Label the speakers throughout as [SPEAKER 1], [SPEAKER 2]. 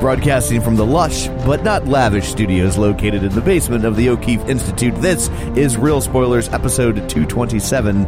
[SPEAKER 1] Broadcasting from the lush but not lavish studios located in the basement of the O'Keefe Institute, this is Real Spoilers, episode 227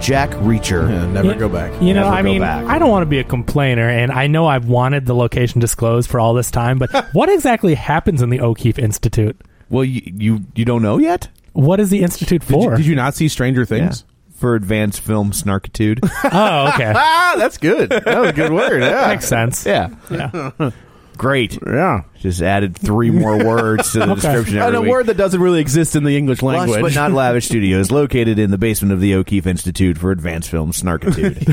[SPEAKER 1] Jack Reacher.
[SPEAKER 2] never
[SPEAKER 3] Yeah.
[SPEAKER 2] go back.
[SPEAKER 3] You know,
[SPEAKER 1] Never go
[SPEAKER 3] I mean,
[SPEAKER 1] back.
[SPEAKER 3] I don't want to be a complainer, and I know I've wanted the location disclosed for all this time, but what exactly happens in the O'Keefe Institute?
[SPEAKER 1] Well, you, you you don't know yet?
[SPEAKER 3] What is the institute
[SPEAKER 2] Did
[SPEAKER 3] for?
[SPEAKER 2] you, did you not see Stranger Things?
[SPEAKER 1] For advanced film snarkitude.
[SPEAKER 3] oh, okay,
[SPEAKER 1] ah, that's good. That was a good word. Yeah.
[SPEAKER 3] makes sense.
[SPEAKER 1] Yeah.
[SPEAKER 3] Yeah.
[SPEAKER 1] Great.
[SPEAKER 2] Yeah.
[SPEAKER 1] Just added three more words to the description every
[SPEAKER 2] And a
[SPEAKER 1] week.
[SPEAKER 2] word that doesn't really exist in the English
[SPEAKER 1] Lush
[SPEAKER 2] language.
[SPEAKER 1] but not lavish studios located in the basement of the O'Keefe Institute for Advanced Film Snarkitude.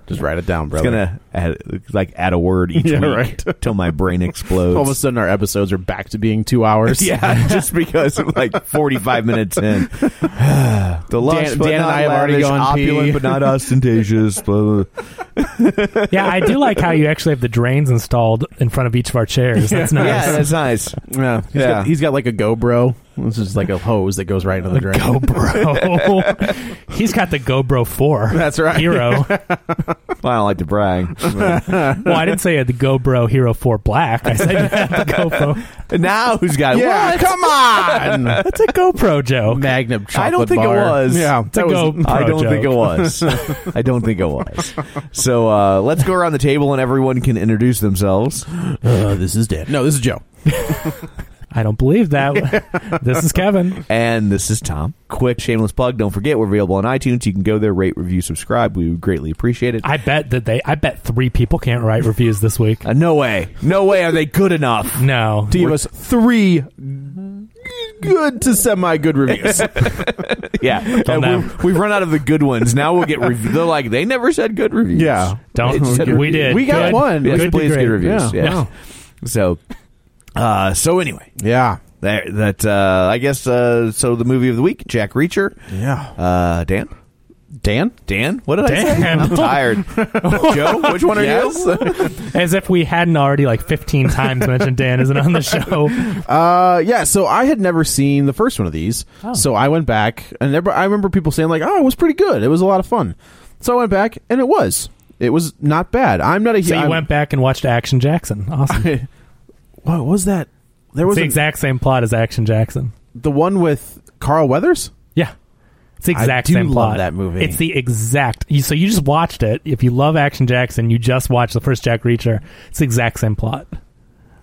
[SPEAKER 2] Just write it down,
[SPEAKER 1] it's
[SPEAKER 2] brother.
[SPEAKER 1] gonna add, like add a word each
[SPEAKER 2] Yeah,
[SPEAKER 1] week
[SPEAKER 2] right.
[SPEAKER 1] till my brain explodes.
[SPEAKER 2] All of a sudden, our episodes are back to being two hours.
[SPEAKER 1] Yeah, just because I'm like 45 minutes in. the lush,
[SPEAKER 2] Dan-
[SPEAKER 1] but
[SPEAKER 2] Dan and
[SPEAKER 1] not
[SPEAKER 2] I have already
[SPEAKER 1] lavish,
[SPEAKER 2] gone pee.
[SPEAKER 1] opulent, but not ostentatious. blah, blah, blah.
[SPEAKER 3] yeah, I do like how you actually have the drains installed in front of each of our chairs. That's nice.
[SPEAKER 1] Yeah, that's nice.
[SPEAKER 2] yeah. He's
[SPEAKER 1] Yeah.
[SPEAKER 2] Got, he's got like a GoBro. This is like a hose that goes right into the drain.
[SPEAKER 3] GoPro. He's got the GoPro 4.
[SPEAKER 2] That's right.
[SPEAKER 3] Hero.
[SPEAKER 1] Well, I don't like to brag. but-
[SPEAKER 3] Well, I didn't say you had the GoPro Hero 4 Black. I said you had the GoPro.
[SPEAKER 1] now who's got
[SPEAKER 2] Yeah,
[SPEAKER 1] what?
[SPEAKER 2] come on.
[SPEAKER 3] That's a GoPro joke.
[SPEAKER 2] Magnum chocolate
[SPEAKER 1] I don't think
[SPEAKER 2] bar.
[SPEAKER 1] it was.
[SPEAKER 2] Yeah,
[SPEAKER 3] a
[SPEAKER 2] that was
[SPEAKER 3] go-
[SPEAKER 1] I don't
[SPEAKER 3] Pro
[SPEAKER 1] think it
[SPEAKER 3] joke.
[SPEAKER 1] was. I don't think it was. So uh, let's go around the table and everyone can introduce themselves.
[SPEAKER 2] Uh, this is Dan. No, this is Joe.
[SPEAKER 3] I don't believe that. this is Kevin.
[SPEAKER 1] And this is Tom. Quick shameless plug. Don't forget we're available on iTunes. You can go there, rate, review, subscribe. We would greatly appreciate it.
[SPEAKER 3] I bet that they. I bet three people can't write reviews this week.
[SPEAKER 1] Uh, no way. No way are they good enough.
[SPEAKER 3] No,
[SPEAKER 2] To give us three good to semi good reviews.
[SPEAKER 1] Yeah.
[SPEAKER 3] Don't
[SPEAKER 1] Uh,
[SPEAKER 3] know.
[SPEAKER 1] we've, we've run out of the good ones. Now we'll get rev- they're like they never said good reviews.
[SPEAKER 2] yeah.
[SPEAKER 3] don't.
[SPEAKER 1] It's-
[SPEAKER 3] we did.
[SPEAKER 2] We got
[SPEAKER 3] Good.
[SPEAKER 2] one.
[SPEAKER 1] Yes,
[SPEAKER 3] Good to
[SPEAKER 1] please
[SPEAKER 3] great.
[SPEAKER 1] good reviews.
[SPEAKER 2] Yeah.
[SPEAKER 1] Yeah. So uh so anyway.
[SPEAKER 2] Yeah.
[SPEAKER 1] There, that uh I guess uh so the movie of the week, Jack Reacher.
[SPEAKER 2] Yeah.
[SPEAKER 1] Uh Dan?
[SPEAKER 2] Dan?
[SPEAKER 1] Dan? What did
[SPEAKER 3] Dan.
[SPEAKER 1] I say? I'm tired. Joe, which one are you?
[SPEAKER 3] As if we hadn't already like 15 times mentioned Dan isn't on the show.
[SPEAKER 2] Uh, yeah. So I had never seen the first one of these,
[SPEAKER 3] Oh.
[SPEAKER 2] so I went back and every- I remember people saying like, "Oh, it was pretty good. It was a lot of fun." So I went back and it was. It was not bad. I'm not a.
[SPEAKER 3] So you
[SPEAKER 2] I'm-
[SPEAKER 3] went back and watched Action Jackson. Awesome. It's
[SPEAKER 2] What was that? There was
[SPEAKER 3] the
[SPEAKER 2] an-
[SPEAKER 3] exact same plot as Action Jackson.
[SPEAKER 2] the one with Carl Weathers.
[SPEAKER 3] Yeah. It's the
[SPEAKER 2] I
[SPEAKER 3] exact
[SPEAKER 2] do
[SPEAKER 3] same
[SPEAKER 2] love
[SPEAKER 3] plot.
[SPEAKER 2] that movie.
[SPEAKER 3] It's the exact. You, so you just watched it. If you love Action Jackson, you just watched the first Jack Reacher. It's the exact same plot.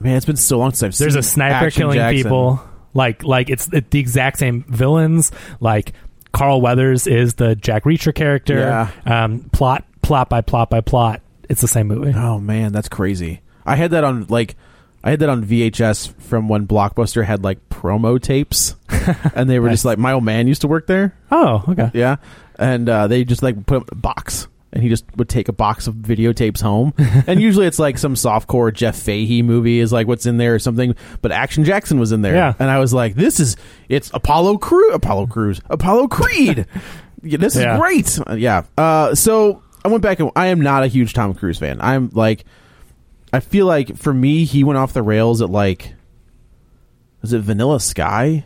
[SPEAKER 2] Man, it's been so long since I've seen.
[SPEAKER 3] There's a sniper
[SPEAKER 2] Action
[SPEAKER 3] killing
[SPEAKER 2] Jackson.
[SPEAKER 3] people. Like like it's the the exact same villains. Like Carl Weathers is the Jack Reacher character. Um, plot plot by plot by plot. It's the same movie.
[SPEAKER 2] Oh man, that's crazy. I had that on like. I had that on VHS from when Blockbuster had like promo tapes, and they were just like my old man used to work there,
[SPEAKER 3] Oh, okay.
[SPEAKER 2] Yeah, and uh, they just like put him in a box, and he just would take a box of videotapes home. and usually it's like some softcore Jeff Fahey movie is like what's in there or something. But Action Jackson was in there,
[SPEAKER 3] Yeah.
[SPEAKER 2] and I was like, this is it's Apollo Crew, Apollo Crews, Apollo Creed. Yeah, this
[SPEAKER 3] Yeah.
[SPEAKER 2] is great. Uh, yeah. Uh, so I went back and I am not a huge Tom Cruise fan. I'm like, I feel like for me, he went off the rails at like. Is it Vanilla Sky?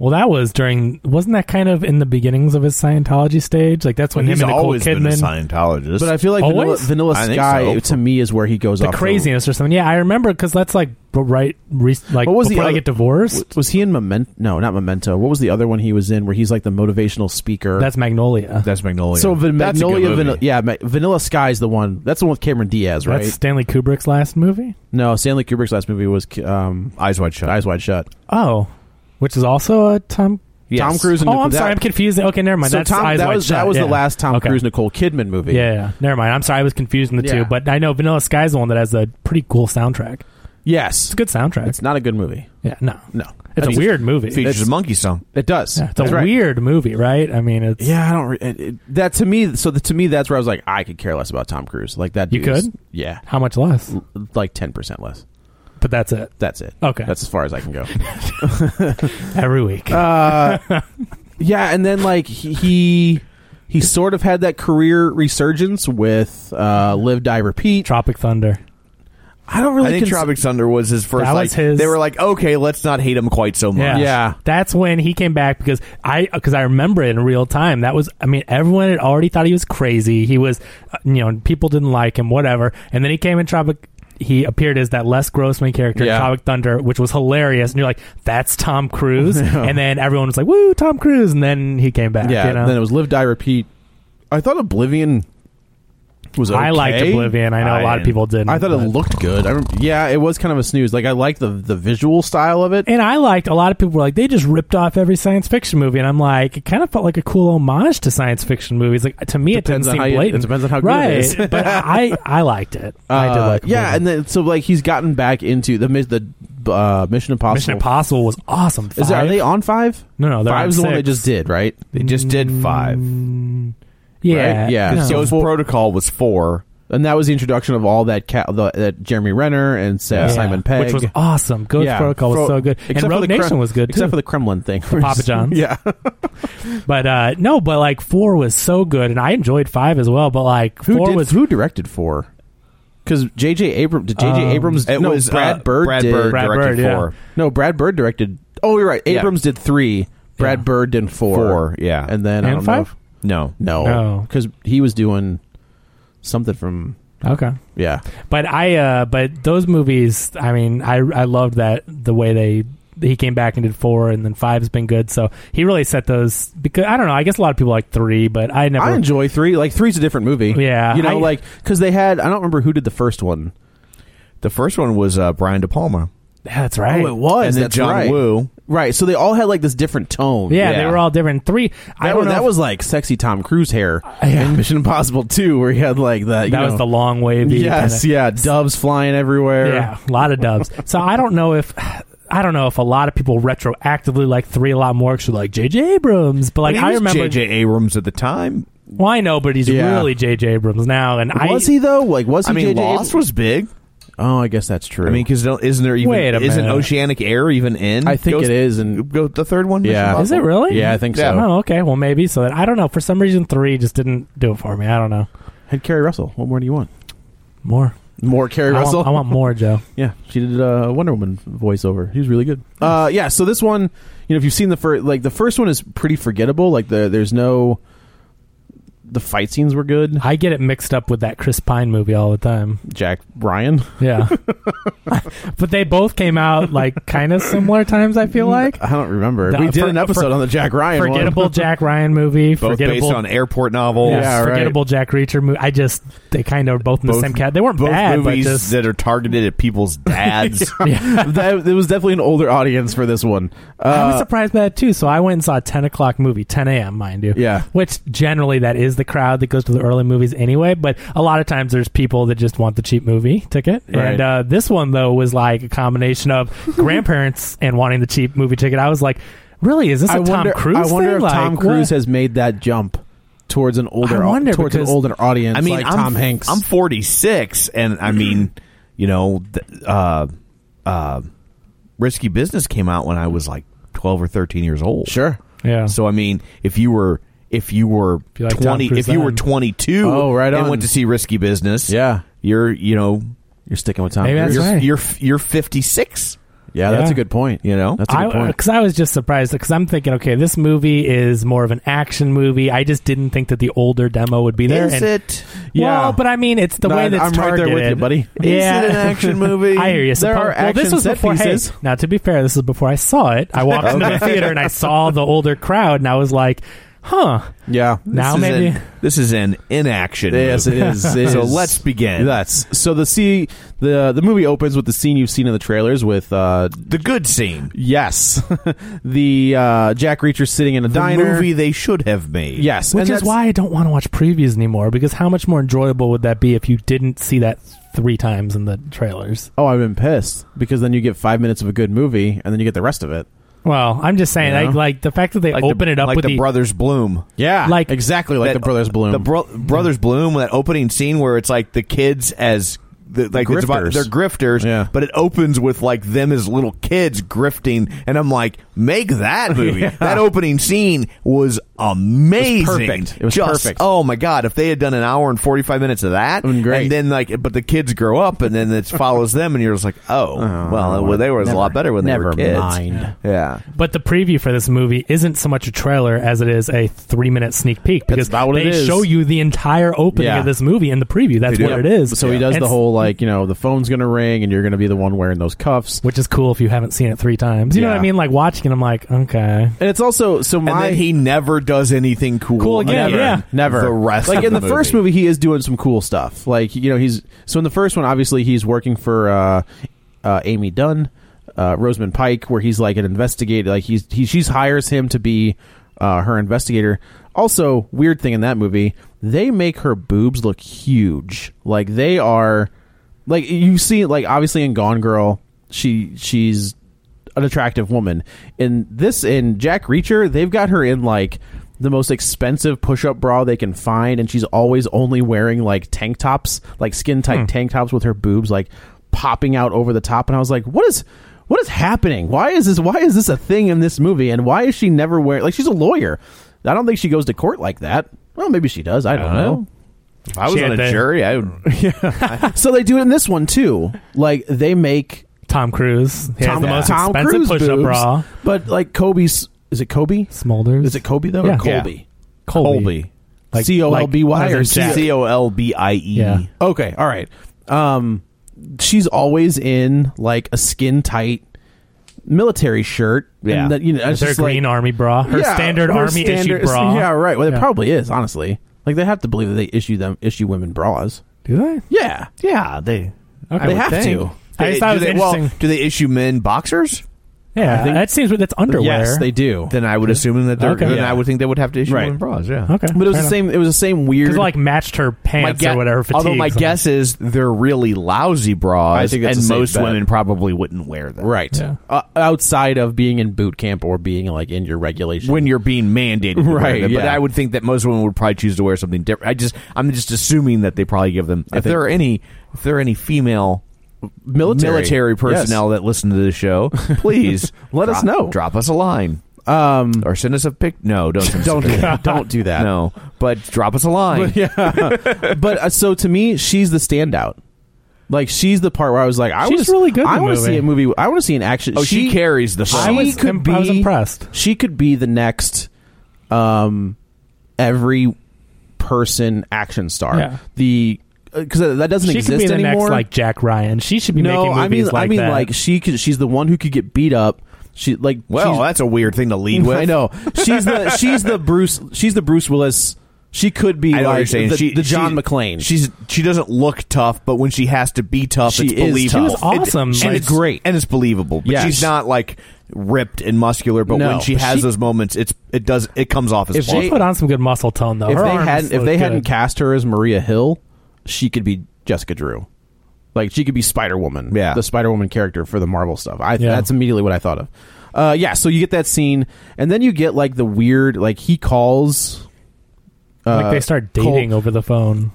[SPEAKER 3] Well, that was during. Wasn't that kind of in the beginnings of his Scientology stage? Like that's when
[SPEAKER 2] Well,
[SPEAKER 3] him
[SPEAKER 2] he's
[SPEAKER 3] and Nicole
[SPEAKER 2] always
[SPEAKER 3] Kidman.
[SPEAKER 2] been a
[SPEAKER 1] Scientologist,
[SPEAKER 2] But I feel like Vanilla,
[SPEAKER 3] Always?
[SPEAKER 2] Vanilla
[SPEAKER 3] I think
[SPEAKER 2] Sky
[SPEAKER 3] so.
[SPEAKER 2] to me is where he goes
[SPEAKER 3] the
[SPEAKER 2] off the-
[SPEAKER 3] craziness or something. Yeah, I remember because that's like b- right, re- like
[SPEAKER 2] What was the
[SPEAKER 3] before I
[SPEAKER 2] other-
[SPEAKER 3] get divorced.
[SPEAKER 2] w- Was he in Memento? No, not Memento. What was the other one he was in where he's like the motivational speaker?
[SPEAKER 3] That's Magnolia.
[SPEAKER 1] That's Magnolia.
[SPEAKER 2] So Van-
[SPEAKER 3] That's a good
[SPEAKER 2] Magnolia,
[SPEAKER 3] movie.
[SPEAKER 2] Vanilla, yeah, Ma- Vanilla Sky is the one. That's the one with Cameron Diaz, right?
[SPEAKER 3] That's Stanley Kubrick's last movie.
[SPEAKER 2] no, Stanley Kubrick's last movie was um,
[SPEAKER 1] Eyes Wide Shut.
[SPEAKER 2] Eyes Wide Shut.
[SPEAKER 3] Oh, which is also a Tom.
[SPEAKER 2] Yes. Tom Cruise and
[SPEAKER 3] oh,
[SPEAKER 2] Nicole-
[SPEAKER 3] I'm sorry,
[SPEAKER 2] that-
[SPEAKER 3] I'm confused. Okay, never mind.
[SPEAKER 2] So
[SPEAKER 3] That's
[SPEAKER 2] Tom-
[SPEAKER 3] Eyes
[SPEAKER 2] that
[SPEAKER 3] Wide
[SPEAKER 2] was- that
[SPEAKER 3] Shut,
[SPEAKER 2] was the
[SPEAKER 3] yeah.
[SPEAKER 2] last Tom
[SPEAKER 3] Okay.
[SPEAKER 2] Cruise Nicole Kidman movie.
[SPEAKER 3] Yeah, yeah, never mind. I'm sorry, I was confusing the
[SPEAKER 2] Yeah.
[SPEAKER 3] two. But I know Vanilla Sky is the one that has a pretty cool soundtrack.
[SPEAKER 2] Yes, it's
[SPEAKER 3] a good soundtrack.
[SPEAKER 2] It's not a good movie.
[SPEAKER 3] Yeah, no,
[SPEAKER 2] no.
[SPEAKER 3] It's a weird movie. It's-
[SPEAKER 1] monkey song.
[SPEAKER 2] It does.
[SPEAKER 3] Yeah, it's
[SPEAKER 2] That's
[SPEAKER 3] a
[SPEAKER 2] right.
[SPEAKER 3] weird movie, right? I mean, it's
[SPEAKER 2] Yeah, I don't. Re- it, it, that to me, so the, to me, that's where I was like, I could care less about Tom Cruise. Like that.
[SPEAKER 3] You
[SPEAKER 2] dude is-
[SPEAKER 3] could?
[SPEAKER 2] yeah.
[SPEAKER 3] How much less?
[SPEAKER 2] L- like ten percent less.
[SPEAKER 3] But that's it.
[SPEAKER 2] That's it.
[SPEAKER 3] Okay.
[SPEAKER 2] that's as far as I can go.
[SPEAKER 3] every week.
[SPEAKER 2] Uh, yeah, and then like he, he he sort of had that career resurgence with uh, Live Die Repeat,
[SPEAKER 3] Tropic Thunder.
[SPEAKER 2] I don't
[SPEAKER 1] I
[SPEAKER 2] really.
[SPEAKER 1] think
[SPEAKER 2] cons-
[SPEAKER 1] Tropic Thunder was his first.
[SPEAKER 3] That
[SPEAKER 1] like,
[SPEAKER 3] was his-
[SPEAKER 1] They were like, okay, let's not hate him quite so much.
[SPEAKER 3] Yeah. That's when he came back because I because I remember it in real time. That was I mean everyone had already thought he was crazy. He was uh, you know people didn't like him whatever. And then he came in Tropic he appeared as that Les Grossman character in
[SPEAKER 2] Yeah.
[SPEAKER 3] Tropic Thunder, which was hilarious. And you're like, that's Tom Cruise. and then everyone was like, woo, Tom Cruise. And then he came back.
[SPEAKER 2] Yeah,
[SPEAKER 3] you know?
[SPEAKER 2] then it was Live Die Repeat. I thought Oblivion was. Okay.
[SPEAKER 3] I liked Oblivion. I know a
[SPEAKER 2] a
[SPEAKER 3] lot of people didn't.
[SPEAKER 2] I thought it
[SPEAKER 3] but-
[SPEAKER 2] looked good. I rem- yeah, it was kind of a snooze. Like I liked the the visual style of it.
[SPEAKER 3] And I liked a lot of people were like, they just ripped off every science fiction movie. And I'm like, it kind of felt like a cool homage to science fiction movies. Like to me,
[SPEAKER 2] Depends
[SPEAKER 3] it
[SPEAKER 2] on
[SPEAKER 3] didn't
[SPEAKER 2] how
[SPEAKER 3] seem
[SPEAKER 2] you-
[SPEAKER 3] blatant.
[SPEAKER 2] it depends on how good it
[SPEAKER 3] right.
[SPEAKER 2] is.
[SPEAKER 3] but I, I liked it. I did
[SPEAKER 2] Uh,
[SPEAKER 3] like it.
[SPEAKER 2] yeah, and then so like he's gotten back into the mis- the uh, Mission Impossible.
[SPEAKER 3] Mission Impossible was awesome.
[SPEAKER 2] Is there, are
[SPEAKER 3] Five?
[SPEAKER 2] they on five?
[SPEAKER 3] No, no, they're on
[SPEAKER 2] five's the one
[SPEAKER 3] six. Mm,
[SPEAKER 2] they just did, right?
[SPEAKER 1] They just did five.
[SPEAKER 3] Yeah,
[SPEAKER 2] right? yeah.
[SPEAKER 3] no.
[SPEAKER 2] So
[SPEAKER 1] Ghost Protocol was four.
[SPEAKER 2] and that was the introduction of all that ca- the, that Jeremy Renner and Sa-
[SPEAKER 3] Yeah.
[SPEAKER 2] Simon Pegg,
[SPEAKER 3] Which was awesome. Ghost Protocol was
[SPEAKER 2] For-
[SPEAKER 3] so good. And
[SPEAKER 2] except for
[SPEAKER 3] Rogue
[SPEAKER 2] the
[SPEAKER 3] Nation
[SPEAKER 2] Krem-
[SPEAKER 3] was good,
[SPEAKER 2] except
[SPEAKER 3] too.
[SPEAKER 2] for the Kremlin thing,
[SPEAKER 3] For Papa John's.
[SPEAKER 2] yeah,
[SPEAKER 3] but uh, no, but like four was so good, and I enjoyed five as well. But like
[SPEAKER 2] who
[SPEAKER 3] four
[SPEAKER 2] did,
[SPEAKER 3] was
[SPEAKER 2] who directed four? Because J.J. Abrams did J.J.
[SPEAKER 3] Um,
[SPEAKER 2] Abrams.
[SPEAKER 1] it
[SPEAKER 2] no,
[SPEAKER 1] was,
[SPEAKER 2] Brad
[SPEAKER 1] uh,
[SPEAKER 2] Bird.
[SPEAKER 1] Brad
[SPEAKER 2] did,
[SPEAKER 1] Bird Brad directed Bird, yeah. four.
[SPEAKER 2] No, Brad Bird directed. Oh, you're right.
[SPEAKER 1] Yeah.
[SPEAKER 2] Abrams did three. Brad Bird did four.
[SPEAKER 1] Four, yeah.
[SPEAKER 2] and then I
[SPEAKER 3] And
[SPEAKER 2] don't
[SPEAKER 3] five? Oh.
[SPEAKER 1] No.
[SPEAKER 2] Know. No,
[SPEAKER 3] No.
[SPEAKER 2] because he was doing something from
[SPEAKER 3] okay.
[SPEAKER 2] yeah.
[SPEAKER 3] But I, uh, but those movies, I mean, I, I loved that the way they he came back and did four, and then five's been good. So he really set those because I don't know. I guess a lot of people like three, but I never.
[SPEAKER 2] I enjoy three. Like three's a different movie.
[SPEAKER 3] Yeah,
[SPEAKER 2] you know,
[SPEAKER 3] I-
[SPEAKER 2] like because they had. I don't remember who did the first one.
[SPEAKER 1] The first one was uh, Brian De Palma.
[SPEAKER 3] that's right.
[SPEAKER 2] Oh, it was.
[SPEAKER 1] And then
[SPEAKER 2] That's
[SPEAKER 1] John
[SPEAKER 2] right.
[SPEAKER 1] Woo.
[SPEAKER 2] Right. So they all had like this different tone.
[SPEAKER 3] Yeah,
[SPEAKER 1] Yeah.
[SPEAKER 3] they were all different. Three. I
[SPEAKER 2] That,
[SPEAKER 3] don't
[SPEAKER 2] was,
[SPEAKER 3] know.
[SPEAKER 2] that
[SPEAKER 3] if-
[SPEAKER 2] was like sexy Tom Cruise hair
[SPEAKER 3] Yeah.
[SPEAKER 2] in Mission Impossible 2, where he had like that. You
[SPEAKER 3] that was
[SPEAKER 2] know,
[SPEAKER 3] the long wavy.
[SPEAKER 2] Yes,
[SPEAKER 3] kinda-
[SPEAKER 2] yeah, doves flying everywhere.
[SPEAKER 3] yeah, a lot of dubs. so I don't know if. I don't know if a lot of people retroactively like three a lot more because like J.J. Abrams, but like
[SPEAKER 1] But he
[SPEAKER 3] I
[SPEAKER 1] was
[SPEAKER 3] remember.
[SPEAKER 1] J.J. Abrams at the time.
[SPEAKER 3] Well, I know, but he's
[SPEAKER 2] Yeah.
[SPEAKER 3] really J.J. Abrams now, and I
[SPEAKER 2] Was he though? Like, was he?
[SPEAKER 1] I mean,
[SPEAKER 2] J.J.
[SPEAKER 1] Lost was big.
[SPEAKER 2] Oh, I guess that's true.
[SPEAKER 1] I mean, because isn't there even
[SPEAKER 3] Wait a
[SPEAKER 1] isn't
[SPEAKER 3] minute.
[SPEAKER 1] Oceanic Air even in?
[SPEAKER 2] I think
[SPEAKER 1] Ghost-
[SPEAKER 2] it is, and
[SPEAKER 1] Go the third one. Mission
[SPEAKER 2] Yeah.
[SPEAKER 1] Impossible?
[SPEAKER 3] Is it really?
[SPEAKER 2] Yeah, I think so.
[SPEAKER 3] Oh, okay. Well, maybe. So that I don't know. For some reason, three just didn't do it for me. I don't know.
[SPEAKER 2] had Carrie Russell. What more do you want?
[SPEAKER 3] More.
[SPEAKER 2] More Carrie
[SPEAKER 3] I
[SPEAKER 2] Russell.
[SPEAKER 3] want, I want more, Joe.
[SPEAKER 2] Yeah, she did a Wonder Woman voiceover. He was really good. Uh, yeah. So this one, you know, if you've seen the first, like the first one is pretty forgettable. Like the there's no, the fight scenes were good.
[SPEAKER 3] I get it mixed up with that Chris Pine movie all the time.
[SPEAKER 2] Jack Ryan.
[SPEAKER 3] Yeah, but they both came out like kind of similar times. I
[SPEAKER 1] Mm.
[SPEAKER 3] feel like
[SPEAKER 2] I don't remember.
[SPEAKER 3] The-
[SPEAKER 2] we did
[SPEAKER 3] for-
[SPEAKER 2] an episode
[SPEAKER 3] for-
[SPEAKER 2] on the Jack Ryan. one.
[SPEAKER 3] forgettable Jack Ryan movie,
[SPEAKER 1] Both
[SPEAKER 3] forgettable
[SPEAKER 1] based on airport novels.
[SPEAKER 3] Yes,
[SPEAKER 2] Yeah, right.
[SPEAKER 3] forgettable Jack Reacher movie. I just they kind of were both in the
[SPEAKER 1] Both-
[SPEAKER 3] same cat. They weren't
[SPEAKER 1] Both
[SPEAKER 3] bad, but
[SPEAKER 1] movies
[SPEAKER 3] just
[SPEAKER 1] that are targeted at people's dads.
[SPEAKER 2] that, there was definitely an older audience for this one.
[SPEAKER 3] I was
[SPEAKER 2] Uh,
[SPEAKER 3] surprised by that too. So I went and saw a ten o'clock movie, ten a.m. mind you.
[SPEAKER 2] Yeah.
[SPEAKER 3] Which generally that is the crowd that goes to the early movies anyway. But a lot of times there's people that just want the cheap movie ticket.
[SPEAKER 2] Right.
[SPEAKER 3] And uh, this one though was like a combination of grandparents and wanting the cheap movie ticket. I was like, really? Is this a
[SPEAKER 2] I wonder,
[SPEAKER 3] Tom Cruise?
[SPEAKER 2] I wonder
[SPEAKER 3] thing?
[SPEAKER 2] if
[SPEAKER 3] Like,
[SPEAKER 2] Tom Cruise
[SPEAKER 3] what?
[SPEAKER 2] has made that jump towards an older,
[SPEAKER 3] I wonder
[SPEAKER 2] towards an
[SPEAKER 3] because-
[SPEAKER 2] older audience.
[SPEAKER 1] I mean,
[SPEAKER 2] like
[SPEAKER 1] I'm,
[SPEAKER 2] Tom Hanks.
[SPEAKER 1] I'm 46, and I mean, you know, th- uh, uh, Risky Business came out when I was like 12 or 13 years old.
[SPEAKER 2] sure.
[SPEAKER 3] Yeah.
[SPEAKER 1] So I mean, if you were if you were
[SPEAKER 3] you like Tom
[SPEAKER 1] 20, if
[SPEAKER 3] Cruise
[SPEAKER 1] you were
[SPEAKER 3] then.
[SPEAKER 1] 22,
[SPEAKER 2] Oh, right
[SPEAKER 1] and
[SPEAKER 2] on.
[SPEAKER 1] went to see Risky Business,
[SPEAKER 2] Yeah,
[SPEAKER 1] you're you know
[SPEAKER 2] you're sticking with Tom.
[SPEAKER 3] Maybe
[SPEAKER 2] Cruise.
[SPEAKER 3] that's
[SPEAKER 1] you're
[SPEAKER 3] right.
[SPEAKER 1] you're, you're 56.
[SPEAKER 2] Yeah, that's a good point. You know, that's a good point.
[SPEAKER 3] Because I, was just surprised because I'm thinking, okay, this movie is more of an action movie. I just didn't think that the older demo would be there.
[SPEAKER 2] Is
[SPEAKER 3] and-
[SPEAKER 2] it?
[SPEAKER 3] Yeah,
[SPEAKER 2] Wow.
[SPEAKER 3] but I mean, it's the
[SPEAKER 2] No,
[SPEAKER 3] way that's
[SPEAKER 2] I'm right there with you,
[SPEAKER 3] targeted.
[SPEAKER 2] buddy. Is
[SPEAKER 3] Yeah,
[SPEAKER 2] it an action movie?
[SPEAKER 3] I hear you.
[SPEAKER 2] There
[SPEAKER 3] Suppo-
[SPEAKER 2] are
[SPEAKER 3] well, this
[SPEAKER 2] action
[SPEAKER 3] was
[SPEAKER 2] set
[SPEAKER 3] before. hey,
[SPEAKER 2] pieces.
[SPEAKER 3] now to be fair, this is before I saw it. I walked into the
[SPEAKER 2] Okay.
[SPEAKER 3] theater and I saw the older crowd, and I was like, huh.
[SPEAKER 2] Yeah.
[SPEAKER 3] Now
[SPEAKER 1] is
[SPEAKER 3] maybe-
[SPEAKER 1] an- this is an inaction.
[SPEAKER 2] Yes, it
[SPEAKER 1] movie.
[SPEAKER 2] is. It
[SPEAKER 1] so
[SPEAKER 2] is.
[SPEAKER 1] let's begin.
[SPEAKER 2] That's so the scene. the The movie opens with the scene you've seen in the trailers with uh,
[SPEAKER 1] the good scene.
[SPEAKER 2] yes, the uh, Jack Reacher sitting in a
[SPEAKER 1] The
[SPEAKER 2] diner.
[SPEAKER 1] movie they should have made.
[SPEAKER 2] Yes,
[SPEAKER 3] Which
[SPEAKER 2] and
[SPEAKER 3] is
[SPEAKER 2] that's-
[SPEAKER 3] why I don't want to watch previews anymore because how much more enjoyable would that be if you didn't see that three times in the trailers?
[SPEAKER 2] Oh, I've been pissed because then you get five minutes of a good movie and then you get the rest of it.
[SPEAKER 3] Well, I'm just saying,
[SPEAKER 2] You know?
[SPEAKER 3] like, like the fact that they
[SPEAKER 1] Like the-
[SPEAKER 3] open it up
[SPEAKER 1] like
[SPEAKER 3] with
[SPEAKER 1] the Brothers Bloom.
[SPEAKER 2] Yeah,
[SPEAKER 3] Like-
[SPEAKER 2] exactly like
[SPEAKER 1] That-
[SPEAKER 2] the Brothers Bloom. Mm.
[SPEAKER 1] The bro- Brothers Bloom, that opening scene where it's like the kids as the, like it's about
[SPEAKER 2] Grifters.
[SPEAKER 1] they're grifters,
[SPEAKER 2] Yeah.
[SPEAKER 1] but it opens with like them as little kids grifting, and I'm like, make that movie. That opening scene was amazing.
[SPEAKER 2] perfect. It was
[SPEAKER 1] Just,
[SPEAKER 2] perfect.
[SPEAKER 1] Oh my god, if they had done an hour and 45 minutes of that,
[SPEAKER 2] Would've been great.
[SPEAKER 1] and then like, but the kids grow up, and then it follows them, and you're just like, oh, well, they were a lot better when they
[SPEAKER 2] never
[SPEAKER 1] were kids.
[SPEAKER 2] mind.
[SPEAKER 1] Yeah,
[SPEAKER 3] But the preview for this movie isn't so much a trailer as it is a three minute sneak peek because
[SPEAKER 2] about what
[SPEAKER 3] they
[SPEAKER 2] it is.
[SPEAKER 3] show you the entire opening
[SPEAKER 2] Yeah.
[SPEAKER 3] of this movie in the preview. That's
[SPEAKER 1] They do.
[SPEAKER 3] what it is.
[SPEAKER 2] So he does
[SPEAKER 3] And
[SPEAKER 2] the
[SPEAKER 3] s-
[SPEAKER 2] whole like you know the phone's gonna ring and you're gonna be the one wearing those cuffs.
[SPEAKER 3] which is cool if you haven't seen it three times. You know what
[SPEAKER 2] Yeah.
[SPEAKER 3] I mean? Like watching it, I'm like, okay.
[SPEAKER 2] And it's also so my
[SPEAKER 1] and then he never does anything cool.
[SPEAKER 3] Cool again,
[SPEAKER 1] Never.
[SPEAKER 3] yeah.
[SPEAKER 2] Never.
[SPEAKER 1] The rest,
[SPEAKER 2] like
[SPEAKER 1] of
[SPEAKER 2] in the,
[SPEAKER 1] the
[SPEAKER 2] first movie, he is doing some cool stuff. Like you know, he's so in the first one, obviously he's working for uh, uh, Amy Dunn, uh, Rosamund Pike, where he's like an investigator. Like he's he she's hires him to be uh, her investigator. Also, weird thing in that movie, they make her boobs look huge. Like they are, like you see, like obviously in Gone Girl, she she's an attractive woman. In this, in Jack Reacher, they've got her in like the most expensive push-up bra they can find, and she's always only wearing like tank tops, like skin-tight tank tops with her boobs like popping out over the top. And I was like, what is? What is happening? Why is this? Why is this a thing in this movie? And why is she never wearing? Like she's a lawyer. I don't think she goes to court like that. Well, maybe she does. I don't know.
[SPEAKER 1] If I was
[SPEAKER 3] She
[SPEAKER 1] on
[SPEAKER 3] had
[SPEAKER 1] a
[SPEAKER 3] the-
[SPEAKER 1] jury, I would
[SPEAKER 2] So they do it in this one too. Like they make
[SPEAKER 3] Tom Cruise. He has the most
[SPEAKER 2] Tom
[SPEAKER 3] expensive
[SPEAKER 2] Cruise
[SPEAKER 3] push up
[SPEAKER 2] boobs,
[SPEAKER 3] bra.
[SPEAKER 2] But like Kobe's, is it Kobe?
[SPEAKER 3] Smolders.
[SPEAKER 2] Is it Kobe though?
[SPEAKER 3] Yeah.
[SPEAKER 2] Or Colby.
[SPEAKER 3] Colby. Like-
[SPEAKER 2] C O L B Y
[SPEAKER 3] like-
[SPEAKER 2] or
[SPEAKER 3] as in
[SPEAKER 2] C-
[SPEAKER 3] Jack.
[SPEAKER 1] C O L B I
[SPEAKER 3] Yeah.
[SPEAKER 1] E.
[SPEAKER 2] Okay, all right. Um, she's always in like a skin tight military shirt.
[SPEAKER 1] Yeah.
[SPEAKER 2] and that, you know, it's
[SPEAKER 3] Their
[SPEAKER 2] just
[SPEAKER 3] green
[SPEAKER 2] like,
[SPEAKER 3] army bra. Her
[SPEAKER 2] Yeah,
[SPEAKER 3] standard
[SPEAKER 2] her
[SPEAKER 3] army
[SPEAKER 2] standard-
[SPEAKER 3] issue bra.
[SPEAKER 2] Yeah, right. Well, it
[SPEAKER 3] Yeah.
[SPEAKER 2] probably is honestly. Like they have to believe that they issue them issue women bras.
[SPEAKER 3] Do they?
[SPEAKER 2] Yeah,
[SPEAKER 1] Yeah, they
[SPEAKER 3] Okay.
[SPEAKER 2] they have to.
[SPEAKER 3] I just thought
[SPEAKER 1] do
[SPEAKER 3] it was
[SPEAKER 1] they,
[SPEAKER 3] interesting.
[SPEAKER 1] Well, do they issue men boxers?
[SPEAKER 3] yeah,
[SPEAKER 2] I think-
[SPEAKER 3] that seems that's underwear.
[SPEAKER 2] Yes, they do.
[SPEAKER 1] Then I would assume that they're.
[SPEAKER 3] Okay.
[SPEAKER 1] Then
[SPEAKER 2] Yeah.
[SPEAKER 1] I would think they would have to issue
[SPEAKER 2] Right.
[SPEAKER 1] women bras. Yeah.
[SPEAKER 3] Okay,
[SPEAKER 2] but it was
[SPEAKER 3] fair
[SPEAKER 2] the
[SPEAKER 3] enough.
[SPEAKER 2] same. It was the same weird.
[SPEAKER 3] 'Cause it, like matched her
[SPEAKER 1] My
[SPEAKER 3] pants
[SPEAKER 1] guess,
[SPEAKER 3] or whatever. Fatigues
[SPEAKER 1] although my
[SPEAKER 3] or something.
[SPEAKER 1] guess is they're really lousy bras,
[SPEAKER 2] I think that's a
[SPEAKER 1] and
[SPEAKER 2] safe
[SPEAKER 1] most
[SPEAKER 2] bet.
[SPEAKER 1] women probably wouldn't wear them.
[SPEAKER 2] right
[SPEAKER 3] Yeah.
[SPEAKER 2] uh, outside of being in boot camp or being like in your regulation
[SPEAKER 1] When you're being mandated, to wear
[SPEAKER 2] Right,
[SPEAKER 1] them. But
[SPEAKER 2] yeah.
[SPEAKER 1] I would think that most women would probably choose to wear something different. I just, I'm just assuming that they probably give them. If
[SPEAKER 2] think-
[SPEAKER 1] there are any, if there are any female
[SPEAKER 2] military,
[SPEAKER 1] personnel that listen to this show, please
[SPEAKER 2] Let us
[SPEAKER 1] drop-
[SPEAKER 2] know.
[SPEAKER 1] Drop us a line
[SPEAKER 2] Yes. Um,
[SPEAKER 1] or send us a pic. No, don't send us
[SPEAKER 2] don't
[SPEAKER 1] a
[SPEAKER 2] do
[SPEAKER 1] pic.
[SPEAKER 2] that. Don't do that.
[SPEAKER 1] No, but drop us a line.
[SPEAKER 2] yeah. but uh, so to me, she's the standout. Like she's the part where I was like, I
[SPEAKER 3] She's
[SPEAKER 2] was
[SPEAKER 3] really good in
[SPEAKER 2] I
[SPEAKER 3] the
[SPEAKER 2] want to see
[SPEAKER 3] movie.
[SPEAKER 2] a movie. I want to see an action.
[SPEAKER 1] Oh, she, carries the
[SPEAKER 2] She
[SPEAKER 1] phone.
[SPEAKER 3] was
[SPEAKER 2] could
[SPEAKER 3] imp-
[SPEAKER 2] be.
[SPEAKER 3] I was impressed.
[SPEAKER 2] She could be the next, um, every person action star.
[SPEAKER 3] Yeah.
[SPEAKER 2] The because that doesn't
[SPEAKER 3] she
[SPEAKER 2] exist
[SPEAKER 3] could be the
[SPEAKER 2] anymore.
[SPEAKER 3] next like Jack Ryan. She should be
[SPEAKER 2] no,
[SPEAKER 3] making movies
[SPEAKER 2] I mean,
[SPEAKER 3] like
[SPEAKER 2] I mean,
[SPEAKER 3] that.
[SPEAKER 2] like she could. She's the one who could get beat up. She like
[SPEAKER 1] well,
[SPEAKER 2] she's-
[SPEAKER 1] that's a weird thing to lead with.
[SPEAKER 2] I know she's the she's the Bruce she's the Bruce Willis. She could be
[SPEAKER 1] I know what
[SPEAKER 2] like
[SPEAKER 1] you're saying.
[SPEAKER 2] the,
[SPEAKER 1] she,
[SPEAKER 2] the John
[SPEAKER 1] she-
[SPEAKER 2] McClane.
[SPEAKER 1] She's she doesn't look tough, but when she has to be tough,
[SPEAKER 2] She
[SPEAKER 1] it's
[SPEAKER 2] is
[SPEAKER 1] believable.
[SPEAKER 2] tough. She
[SPEAKER 3] was awesome.
[SPEAKER 1] It, and
[SPEAKER 3] Like-
[SPEAKER 1] it's great, and it's believable. But
[SPEAKER 2] Yes.
[SPEAKER 1] she's not like ripped and muscular. But
[SPEAKER 2] No,
[SPEAKER 1] when she
[SPEAKER 2] but
[SPEAKER 1] has
[SPEAKER 2] she-
[SPEAKER 1] those moments, it's it does it comes off as
[SPEAKER 2] If
[SPEAKER 1] plausible.
[SPEAKER 2] they-
[SPEAKER 3] she put on some good muscle tone though.
[SPEAKER 2] if
[SPEAKER 3] Her
[SPEAKER 2] they
[SPEAKER 3] arms
[SPEAKER 2] hadn't if
[SPEAKER 3] look
[SPEAKER 2] they
[SPEAKER 3] good.
[SPEAKER 2] hadn't cast her as Maria Hill, she could be Jessica Drew. Like she could be Spider Woman.
[SPEAKER 1] Yeah.
[SPEAKER 2] the Spider Woman character for the Marvel stuff. I
[SPEAKER 3] Yeah.
[SPEAKER 2] that's immediately what I thought of. Uh, yeah, so you get that scene, and then you get like the weird like he calls.
[SPEAKER 3] like
[SPEAKER 2] uh,
[SPEAKER 3] they start
[SPEAKER 2] Col-
[SPEAKER 3] dating over the phone.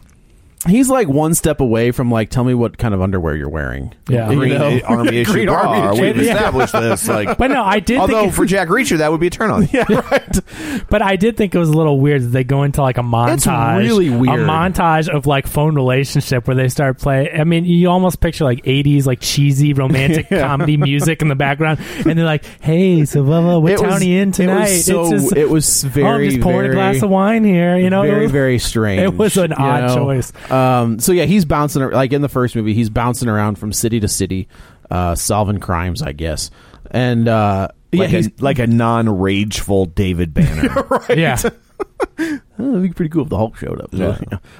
[SPEAKER 2] He's like one step away from like, tell me what kind of underwear you're wearing.
[SPEAKER 1] Yeah. Green army issue bra.
[SPEAKER 2] Oh,
[SPEAKER 1] We've
[SPEAKER 2] Yeah.
[SPEAKER 1] established this. Like,
[SPEAKER 3] But no, I did think
[SPEAKER 1] Although
[SPEAKER 3] it-
[SPEAKER 1] for Jack Reacher, that would be a turn on. Yeah,
[SPEAKER 3] But I did think it was a little weird that they go into like a montage.
[SPEAKER 2] really weird.
[SPEAKER 3] A montage of like phone relationship where they start playing. I mean, you almost picture like 80s, like cheesy romantic
[SPEAKER 2] Yeah.
[SPEAKER 3] comedy music in the background. And they're like, hey, so blah, blah, what
[SPEAKER 2] It
[SPEAKER 3] town
[SPEAKER 2] was-
[SPEAKER 3] you in
[SPEAKER 2] it was
[SPEAKER 3] tonight?
[SPEAKER 2] so- it was
[SPEAKER 3] Oh, I'm
[SPEAKER 2] very,
[SPEAKER 3] just pouring
[SPEAKER 2] very-
[SPEAKER 3] a glass of wine here, you know?
[SPEAKER 2] very very strange.
[SPEAKER 3] It was an
[SPEAKER 2] you
[SPEAKER 3] odd
[SPEAKER 2] know?
[SPEAKER 3] choice.
[SPEAKER 2] Um, so yeah, he's bouncing ar- like in the first movie, he's bouncing around from city to city, uh, solving crimes, I guess. And uh, yeah,
[SPEAKER 1] like,
[SPEAKER 2] he's
[SPEAKER 1] a, like a non-rageful David Banner.
[SPEAKER 3] Yeah.
[SPEAKER 2] Oh, it'd be pretty cool if the Hulk showed up. Yeah.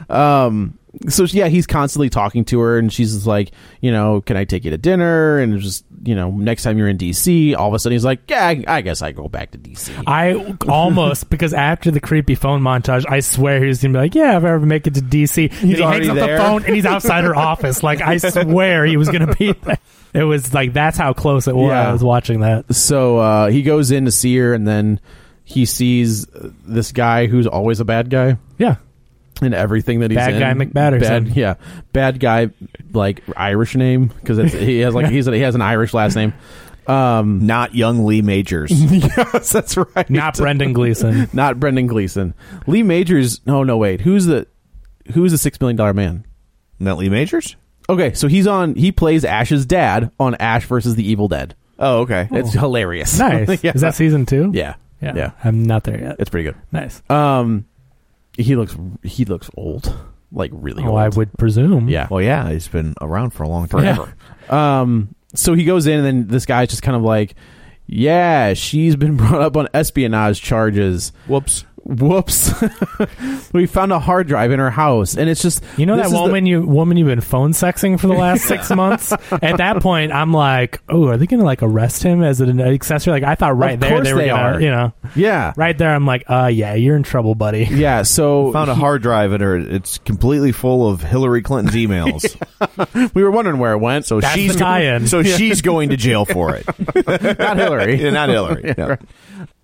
[SPEAKER 2] Um. So yeah, he's constantly talking to her, and she's just like, you know, can I take you to dinner? And it's just you know, next time you're in D.C., all of a sudden he's like, yeah, I, I guess I go back to D.C.
[SPEAKER 3] I almost because after the creepy phone montage, I swear he was gonna be like, "Yeah, if I ever make it to DC," then he hangs
[SPEAKER 2] already
[SPEAKER 3] up
[SPEAKER 2] there.
[SPEAKER 3] the phone and he's outside her office. Like I swear he was gonna be. There. It was like that's how close it was. I was watching that.
[SPEAKER 2] So uh, he goes in to see her, and then he sees uh, this guy who's always a bad guy.
[SPEAKER 3] Yeah.
[SPEAKER 2] In everything that he's
[SPEAKER 3] Bad
[SPEAKER 2] in.
[SPEAKER 3] guy McBatterson.
[SPEAKER 2] Bad, yeah, bad guy, like Irish name because he has like he's he has an Irish last name. Um,
[SPEAKER 1] Not young Lee Majors.
[SPEAKER 2] yes, that's right.
[SPEAKER 3] Not Brendan Gleeson.
[SPEAKER 2] Not Brendan Gleeson. Lee Majors. No, no, wait. Who's the who's the six million dollar man?
[SPEAKER 1] Not Lee Majors.
[SPEAKER 2] Okay, so he's on. He plays Ash's dad on Ash versus the Evil Dead.
[SPEAKER 1] Oh, okay.
[SPEAKER 2] It's hilarious.
[SPEAKER 3] Nice.
[SPEAKER 2] Yeah.
[SPEAKER 3] Is that season two?
[SPEAKER 2] Yeah.
[SPEAKER 3] Yeah.
[SPEAKER 2] Yeah.
[SPEAKER 3] I'm not there yet.
[SPEAKER 2] It's pretty good.
[SPEAKER 3] Nice.
[SPEAKER 2] Um, he looks he looks old, like really
[SPEAKER 3] Oh,
[SPEAKER 2] old.
[SPEAKER 3] I would presume.
[SPEAKER 2] yeah.
[SPEAKER 1] Well, yeah, he's been around for a long time.
[SPEAKER 3] Forever.
[SPEAKER 2] Um, so he goes in, and then this guy's just kind of like, "Yeah, she's been brought up on espionage charges."
[SPEAKER 1] Whoops.
[SPEAKER 2] Whoops, we found a hard drive in her house, and it's just
[SPEAKER 3] You know
[SPEAKER 2] this
[SPEAKER 3] that
[SPEAKER 2] is the-
[SPEAKER 3] woman you woman you've been phone sexing for the last six months. At that point, I'm like, oh, are they going to like arrest him as an accessory? Like I thought, right
[SPEAKER 2] Of
[SPEAKER 3] there
[SPEAKER 2] course
[SPEAKER 3] they were
[SPEAKER 2] they
[SPEAKER 3] gonna,
[SPEAKER 2] are.
[SPEAKER 3] you know,
[SPEAKER 2] yeah,
[SPEAKER 3] right there. I'm like, uh, yeah, you're in trouble, buddy.
[SPEAKER 2] yeah. So
[SPEAKER 1] Found a
[SPEAKER 2] he-
[SPEAKER 1] hard drive in her. It's completely full of Hillary Clinton's emails.
[SPEAKER 2] we were wondering where it went. So
[SPEAKER 3] That's
[SPEAKER 2] she's
[SPEAKER 3] the tie-in.
[SPEAKER 1] so she's going to jail for it.
[SPEAKER 2] not Hillary.
[SPEAKER 1] Yeah, Not Hillary. No.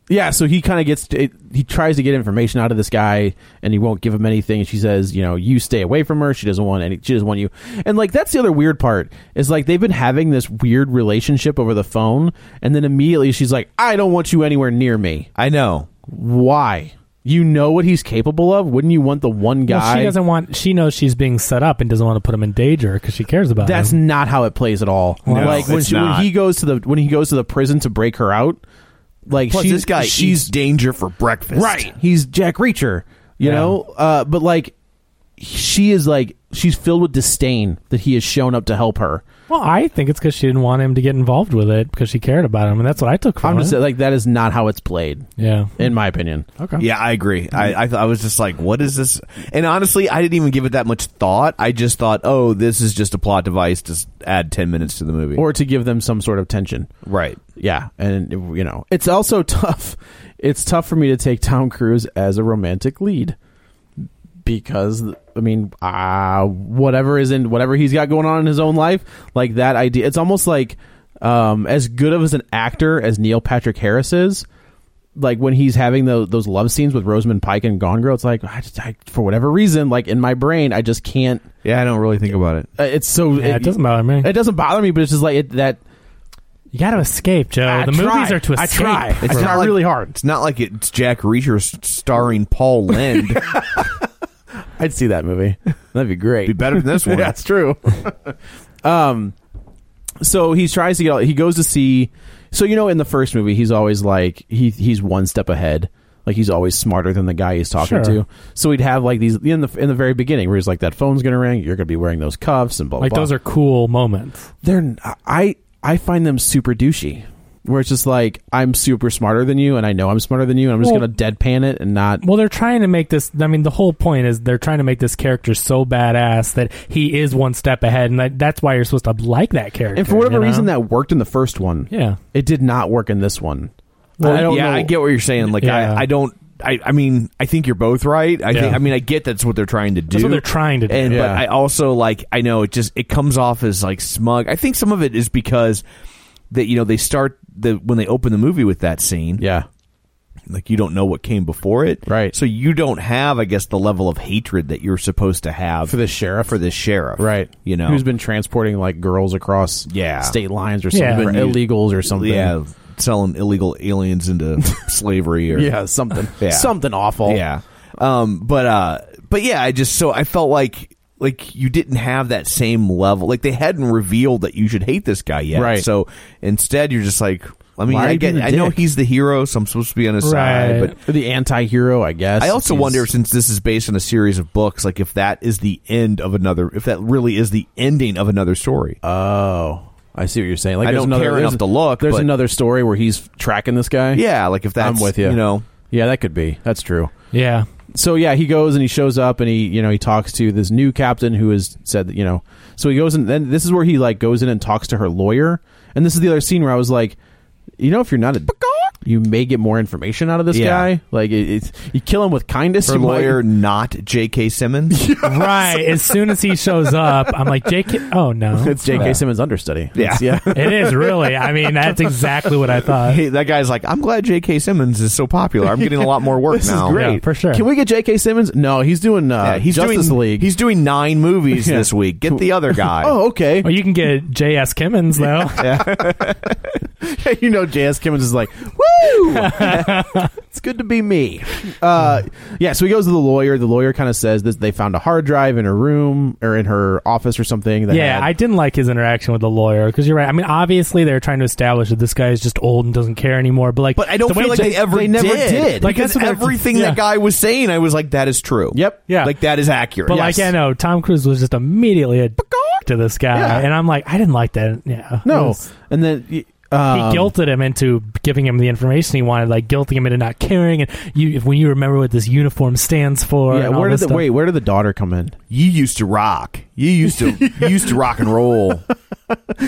[SPEAKER 2] Yeah, so he kind of gets to, he tries to get information out of this guy, and he won't give him anything. And she says, you know, you stay away from her. She doesn't want any. She doesn't want you. And like that's the other weird part is like they've been having this weird relationship over the phone, and then immediately she's like, I don't want you anywhere near me.
[SPEAKER 1] I know.
[SPEAKER 2] Why? You know what he's capable of. Wouldn't you want the one guy?
[SPEAKER 3] Well, she doesn't want. She knows she's being set up and doesn't want to put him in danger because she cares about
[SPEAKER 2] That's
[SPEAKER 3] him.
[SPEAKER 2] not how it plays at all.
[SPEAKER 1] No,
[SPEAKER 2] like when,
[SPEAKER 1] it's
[SPEAKER 2] she, when
[SPEAKER 1] not.
[SPEAKER 2] he goes to the when he goes to the prison to break her out, like
[SPEAKER 1] Plus,
[SPEAKER 2] she-
[SPEAKER 1] this guy
[SPEAKER 2] she's
[SPEAKER 1] she's danger for breakfast.
[SPEAKER 2] Right. He's Jack Reacher, you
[SPEAKER 3] Yeah.
[SPEAKER 2] know? Uh, but like she is like she's filled with disdain that he has shown up to help her.
[SPEAKER 3] Well, I think it's because she didn't want him to get involved with it because she cared about him, and that's what I took from
[SPEAKER 2] I'm
[SPEAKER 3] it.
[SPEAKER 2] just like that is not how it's played,
[SPEAKER 3] yeah.
[SPEAKER 2] in my opinion.
[SPEAKER 3] Okay.
[SPEAKER 1] Yeah, I agree. I I, th- I was just like, what is this? And honestly, I didn't even give it that much thought. I just thought, oh, this is just a plot device to s- add ten minutes to the movie.
[SPEAKER 2] Or to give them some sort of tension.
[SPEAKER 1] right.
[SPEAKER 2] Yeah. And you know, it's also tough. It's tough for me to take Tom Cruise as a romantic lead. Because I mean, uh, whatever is in whatever he's got going on in his own life, like that idea, it's almost like um, as good of as an actor as Neil Patrick Harris is, like when he's having tho- those love scenes with Rosamund Pike and Gone Girl, it's like I just, I, for whatever reason, like in my brain, I just can't.
[SPEAKER 1] Yeah, I don't really think about it.
[SPEAKER 2] uh, It's so
[SPEAKER 3] Yeah, it doesn't bother me.
[SPEAKER 2] It doesn't bother me, but it's just like it, that.
[SPEAKER 3] You got to escape, Joe.
[SPEAKER 2] I
[SPEAKER 3] the
[SPEAKER 2] try.
[SPEAKER 3] movies are to
[SPEAKER 2] I
[SPEAKER 3] escape.
[SPEAKER 2] try. It's
[SPEAKER 3] from-
[SPEAKER 2] not
[SPEAKER 1] like-
[SPEAKER 2] really hard.
[SPEAKER 1] It's not like it's Jack Reacher s- starring Paul Lend.
[SPEAKER 2] I'd see that movie. That'd be great.
[SPEAKER 1] Be better than this one.
[SPEAKER 2] That's true. um, so he tries to get. All, he goes to see. So you know, in the first movie, he's always like he he's one step ahead. Like he's always smarter than the guy he's
[SPEAKER 3] Sure.
[SPEAKER 2] talking to. So he'd have like these in the in the very beginning where he's like, "That phone's gonna ring. You're gonna be wearing those cuffs and blah
[SPEAKER 3] like
[SPEAKER 2] blah."
[SPEAKER 3] those are cool moments.
[SPEAKER 2] they're I I find them super douchey. Where it's just like I'm super smarter than you, and I know I'm smarter than you, and I'm just
[SPEAKER 3] Well-
[SPEAKER 2] gonna deadpan it and not.
[SPEAKER 3] Well, they're trying to make this. I mean, the whole point is they're trying to make this character so badass that he is one step ahead, and that, that's why you're supposed to like that character.
[SPEAKER 2] And for whatever
[SPEAKER 3] you know?
[SPEAKER 2] reason, that worked in the first one.
[SPEAKER 3] yeah,
[SPEAKER 2] It did not work in this one.
[SPEAKER 1] I don't yeah, I get what you're saying. Like,
[SPEAKER 3] Yeah.
[SPEAKER 1] I, I don't. I, I mean, I think you're both right. I think.
[SPEAKER 3] Yeah.
[SPEAKER 1] I mean, I get that's what they're trying to do.
[SPEAKER 3] That's what they're trying to do.
[SPEAKER 1] And
[SPEAKER 2] Yeah.
[SPEAKER 1] but I also like. I know it just it comes off as like smug. I think some of it is because that you know they start the when they open the movie with that scene.
[SPEAKER 2] Yeah.
[SPEAKER 1] like you don't know what came before it right so you don't have i guess the level of hatred that you're supposed to have for
[SPEAKER 2] the sheriff
[SPEAKER 1] for the sheriff
[SPEAKER 2] right
[SPEAKER 1] you know
[SPEAKER 2] who's been transporting like girls across
[SPEAKER 1] yeah
[SPEAKER 2] state lines or something or illegals or something
[SPEAKER 1] yeah selling illegal aliens into slavery or
[SPEAKER 2] yeah something
[SPEAKER 1] Yeah.
[SPEAKER 2] something awful
[SPEAKER 1] yeah um but uh but yeah i just so i felt like like you didn't have that same level like they hadn't revealed that you should hate this guy yet
[SPEAKER 2] Right.
[SPEAKER 1] so instead you're just like i mean
[SPEAKER 2] Why are
[SPEAKER 1] i
[SPEAKER 2] you
[SPEAKER 1] get
[SPEAKER 2] being a
[SPEAKER 1] i know
[SPEAKER 2] dick?
[SPEAKER 1] he's the hero so i'm supposed to be on his side but
[SPEAKER 2] but the anti-hero i guess
[SPEAKER 1] I also
[SPEAKER 2] He's-
[SPEAKER 1] wonder since this is based on a series of books, like if that is the end of another, if that really is the ending of another story. Uh,
[SPEAKER 2] Oh, I see what you're saying. Like
[SPEAKER 1] I
[SPEAKER 2] there's
[SPEAKER 1] don't
[SPEAKER 2] another,
[SPEAKER 1] care
[SPEAKER 2] there's-
[SPEAKER 1] enough to look.
[SPEAKER 2] There's
[SPEAKER 1] but
[SPEAKER 2] another story where he's tracking this guy.
[SPEAKER 1] Yeah, like if that's
[SPEAKER 2] I'm with you.
[SPEAKER 1] you know,
[SPEAKER 2] yeah, that could be. That's true.
[SPEAKER 3] Yeah.
[SPEAKER 2] So yeah, he goes and he shows up and he you know he talks to this new captain who has said that you know. So he goes and then this is where he like goes in and talks to her lawyer, and this is the other scene where I was like, you know, if you're not a you may get more information out of this
[SPEAKER 1] Yeah.
[SPEAKER 2] guy. Like it, it's you kill him with kindness.
[SPEAKER 1] her
[SPEAKER 2] you might-
[SPEAKER 1] lawyer not J.K. Simmons.
[SPEAKER 3] Right. As soon as he shows up, I'm like, JK. Oh, no.
[SPEAKER 2] It's J.K.
[SPEAKER 3] Yeah.
[SPEAKER 2] Simmons understudy.
[SPEAKER 1] Yeah.
[SPEAKER 2] It's- yeah.
[SPEAKER 3] It is really. I mean, that's exactly what I thought.
[SPEAKER 1] Hey, that guy's like, I'm glad J.K. Simmons is so popular. I'm getting a lot more work
[SPEAKER 2] This is
[SPEAKER 1] now.
[SPEAKER 2] great.
[SPEAKER 3] Yeah, for sure.
[SPEAKER 2] Can we get J.K. Simmons? No, he's doing uh,
[SPEAKER 1] Yeah, he's
[SPEAKER 2] Justice
[SPEAKER 1] doing
[SPEAKER 2] League.
[SPEAKER 1] he's doing nine movies
[SPEAKER 2] Yeah.
[SPEAKER 1] this week. Get the other guy.
[SPEAKER 2] oh, okay.
[SPEAKER 3] Well, you can get J.S. Kimmons, though.
[SPEAKER 2] you know, J.S. Kimmons is like, woo! it's good to be me. Uh, yeah, so he goes to the lawyer. The lawyer kind of says that they found a hard drive in her room or in her office or something. That
[SPEAKER 3] Yeah,
[SPEAKER 2] had-
[SPEAKER 3] I didn't like his interaction with the lawyer because you're right. I mean, obviously they're trying to establish that this guy is just old and doesn't care anymore. But like,
[SPEAKER 1] But I don't
[SPEAKER 3] the way
[SPEAKER 1] feel like they
[SPEAKER 3] J-
[SPEAKER 1] ever
[SPEAKER 2] they never did.
[SPEAKER 3] Like,
[SPEAKER 1] because
[SPEAKER 3] that's what they're-
[SPEAKER 1] everything
[SPEAKER 3] yeah.
[SPEAKER 1] that guy was saying, I was like, that is true.
[SPEAKER 2] Yep.
[SPEAKER 3] Yeah.
[SPEAKER 1] like that is accurate.
[SPEAKER 3] But like, yeah, no, Tom Cruise was just immediately a to this guy,
[SPEAKER 2] Yeah.
[SPEAKER 3] and I'm like, I didn't like that. Yeah, It
[SPEAKER 2] no,
[SPEAKER 3] was-
[SPEAKER 2] and then
[SPEAKER 3] he
[SPEAKER 2] um,
[SPEAKER 3] guilted him into giving him the information he wanted, like guilting him into not caring. And you, if, when you remember what this uniform stands for,
[SPEAKER 2] Yeah,
[SPEAKER 3] and all
[SPEAKER 2] where did
[SPEAKER 3] this
[SPEAKER 2] the
[SPEAKER 3] stuff.
[SPEAKER 2] wait? Where did the daughter come in?
[SPEAKER 1] you used to rock. You used to you used to rock and roll.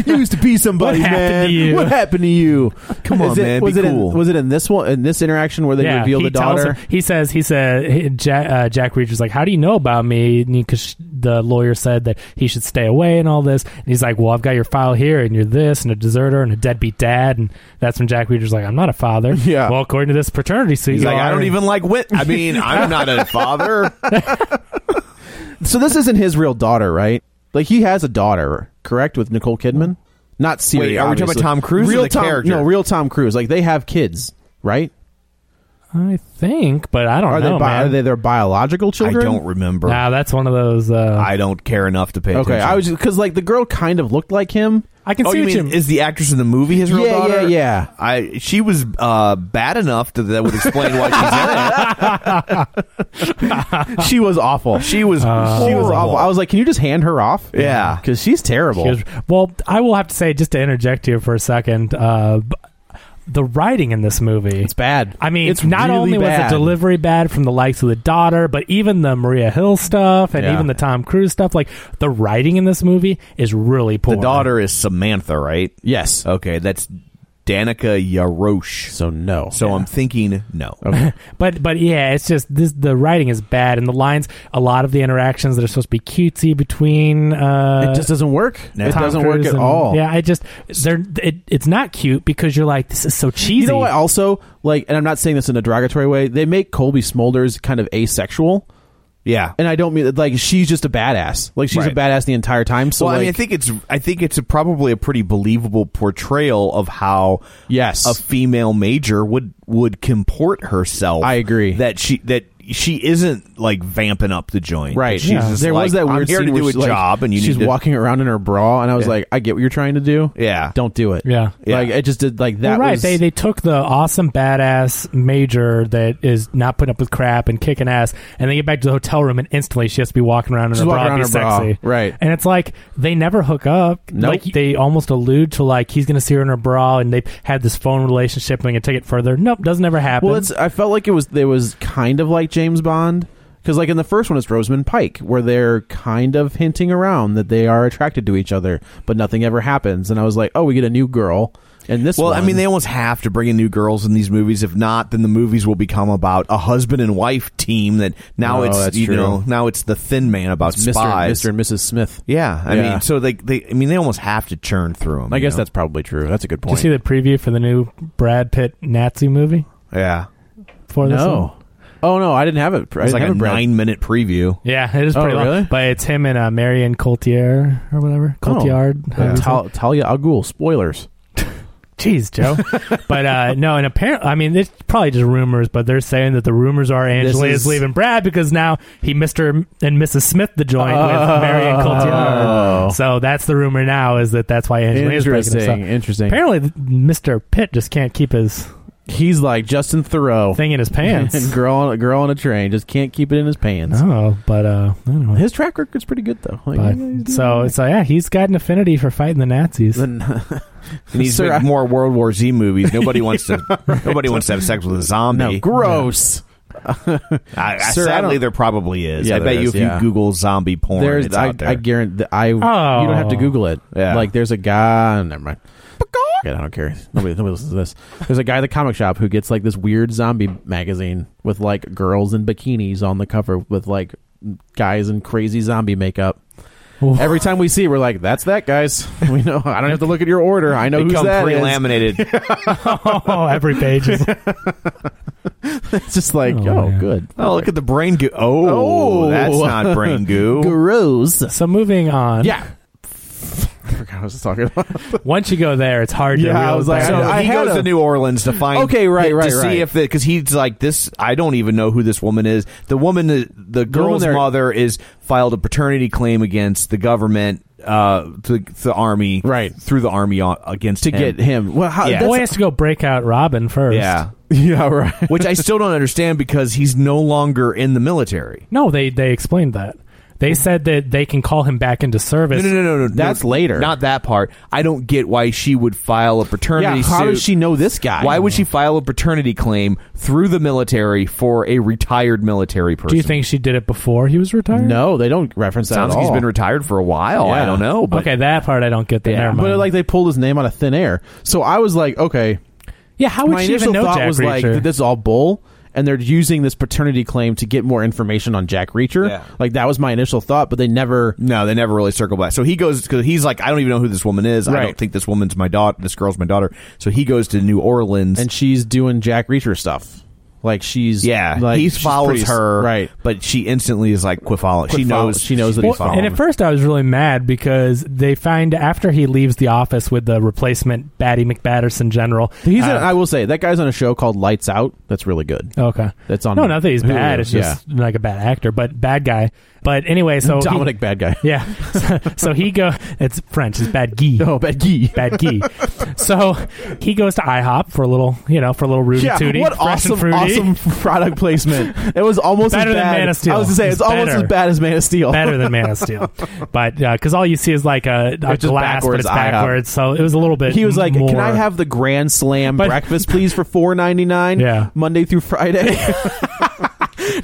[SPEAKER 2] You used to be somebody,
[SPEAKER 3] What happened
[SPEAKER 2] man.
[SPEAKER 3] to you?
[SPEAKER 2] What happened to you?
[SPEAKER 1] Come on,
[SPEAKER 2] Is it-
[SPEAKER 1] man,
[SPEAKER 2] Was
[SPEAKER 1] be
[SPEAKER 2] it
[SPEAKER 1] cool.
[SPEAKER 2] in, was it in this one? In this interaction where they
[SPEAKER 3] yeah,
[SPEAKER 2] reveal
[SPEAKER 3] he
[SPEAKER 2] the
[SPEAKER 3] tells
[SPEAKER 2] daughter?
[SPEAKER 3] him- he says, he said, he- Jack, uh, Jack Reacher's like, how do you know about me? Because the lawyer said that he should stay away and all this. And he's like, well, I've got your file here, and you're this, and a deserter, and a deadbeat dad. And that's when Jack Reacher's like, I'm not a father.
[SPEAKER 2] Yeah.
[SPEAKER 3] Well, according to this paternity suit,
[SPEAKER 1] He's
[SPEAKER 3] you
[SPEAKER 1] like,
[SPEAKER 3] are."
[SPEAKER 1] I don't even like wit. I mean, I'm not a father.
[SPEAKER 2] So this isn't his real daughter, right? Like he has a daughter, correct? With Nicole Kidman. Not Siri.
[SPEAKER 1] Wait, are we talking about
[SPEAKER 2] obviously.
[SPEAKER 1] Tom Cruise or
[SPEAKER 2] Real
[SPEAKER 1] the
[SPEAKER 2] Tom,
[SPEAKER 1] character?
[SPEAKER 2] No, real Tom Cruise. Like they have kids, right?
[SPEAKER 3] I think, but I don't
[SPEAKER 2] Are
[SPEAKER 3] know,
[SPEAKER 2] they bi-
[SPEAKER 3] man.
[SPEAKER 2] are they their biological
[SPEAKER 1] I
[SPEAKER 2] children?
[SPEAKER 1] don't remember.
[SPEAKER 3] Nah, that's one of those. Uh,
[SPEAKER 1] I don't care enough to pay
[SPEAKER 2] Okay,
[SPEAKER 1] attention.
[SPEAKER 2] I was because like the girl kind of looked like him.
[SPEAKER 3] I can
[SPEAKER 1] Oh,
[SPEAKER 3] see
[SPEAKER 1] you
[SPEAKER 3] what
[SPEAKER 1] mean
[SPEAKER 3] you
[SPEAKER 1] is the actress in the movie his real
[SPEAKER 2] Yeah, yeah,
[SPEAKER 1] daughter?
[SPEAKER 2] yeah.
[SPEAKER 1] I she was uh, bad enough to, that would explain why she's
[SPEAKER 2] She was awful.
[SPEAKER 1] in it. She was she was
[SPEAKER 2] awful.
[SPEAKER 1] awful.
[SPEAKER 2] I Uh, was like, can you just hand her off?
[SPEAKER 1] Yeah.
[SPEAKER 2] because she's terrible.
[SPEAKER 3] She was- well, I will have to say, just to interject here for a second, uh, b- the writing in this movie.
[SPEAKER 2] it's bad.
[SPEAKER 3] I mean,
[SPEAKER 2] it's
[SPEAKER 3] not
[SPEAKER 2] really
[SPEAKER 3] only was
[SPEAKER 2] bad.
[SPEAKER 3] the delivery bad from the likes of the daughter, but even the Maria Hill stuff and
[SPEAKER 2] Yeah.
[SPEAKER 3] even the Tom Cruise stuff. Like the writing in this movie is really poor.
[SPEAKER 1] the daughter is Samantha, right?
[SPEAKER 2] Yes.
[SPEAKER 1] Okay, that's Danica Yarosh.
[SPEAKER 2] So no.
[SPEAKER 1] So I'm thinking no. Okay.
[SPEAKER 3] But but yeah, it's just this the writing is bad and the lines. A lot of the interactions that are supposed to be cutesy between uh,
[SPEAKER 2] it just doesn't work. It
[SPEAKER 3] Tom
[SPEAKER 2] doesn't work
[SPEAKER 3] Cruise
[SPEAKER 2] at
[SPEAKER 3] and-
[SPEAKER 2] all.
[SPEAKER 3] Yeah, I just they're it, it's not cute because you're like this is so cheesy.
[SPEAKER 2] You know what? Also, like, and I'm not saying this in a derogatory way. They make Colby Smulders kind of asexual,
[SPEAKER 1] Yeah.
[SPEAKER 2] and I don't mean like she's just a badass. Like she's
[SPEAKER 1] Right.
[SPEAKER 2] a badass the entire time. So
[SPEAKER 1] well, I mean, I
[SPEAKER 2] like-
[SPEAKER 1] think it's I think it's a, probably a pretty believable portrayal of how
[SPEAKER 2] Yes.
[SPEAKER 1] a female major would would comport herself.
[SPEAKER 2] I agree.
[SPEAKER 1] that she that she isn't like vamping up the joint.
[SPEAKER 2] right.
[SPEAKER 1] She's just
[SPEAKER 2] there
[SPEAKER 1] like,
[SPEAKER 2] was that weird
[SPEAKER 1] I'm here
[SPEAKER 2] scene
[SPEAKER 1] to do
[SPEAKER 2] where
[SPEAKER 1] a
[SPEAKER 2] she, like,
[SPEAKER 1] job, and you
[SPEAKER 2] she's
[SPEAKER 1] need to,
[SPEAKER 2] walking around in her bra, and I was
[SPEAKER 1] Yeah.
[SPEAKER 2] like, I get what you're trying to do.
[SPEAKER 1] Yeah.
[SPEAKER 2] don't do it.
[SPEAKER 3] Yeah.
[SPEAKER 2] like it just did like that.
[SPEAKER 3] Well, right.
[SPEAKER 2] was-
[SPEAKER 3] They they took the awesome badass major that is not putting up with crap and kicking ass, and they get back to the hotel room, and instantly she has to be walking around in
[SPEAKER 2] She's
[SPEAKER 3] her
[SPEAKER 2] walking
[SPEAKER 3] bra, and be
[SPEAKER 2] around in her bra.
[SPEAKER 3] sexy,
[SPEAKER 2] Right.
[SPEAKER 3] And it's like they never hook up.
[SPEAKER 2] Nope.
[SPEAKER 3] Like they almost allude to like he's going to see her in her bra, and they've had this phone relationship, and they're going to take it further. Nope, doesn't ever happen.
[SPEAKER 2] Well, it's. I felt like it was. It was kind of like James Bond because, like in the first one, it's Rosamund Pike, where they're kind of hinting around that they are attracted to each other, but nothing ever happens. And I was like, oh, we get a new girl. And this.
[SPEAKER 1] Well, I
[SPEAKER 2] one-
[SPEAKER 1] mean, they almost have to bring in new girls in these movies. If not, then the movies will become about a husband and wife team. That now
[SPEAKER 2] Oh,
[SPEAKER 1] it's
[SPEAKER 2] that's
[SPEAKER 1] you
[SPEAKER 2] true.
[SPEAKER 1] know now it's the Thin Man about
[SPEAKER 2] Mr.
[SPEAKER 1] spies.
[SPEAKER 2] Mr. and Mrs. Smith.
[SPEAKER 1] Yeah, I
[SPEAKER 2] Yeah.
[SPEAKER 1] mean, so they they I mean they almost have to churn through them.
[SPEAKER 2] I guess that's probably true. That's a good
[SPEAKER 3] Did you
[SPEAKER 2] point.
[SPEAKER 3] see the preview for the new Brad Pitt Nazi movie?
[SPEAKER 1] yeah.
[SPEAKER 3] for this
[SPEAKER 2] No.
[SPEAKER 3] one?
[SPEAKER 2] Oh no, I didn't have it. I
[SPEAKER 3] It's
[SPEAKER 2] didn't
[SPEAKER 3] like
[SPEAKER 2] have
[SPEAKER 3] a
[SPEAKER 2] Brad.
[SPEAKER 3] nine
[SPEAKER 2] minute preview.
[SPEAKER 3] Yeah, it is
[SPEAKER 2] Oh,
[SPEAKER 3] pretty long.
[SPEAKER 2] really?
[SPEAKER 3] But it's him and uh, Marion Cotillard or whatever. Cotillard.
[SPEAKER 2] Oh,
[SPEAKER 3] however you
[SPEAKER 2] yeah.
[SPEAKER 3] say it.
[SPEAKER 2] Tal- Talia Al Ghul. Spoilers.
[SPEAKER 3] Jeez, Joe. but uh, no, and apparently, I mean, it's probably just rumors, but they're saying that the rumors are Angela is,
[SPEAKER 2] is-
[SPEAKER 3] leaving Brad because now he Mr. and Mrs. Smith the joint
[SPEAKER 2] Oh.
[SPEAKER 3] with Mary and Cotillard. So that's the rumor now is that that's why Angela is breaking us up.
[SPEAKER 2] Interesting. Interesting.
[SPEAKER 3] Apparently, th- Mr. Pitt just can't keep his
[SPEAKER 2] He's like Justin Thoreau.
[SPEAKER 3] thing in his
[SPEAKER 2] and
[SPEAKER 3] pants.
[SPEAKER 2] girl on a girl on a train just can't keep it in his pants.
[SPEAKER 3] oh, but uh, anyway.
[SPEAKER 2] His track record's pretty good though. Like,
[SPEAKER 3] But- so, so yeah, he's got an affinity for fighting the Nazis.
[SPEAKER 1] He needs to
[SPEAKER 2] Sir,
[SPEAKER 1] make
[SPEAKER 2] I-
[SPEAKER 1] more World War Z movies. Nobody wants to. Nobody wants to have sex with a zombie.
[SPEAKER 2] no, gross.
[SPEAKER 1] I, I,
[SPEAKER 2] Sir, I
[SPEAKER 1] sadly,
[SPEAKER 2] don't-
[SPEAKER 1] there probably is.
[SPEAKER 2] Yeah,
[SPEAKER 1] I
[SPEAKER 2] there
[SPEAKER 1] bet you
[SPEAKER 2] is,
[SPEAKER 1] if
[SPEAKER 2] yeah.
[SPEAKER 1] you Google zombie porn,
[SPEAKER 2] There's,
[SPEAKER 1] it's
[SPEAKER 2] I,
[SPEAKER 1] out there.
[SPEAKER 2] I guarantee. I
[SPEAKER 3] Oh.
[SPEAKER 2] you don't have to Google it.
[SPEAKER 1] Yeah.
[SPEAKER 2] Like there's a guy. Never mind. Okay, I don't care. Nobody, nobody listens to this. There's a guy at the comic shop who gets like this weird zombie magazine with like girls in bikinis on the cover with like guys in crazy zombie makeup. Every time we see, it, we're like, "That's that, guys." We know. I don't have to look at your order. I know
[SPEAKER 1] they
[SPEAKER 2] who's
[SPEAKER 1] come
[SPEAKER 2] that is.
[SPEAKER 1] pre-laminated.
[SPEAKER 3] oh, every page is
[SPEAKER 2] It's just like, oh,
[SPEAKER 3] Oh, man.
[SPEAKER 2] good.
[SPEAKER 1] oh, look at the brain goo. Oh,
[SPEAKER 2] Oh.
[SPEAKER 1] that's not brain goo.
[SPEAKER 2] Gross.
[SPEAKER 3] so. Moving on.
[SPEAKER 2] Yeah. I forgot what I was talking about.
[SPEAKER 3] Once you go there, it's hard to.
[SPEAKER 2] Yeah, I
[SPEAKER 3] reel
[SPEAKER 2] was like,
[SPEAKER 3] back.
[SPEAKER 1] So
[SPEAKER 2] I
[SPEAKER 1] he
[SPEAKER 2] had
[SPEAKER 1] goes
[SPEAKER 2] a-
[SPEAKER 1] to New Orleans to find.
[SPEAKER 2] Okay, right, right,
[SPEAKER 1] to
[SPEAKER 2] right.
[SPEAKER 1] see if because he's like this. I don't even know who this woman is. The woman, the, the girl's
[SPEAKER 2] they're-
[SPEAKER 1] mother, is filed a paternity claim against the government, uh, to, to the army,
[SPEAKER 2] Right.
[SPEAKER 1] through the army on, against
[SPEAKER 2] to
[SPEAKER 1] him.
[SPEAKER 2] get him. Well, how,
[SPEAKER 1] Yeah.
[SPEAKER 2] that's-
[SPEAKER 3] Boy has to go break out Robin first.
[SPEAKER 1] Yeah,
[SPEAKER 2] yeah, right.
[SPEAKER 1] which I still don't understand because he's no longer in the military.
[SPEAKER 3] No, they they explained that.
[SPEAKER 2] Hmm.
[SPEAKER 3] They said that they can call him back into
[SPEAKER 1] No,
[SPEAKER 3] service.
[SPEAKER 1] no, no, no, no.
[SPEAKER 2] That's
[SPEAKER 1] no,
[SPEAKER 2] later.
[SPEAKER 1] Not that part. I don't get why she would file a paternity.
[SPEAKER 2] Yeah, how
[SPEAKER 1] suit.
[SPEAKER 2] does she know this guy?
[SPEAKER 1] Why would she file a paternity claim through the military for a retired military person?
[SPEAKER 3] Do you think she did it before he was retired?
[SPEAKER 2] No, they don't reference that
[SPEAKER 1] Sounds
[SPEAKER 2] at
[SPEAKER 1] like he's
[SPEAKER 2] all.
[SPEAKER 1] been retired for a while. I
[SPEAKER 2] Yeah.
[SPEAKER 1] don't know. But
[SPEAKER 3] okay, that part I don't get. That. Never mind.
[SPEAKER 2] But like they pulled his name out of thin air. So I was like, okay.
[SPEAKER 3] yeah, how would
[SPEAKER 2] My
[SPEAKER 3] she
[SPEAKER 2] initial
[SPEAKER 3] even know
[SPEAKER 2] thought
[SPEAKER 3] Jack
[SPEAKER 2] was like,
[SPEAKER 3] Reacher?
[SPEAKER 2] that this is all bull, and they're using this paternity claim to get more information on Jack Reacher.
[SPEAKER 1] Yeah.
[SPEAKER 2] Like that was my initial thought, but they never.
[SPEAKER 1] No, they never really circle back. So he goes because he's like, I don't even know who this woman is. I
[SPEAKER 2] Right.
[SPEAKER 1] don't think this woman's my daughter. This girl's my daughter. So he goes to New Orleans.
[SPEAKER 2] And she's doing Jack Reacher stuff. Like she's
[SPEAKER 1] yeah,
[SPEAKER 2] like,
[SPEAKER 1] he
[SPEAKER 2] she's
[SPEAKER 1] follows
[SPEAKER 2] pretty-
[SPEAKER 1] her.
[SPEAKER 2] right.
[SPEAKER 1] but she instantly is like, quit following. She
[SPEAKER 2] Quit follow-
[SPEAKER 1] knows.
[SPEAKER 2] she knows that
[SPEAKER 1] she
[SPEAKER 2] he's following.
[SPEAKER 3] and at first, I was really mad because they find after he leaves the office with the replacement Batty McBatterson general.
[SPEAKER 2] He's.
[SPEAKER 3] uh,
[SPEAKER 2] in- I will say that guy's on a show called Lights Out. That's really good.
[SPEAKER 3] okay.
[SPEAKER 2] That's on.
[SPEAKER 3] no, not that he's
[SPEAKER 2] Hulu.
[SPEAKER 3] bad. It's just like a bad actor, but bad guy. But anyway, so
[SPEAKER 2] yeah.
[SPEAKER 3] he-
[SPEAKER 2] Dominic bad guy.
[SPEAKER 3] yeah. So, he go. It's French. It's bad guy.
[SPEAKER 2] Oh, bad guy.
[SPEAKER 3] bad key. So he goes to IHOP for a little, you know, for a little Rudy
[SPEAKER 2] Yeah,
[SPEAKER 3] Tooty.
[SPEAKER 2] what
[SPEAKER 3] fresh and
[SPEAKER 2] awesome,
[SPEAKER 3] fruity.
[SPEAKER 2] awesome product placement! It was almost
[SPEAKER 3] Better
[SPEAKER 2] as
[SPEAKER 3] than
[SPEAKER 2] bad.
[SPEAKER 3] Man of Steel.
[SPEAKER 2] I was to say
[SPEAKER 3] It's
[SPEAKER 2] it's, almost
[SPEAKER 3] better.
[SPEAKER 2] as bad as Man of Steel.
[SPEAKER 3] Better than Man of Steel, but because all you see is like a, a
[SPEAKER 2] It's just
[SPEAKER 3] glass, but
[SPEAKER 2] backwards
[SPEAKER 3] it's
[SPEAKER 2] IHOP.
[SPEAKER 3] backwards. So it was a little bit.
[SPEAKER 2] He was like,
[SPEAKER 3] more,
[SPEAKER 2] "Can I have the Grand Slam
[SPEAKER 3] But-
[SPEAKER 2] breakfast, please, for four ninety nine?
[SPEAKER 3] Yeah.
[SPEAKER 2] Monday through Friday.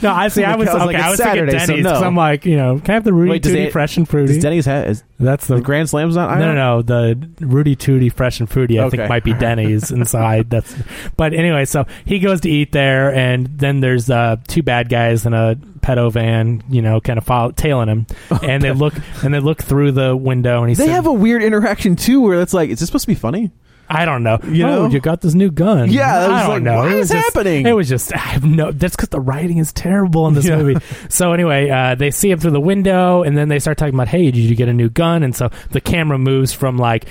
[SPEAKER 3] No, I see. I was,
[SPEAKER 2] I was
[SPEAKER 3] okay.
[SPEAKER 2] like,
[SPEAKER 3] I was
[SPEAKER 2] "It's
[SPEAKER 3] thinking
[SPEAKER 2] Saturday, so
[SPEAKER 3] Denny's
[SPEAKER 2] no."
[SPEAKER 3] 'cause I'm like, you know, can I have the Rudy
[SPEAKER 2] Wait, does
[SPEAKER 3] Tooty
[SPEAKER 2] it-
[SPEAKER 3] fresh and fruity?
[SPEAKER 2] Does Denny's have is
[SPEAKER 3] That's the.
[SPEAKER 2] the Grand Slam's not?
[SPEAKER 3] no, no, no. The Rudy Tooty fresh and fruity, I think,
[SPEAKER 2] Okay.
[SPEAKER 3] might be Denny's, and so I that's. But anyway, so he goes to eat there, and then there's uh, two bad guys in a pedo van, you know, kind of follow, tailing him, and they look and they look through the window, and he
[SPEAKER 2] Oh, They
[SPEAKER 3] said,
[SPEAKER 2] have a weird interaction too, where it's like, is this supposed to be funny?
[SPEAKER 3] I don't know.
[SPEAKER 2] You
[SPEAKER 3] oh,
[SPEAKER 2] know?
[SPEAKER 3] you got this new gun.
[SPEAKER 2] Yeah, I was
[SPEAKER 3] I don't
[SPEAKER 2] like,
[SPEAKER 3] know.
[SPEAKER 2] what
[SPEAKER 3] it was
[SPEAKER 2] is
[SPEAKER 3] just,
[SPEAKER 2] happening?
[SPEAKER 3] It was just I have no. That's because the writing is terrible in this
[SPEAKER 2] Yeah.
[SPEAKER 3] movie. So anyway, uh, they see him through the window, and then they start talking about, "Hey, did you get a new gun?" And so the camera moves from like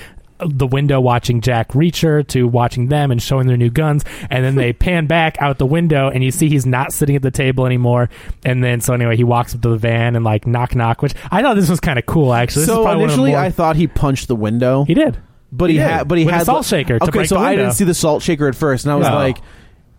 [SPEAKER 3] the window watching Jack Reacher to watching them and showing their new guns, and then they pan back out the window, and you see he's not sitting at the table anymore. And then so anyway, he walks up to the van and like knock knock, which I thought this was kind of cool actually. This is
[SPEAKER 2] so
[SPEAKER 3] probably one of the
[SPEAKER 2] initially,
[SPEAKER 3] more-
[SPEAKER 2] I thought he punched the window.
[SPEAKER 3] he did.
[SPEAKER 2] but he,
[SPEAKER 3] He did.
[SPEAKER 2] had, but he
[SPEAKER 3] With a
[SPEAKER 2] had
[SPEAKER 3] salt shaker to
[SPEAKER 2] Okay,
[SPEAKER 3] break
[SPEAKER 2] so
[SPEAKER 3] the
[SPEAKER 2] I
[SPEAKER 3] window.
[SPEAKER 2] didn't see the salt shaker at first, and I was
[SPEAKER 3] No.
[SPEAKER 2] like,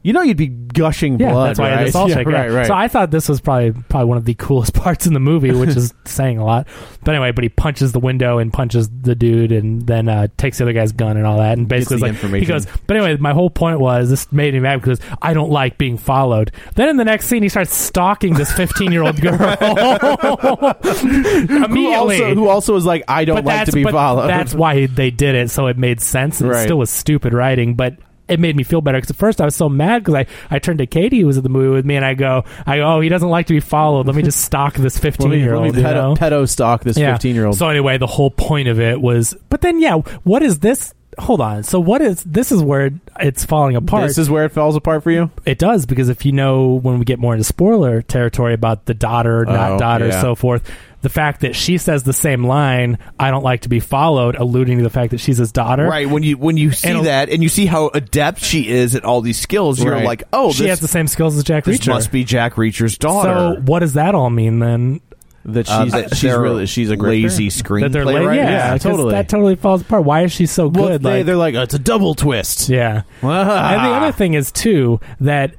[SPEAKER 2] you know, you'd be gushing
[SPEAKER 3] Yeah,
[SPEAKER 2] blood.
[SPEAKER 3] that's why
[SPEAKER 2] right?
[SPEAKER 3] it's all
[SPEAKER 2] Yeah,
[SPEAKER 3] shaken.
[SPEAKER 2] Right, right.
[SPEAKER 3] So I thought this was probably probably one of the coolest parts in the movie, which is saying a lot. But anyway, but he punches the window and punches the dude, and then uh, takes the other guy's gun and all that, and basically
[SPEAKER 2] the
[SPEAKER 3] it's like he
[SPEAKER 2] information.
[SPEAKER 3] goes. But anyway, my whole point was this made me mad because I don't like being followed. Then in the next scene, he starts stalking this fifteen year old girl
[SPEAKER 2] who
[SPEAKER 3] immediately.
[SPEAKER 2] also, who also is like, I don't like to be
[SPEAKER 3] but
[SPEAKER 2] followed.
[SPEAKER 3] That's why they did it, so it made sense. and It
[SPEAKER 2] Right.
[SPEAKER 3] still was stupid writing, but it made me feel better because at first I was so mad because I, I turned to Katie who was at the movie with me and I go I go, oh he doesn't like to be followed let me just stalk this
[SPEAKER 2] Let
[SPEAKER 3] fifteen
[SPEAKER 2] me-
[SPEAKER 3] year
[SPEAKER 2] let me
[SPEAKER 3] old you know
[SPEAKER 2] pedo, pedo stalk this
[SPEAKER 3] yeah.
[SPEAKER 2] fifteen year old.
[SPEAKER 3] so anyway the whole point of it was but then yeah what is this hold on. So what is this? Is where it's falling apart.
[SPEAKER 2] This is where it falls apart for you.
[SPEAKER 3] It does because if you know when we get more into spoiler territory about the daughter, not
[SPEAKER 2] Oh,
[SPEAKER 3] daughter,
[SPEAKER 2] yeah.
[SPEAKER 3] so forth. The fact that she says the same line, "I don't like to be followed," alluding to the fact that she's his daughter.
[SPEAKER 1] Right when you when you see
[SPEAKER 3] And-
[SPEAKER 1] that and you see how adept she is at all these skills, you're
[SPEAKER 3] Right.
[SPEAKER 1] like, oh,
[SPEAKER 3] she
[SPEAKER 1] this,
[SPEAKER 3] has the same skills as Jack
[SPEAKER 1] this
[SPEAKER 3] Reacher.
[SPEAKER 1] must be Jack Reacher's
[SPEAKER 3] So
[SPEAKER 1] daughter. Uh,
[SPEAKER 3] what does that all mean then?
[SPEAKER 2] That she's- Uh, that she's really- she's a great
[SPEAKER 1] lazy
[SPEAKER 2] parent.
[SPEAKER 1] screenplay
[SPEAKER 3] That they're la-
[SPEAKER 1] writer.
[SPEAKER 3] yeah, 'cause That totally falls apart. Why is she so
[SPEAKER 2] Well,
[SPEAKER 3] good?
[SPEAKER 2] they,
[SPEAKER 3] like,
[SPEAKER 2] they're Ah. like, it's a double twist.
[SPEAKER 3] Yeah. and the other thing is too that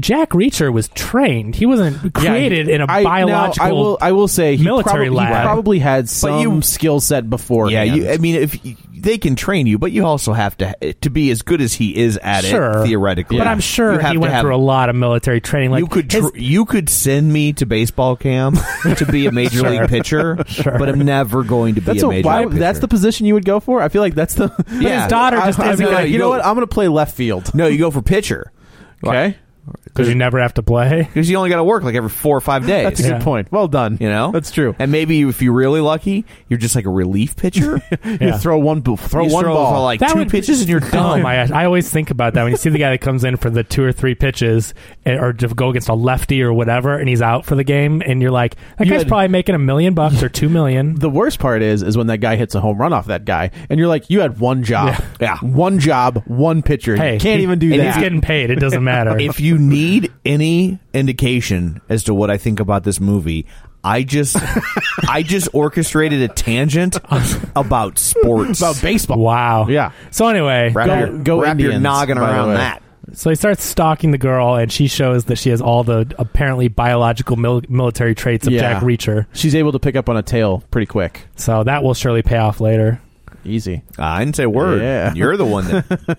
[SPEAKER 3] Jack Reacher was trained. He wasn't created in a
[SPEAKER 2] I- now,
[SPEAKER 3] biological.
[SPEAKER 2] I will. I will say he
[SPEAKER 3] military
[SPEAKER 2] probably,
[SPEAKER 3] lab.
[SPEAKER 2] He probably had
[SPEAKER 1] But
[SPEAKER 2] some
[SPEAKER 1] you-
[SPEAKER 2] skill set before.
[SPEAKER 1] yeah, you, I mean, if you, they can train you, but you also have to to be as good as he is at
[SPEAKER 3] Sure.
[SPEAKER 1] it theoretically.
[SPEAKER 3] But I'm
[SPEAKER 1] You
[SPEAKER 3] sure
[SPEAKER 1] have
[SPEAKER 3] he
[SPEAKER 1] to
[SPEAKER 3] went
[SPEAKER 1] have-
[SPEAKER 3] through a lot of military training. Like
[SPEAKER 1] you could
[SPEAKER 3] his-
[SPEAKER 1] tr- you could send me to baseball camp to be a major
[SPEAKER 3] Sure.
[SPEAKER 1] league pitcher,
[SPEAKER 3] Sure.
[SPEAKER 1] but I'm never going to be
[SPEAKER 2] That's
[SPEAKER 1] a
[SPEAKER 2] a,
[SPEAKER 1] major
[SPEAKER 2] why,
[SPEAKER 1] league pitcher.
[SPEAKER 2] that's the position you would go for. I feel like that's the.
[SPEAKER 1] Yeah. his daughter
[SPEAKER 2] I-
[SPEAKER 1] just
[SPEAKER 2] I'm
[SPEAKER 1] isn't
[SPEAKER 2] gonna-
[SPEAKER 1] gonna
[SPEAKER 2] You know
[SPEAKER 1] go-
[SPEAKER 2] what? I'm going to play left field.
[SPEAKER 1] no, you go for pitcher
[SPEAKER 2] Okay,
[SPEAKER 3] because you never have to play.
[SPEAKER 1] because you only got to work like every four or five days.
[SPEAKER 2] that's a good point. Well done.
[SPEAKER 1] You know,
[SPEAKER 2] That's true.
[SPEAKER 1] and maybe if you're really lucky, you're just like a relief pitcher.
[SPEAKER 2] You throw one, bo- throw
[SPEAKER 1] You
[SPEAKER 2] one
[SPEAKER 1] throw
[SPEAKER 2] ball.
[SPEAKER 1] for, like two pitches and you're
[SPEAKER 3] Oh
[SPEAKER 1] done.
[SPEAKER 3] my gosh! I always think about that when you see the guy that comes in for the two or three pitches, and, or to go against a lefty or whatever, and he's out for the game, and you're like, that
[SPEAKER 2] You
[SPEAKER 3] guy's
[SPEAKER 2] had-
[SPEAKER 3] probably making a million bucks or two million.
[SPEAKER 2] the worst part is is when that guy hits a home run off that guy, and you're like, you had one job,
[SPEAKER 1] Yeah.
[SPEAKER 2] one job, one pitcher.
[SPEAKER 3] Hey,
[SPEAKER 2] you can't
[SPEAKER 3] he-
[SPEAKER 2] even do
[SPEAKER 3] and
[SPEAKER 2] that.
[SPEAKER 3] He's getting paid. It doesn't matter.
[SPEAKER 1] if you need any indication as to what I think about this movie, I just I just orchestrated a tangent about sports.
[SPEAKER 2] about baseball.
[SPEAKER 3] wow.
[SPEAKER 2] Yeah.
[SPEAKER 3] So anyway,
[SPEAKER 1] wrap
[SPEAKER 2] Go-
[SPEAKER 1] your,
[SPEAKER 2] go
[SPEAKER 1] wrap your
[SPEAKER 2] Indians,
[SPEAKER 1] noggin
[SPEAKER 2] by the
[SPEAKER 1] around
[SPEAKER 2] way.
[SPEAKER 1] that.
[SPEAKER 3] So he starts stalking the girl, and she shows that she has all the apparently biological mil- military traits of
[SPEAKER 2] Yeah.
[SPEAKER 3] Jack Reacher.
[SPEAKER 2] She's able to pick up on a tail pretty quick,
[SPEAKER 3] So that will surely pay off later.
[SPEAKER 2] easy.
[SPEAKER 1] I didn't say a word.
[SPEAKER 2] Yeah.
[SPEAKER 1] You're the one that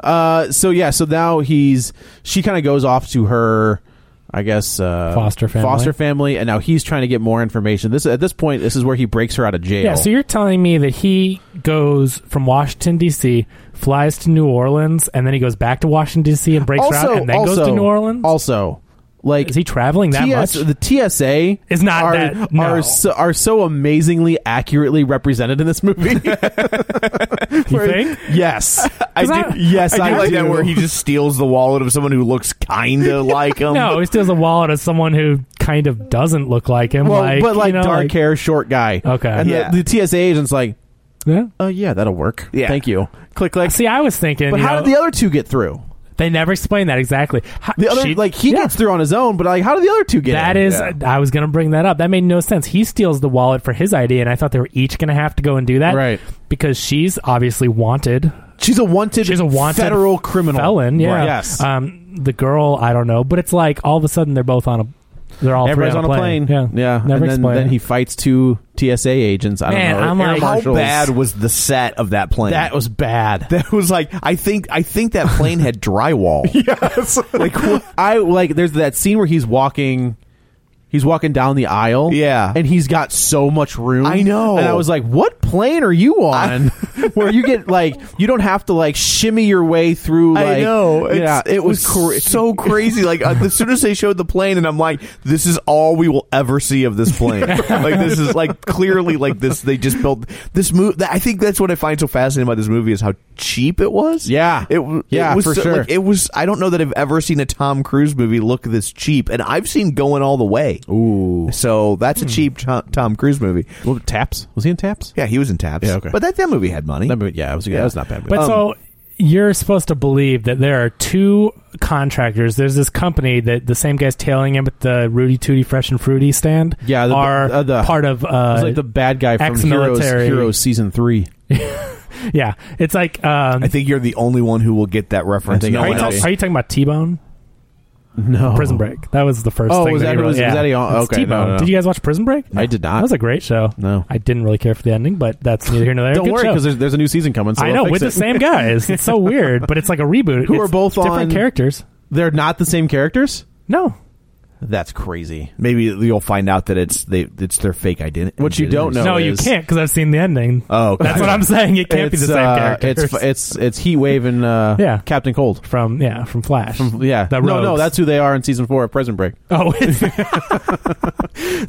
[SPEAKER 2] Uh, so yeah, so now he's she kind of goes off to her, I guess uh,
[SPEAKER 3] Foster family.
[SPEAKER 2] foster family, and now he's trying to get more information. This at this point, this is where he breaks her out of jail.
[SPEAKER 3] Yeah. So you're telling me that he goes from Washington D.C., flies to New Orleans, and then he goes back to Washington D.C. and breaks her out, and then goes to New Orleans.
[SPEAKER 2] Also, like
[SPEAKER 3] Is he traveling that
[SPEAKER 2] TS
[SPEAKER 3] much?
[SPEAKER 2] The TSA
[SPEAKER 3] It's not
[SPEAKER 2] are,
[SPEAKER 3] that- no.
[SPEAKER 2] are so, are so amazingly accurately represented in this movie.
[SPEAKER 3] you think?
[SPEAKER 2] yes, I
[SPEAKER 3] do- I-
[SPEAKER 2] Yes, I,
[SPEAKER 1] I like
[SPEAKER 2] do.
[SPEAKER 1] that where he just steals the wallet of someone who looks kind of like him.
[SPEAKER 3] No, he steals a wallet of someone who kind of doesn't look like him.
[SPEAKER 2] well,
[SPEAKER 3] like,
[SPEAKER 2] but
[SPEAKER 3] you
[SPEAKER 2] like
[SPEAKER 3] know,
[SPEAKER 2] dark
[SPEAKER 3] like-
[SPEAKER 2] hair, short guy.
[SPEAKER 3] Okay.
[SPEAKER 2] and
[SPEAKER 1] Yeah.
[SPEAKER 2] the, the TSA agent's like,
[SPEAKER 3] Yeah.
[SPEAKER 2] "Oh yeah, that'll work.
[SPEAKER 1] Yeah.
[SPEAKER 2] Thank you." Click, click.
[SPEAKER 3] See, I was thinking,
[SPEAKER 2] but
[SPEAKER 3] you
[SPEAKER 2] how
[SPEAKER 3] know,
[SPEAKER 2] did the other two get through?
[SPEAKER 3] they never explain that exactly. How,
[SPEAKER 2] The other,
[SPEAKER 3] she-
[SPEAKER 2] like he
[SPEAKER 3] yeah.
[SPEAKER 2] gets through on his own, but like how did the other two get?
[SPEAKER 3] That
[SPEAKER 2] in?
[SPEAKER 3] is,
[SPEAKER 2] Yeah.
[SPEAKER 3] I was going to bring that up. That made no sense. He steals the wallet for his ID, and I thought they were each going to have to go and do that,
[SPEAKER 2] Right.
[SPEAKER 3] Because she's obviously wanted.
[SPEAKER 2] she's a wanted.
[SPEAKER 3] She's a wanted
[SPEAKER 2] federal criminal
[SPEAKER 3] felon. Yeah.
[SPEAKER 2] Right. Yes.
[SPEAKER 3] Um, the girl, I don't know, but it's like all of a sudden they're both on a. They're all three
[SPEAKER 2] Everybody's on a plane.
[SPEAKER 3] Yeah.
[SPEAKER 2] yeah.
[SPEAKER 3] Never
[SPEAKER 2] and then,
[SPEAKER 3] explained.
[SPEAKER 2] then he fights two TSA agents. I don't
[SPEAKER 3] Man,
[SPEAKER 2] know.
[SPEAKER 3] I'm
[SPEAKER 2] air
[SPEAKER 3] like-
[SPEAKER 1] How
[SPEAKER 2] marshals.
[SPEAKER 1] bad was the set of that plane?
[SPEAKER 2] That was bad.
[SPEAKER 1] That was like I think I think that plane had drywall.
[SPEAKER 2] yes. like I like. There's that scene where he's walking. He's walking down the aisle.
[SPEAKER 1] Yeah.
[SPEAKER 2] and he's got so much room.
[SPEAKER 1] I know.
[SPEAKER 2] And I was like, "What plane are you on? where you get like you don't have to like shimmy your way through. Like,
[SPEAKER 1] I know. It's,
[SPEAKER 2] yeah,
[SPEAKER 1] it was
[SPEAKER 2] cra-
[SPEAKER 1] so crazy. Like uh, as soon as they showed the plane, and I'm like, this is all we will ever see of this plane. like this is like clearly like this. They just built this movie. I think that's what I find so fascinating about this movie is how cheap it was.
[SPEAKER 2] Yeah.
[SPEAKER 1] it w-
[SPEAKER 2] Yeah,
[SPEAKER 1] it was
[SPEAKER 2] for
[SPEAKER 1] so-
[SPEAKER 2] sure.
[SPEAKER 1] Like, it was. I don't know that I've ever seen a Tom Cruise movie look this cheap, and I've seen Going All the Way. Ooh, so that's
[SPEAKER 2] Hmm.
[SPEAKER 1] a cheap Tom, Tom Cruise movie.
[SPEAKER 2] Well, taps. Was he in taps?
[SPEAKER 1] Yeah, he was in tabs.
[SPEAKER 2] Yeah, okay.
[SPEAKER 1] But that, that movie had money.
[SPEAKER 2] That movie- yeah, it was. That was not bad.
[SPEAKER 3] But so you're supposed to believe that there are two contractors. There's this company that the same guy's tailing him at the Rudy Tooty Fresh and Fruity stand.
[SPEAKER 2] Yeah, the-
[SPEAKER 3] are
[SPEAKER 2] uh, the-
[SPEAKER 3] part of uh,
[SPEAKER 2] It's like the bad guy from Heroes,
[SPEAKER 3] ex-military.
[SPEAKER 2] Heroes season three.
[SPEAKER 3] yeah. It's like um,
[SPEAKER 1] I think you're the only one who will get that reference.
[SPEAKER 2] I think
[SPEAKER 1] No
[SPEAKER 3] are,
[SPEAKER 2] I
[SPEAKER 3] you
[SPEAKER 1] one
[SPEAKER 2] know.
[SPEAKER 3] talk-
[SPEAKER 1] else
[SPEAKER 3] are you talking about T Bone?
[SPEAKER 2] No,
[SPEAKER 3] Prison Break. That was the first.
[SPEAKER 2] Oh,
[SPEAKER 3] thing
[SPEAKER 2] was that
[SPEAKER 3] he
[SPEAKER 2] who was-
[SPEAKER 3] wrote.
[SPEAKER 2] was that he- oh,
[SPEAKER 3] It's
[SPEAKER 2] okay, no,
[SPEAKER 3] T-Bone.
[SPEAKER 2] no, no.
[SPEAKER 3] Did you guys watch Prison Break?
[SPEAKER 2] I did not.
[SPEAKER 3] That was a great show.
[SPEAKER 2] No.
[SPEAKER 3] I didn't really care for the ending, but that's neither here nor there.
[SPEAKER 2] Don't
[SPEAKER 3] Good
[SPEAKER 2] worry,
[SPEAKER 3] show.
[SPEAKER 2] because there's, there's a new season coming. So
[SPEAKER 3] I
[SPEAKER 2] they'll
[SPEAKER 3] know
[SPEAKER 2] fix
[SPEAKER 3] with
[SPEAKER 2] it.
[SPEAKER 3] the same guys. It's so weird, but it's like a reboot.
[SPEAKER 2] Who are
[SPEAKER 3] It's
[SPEAKER 2] both
[SPEAKER 3] different
[SPEAKER 2] on-
[SPEAKER 3] characters?
[SPEAKER 2] They're not the same characters.
[SPEAKER 3] No,
[SPEAKER 2] That's crazy.
[SPEAKER 1] Maybe you'll find out that it's they it's their fake identity.
[SPEAKER 2] What you don't know
[SPEAKER 3] No, you
[SPEAKER 2] is-
[SPEAKER 3] can't because I've seen the ending.
[SPEAKER 2] Oh,
[SPEAKER 3] That's what I'm saying. It can't be the
[SPEAKER 2] It's,
[SPEAKER 3] same
[SPEAKER 2] uh,
[SPEAKER 3] characters.
[SPEAKER 2] It's it's it's Heat Wave and uh,
[SPEAKER 3] Yeah.
[SPEAKER 2] Captain Cold
[SPEAKER 3] from yeah from Flash.
[SPEAKER 2] yeah.
[SPEAKER 3] The
[SPEAKER 2] no, no,
[SPEAKER 3] rogues.
[SPEAKER 2] that's who they are in season four of Prison Break.
[SPEAKER 3] Oh,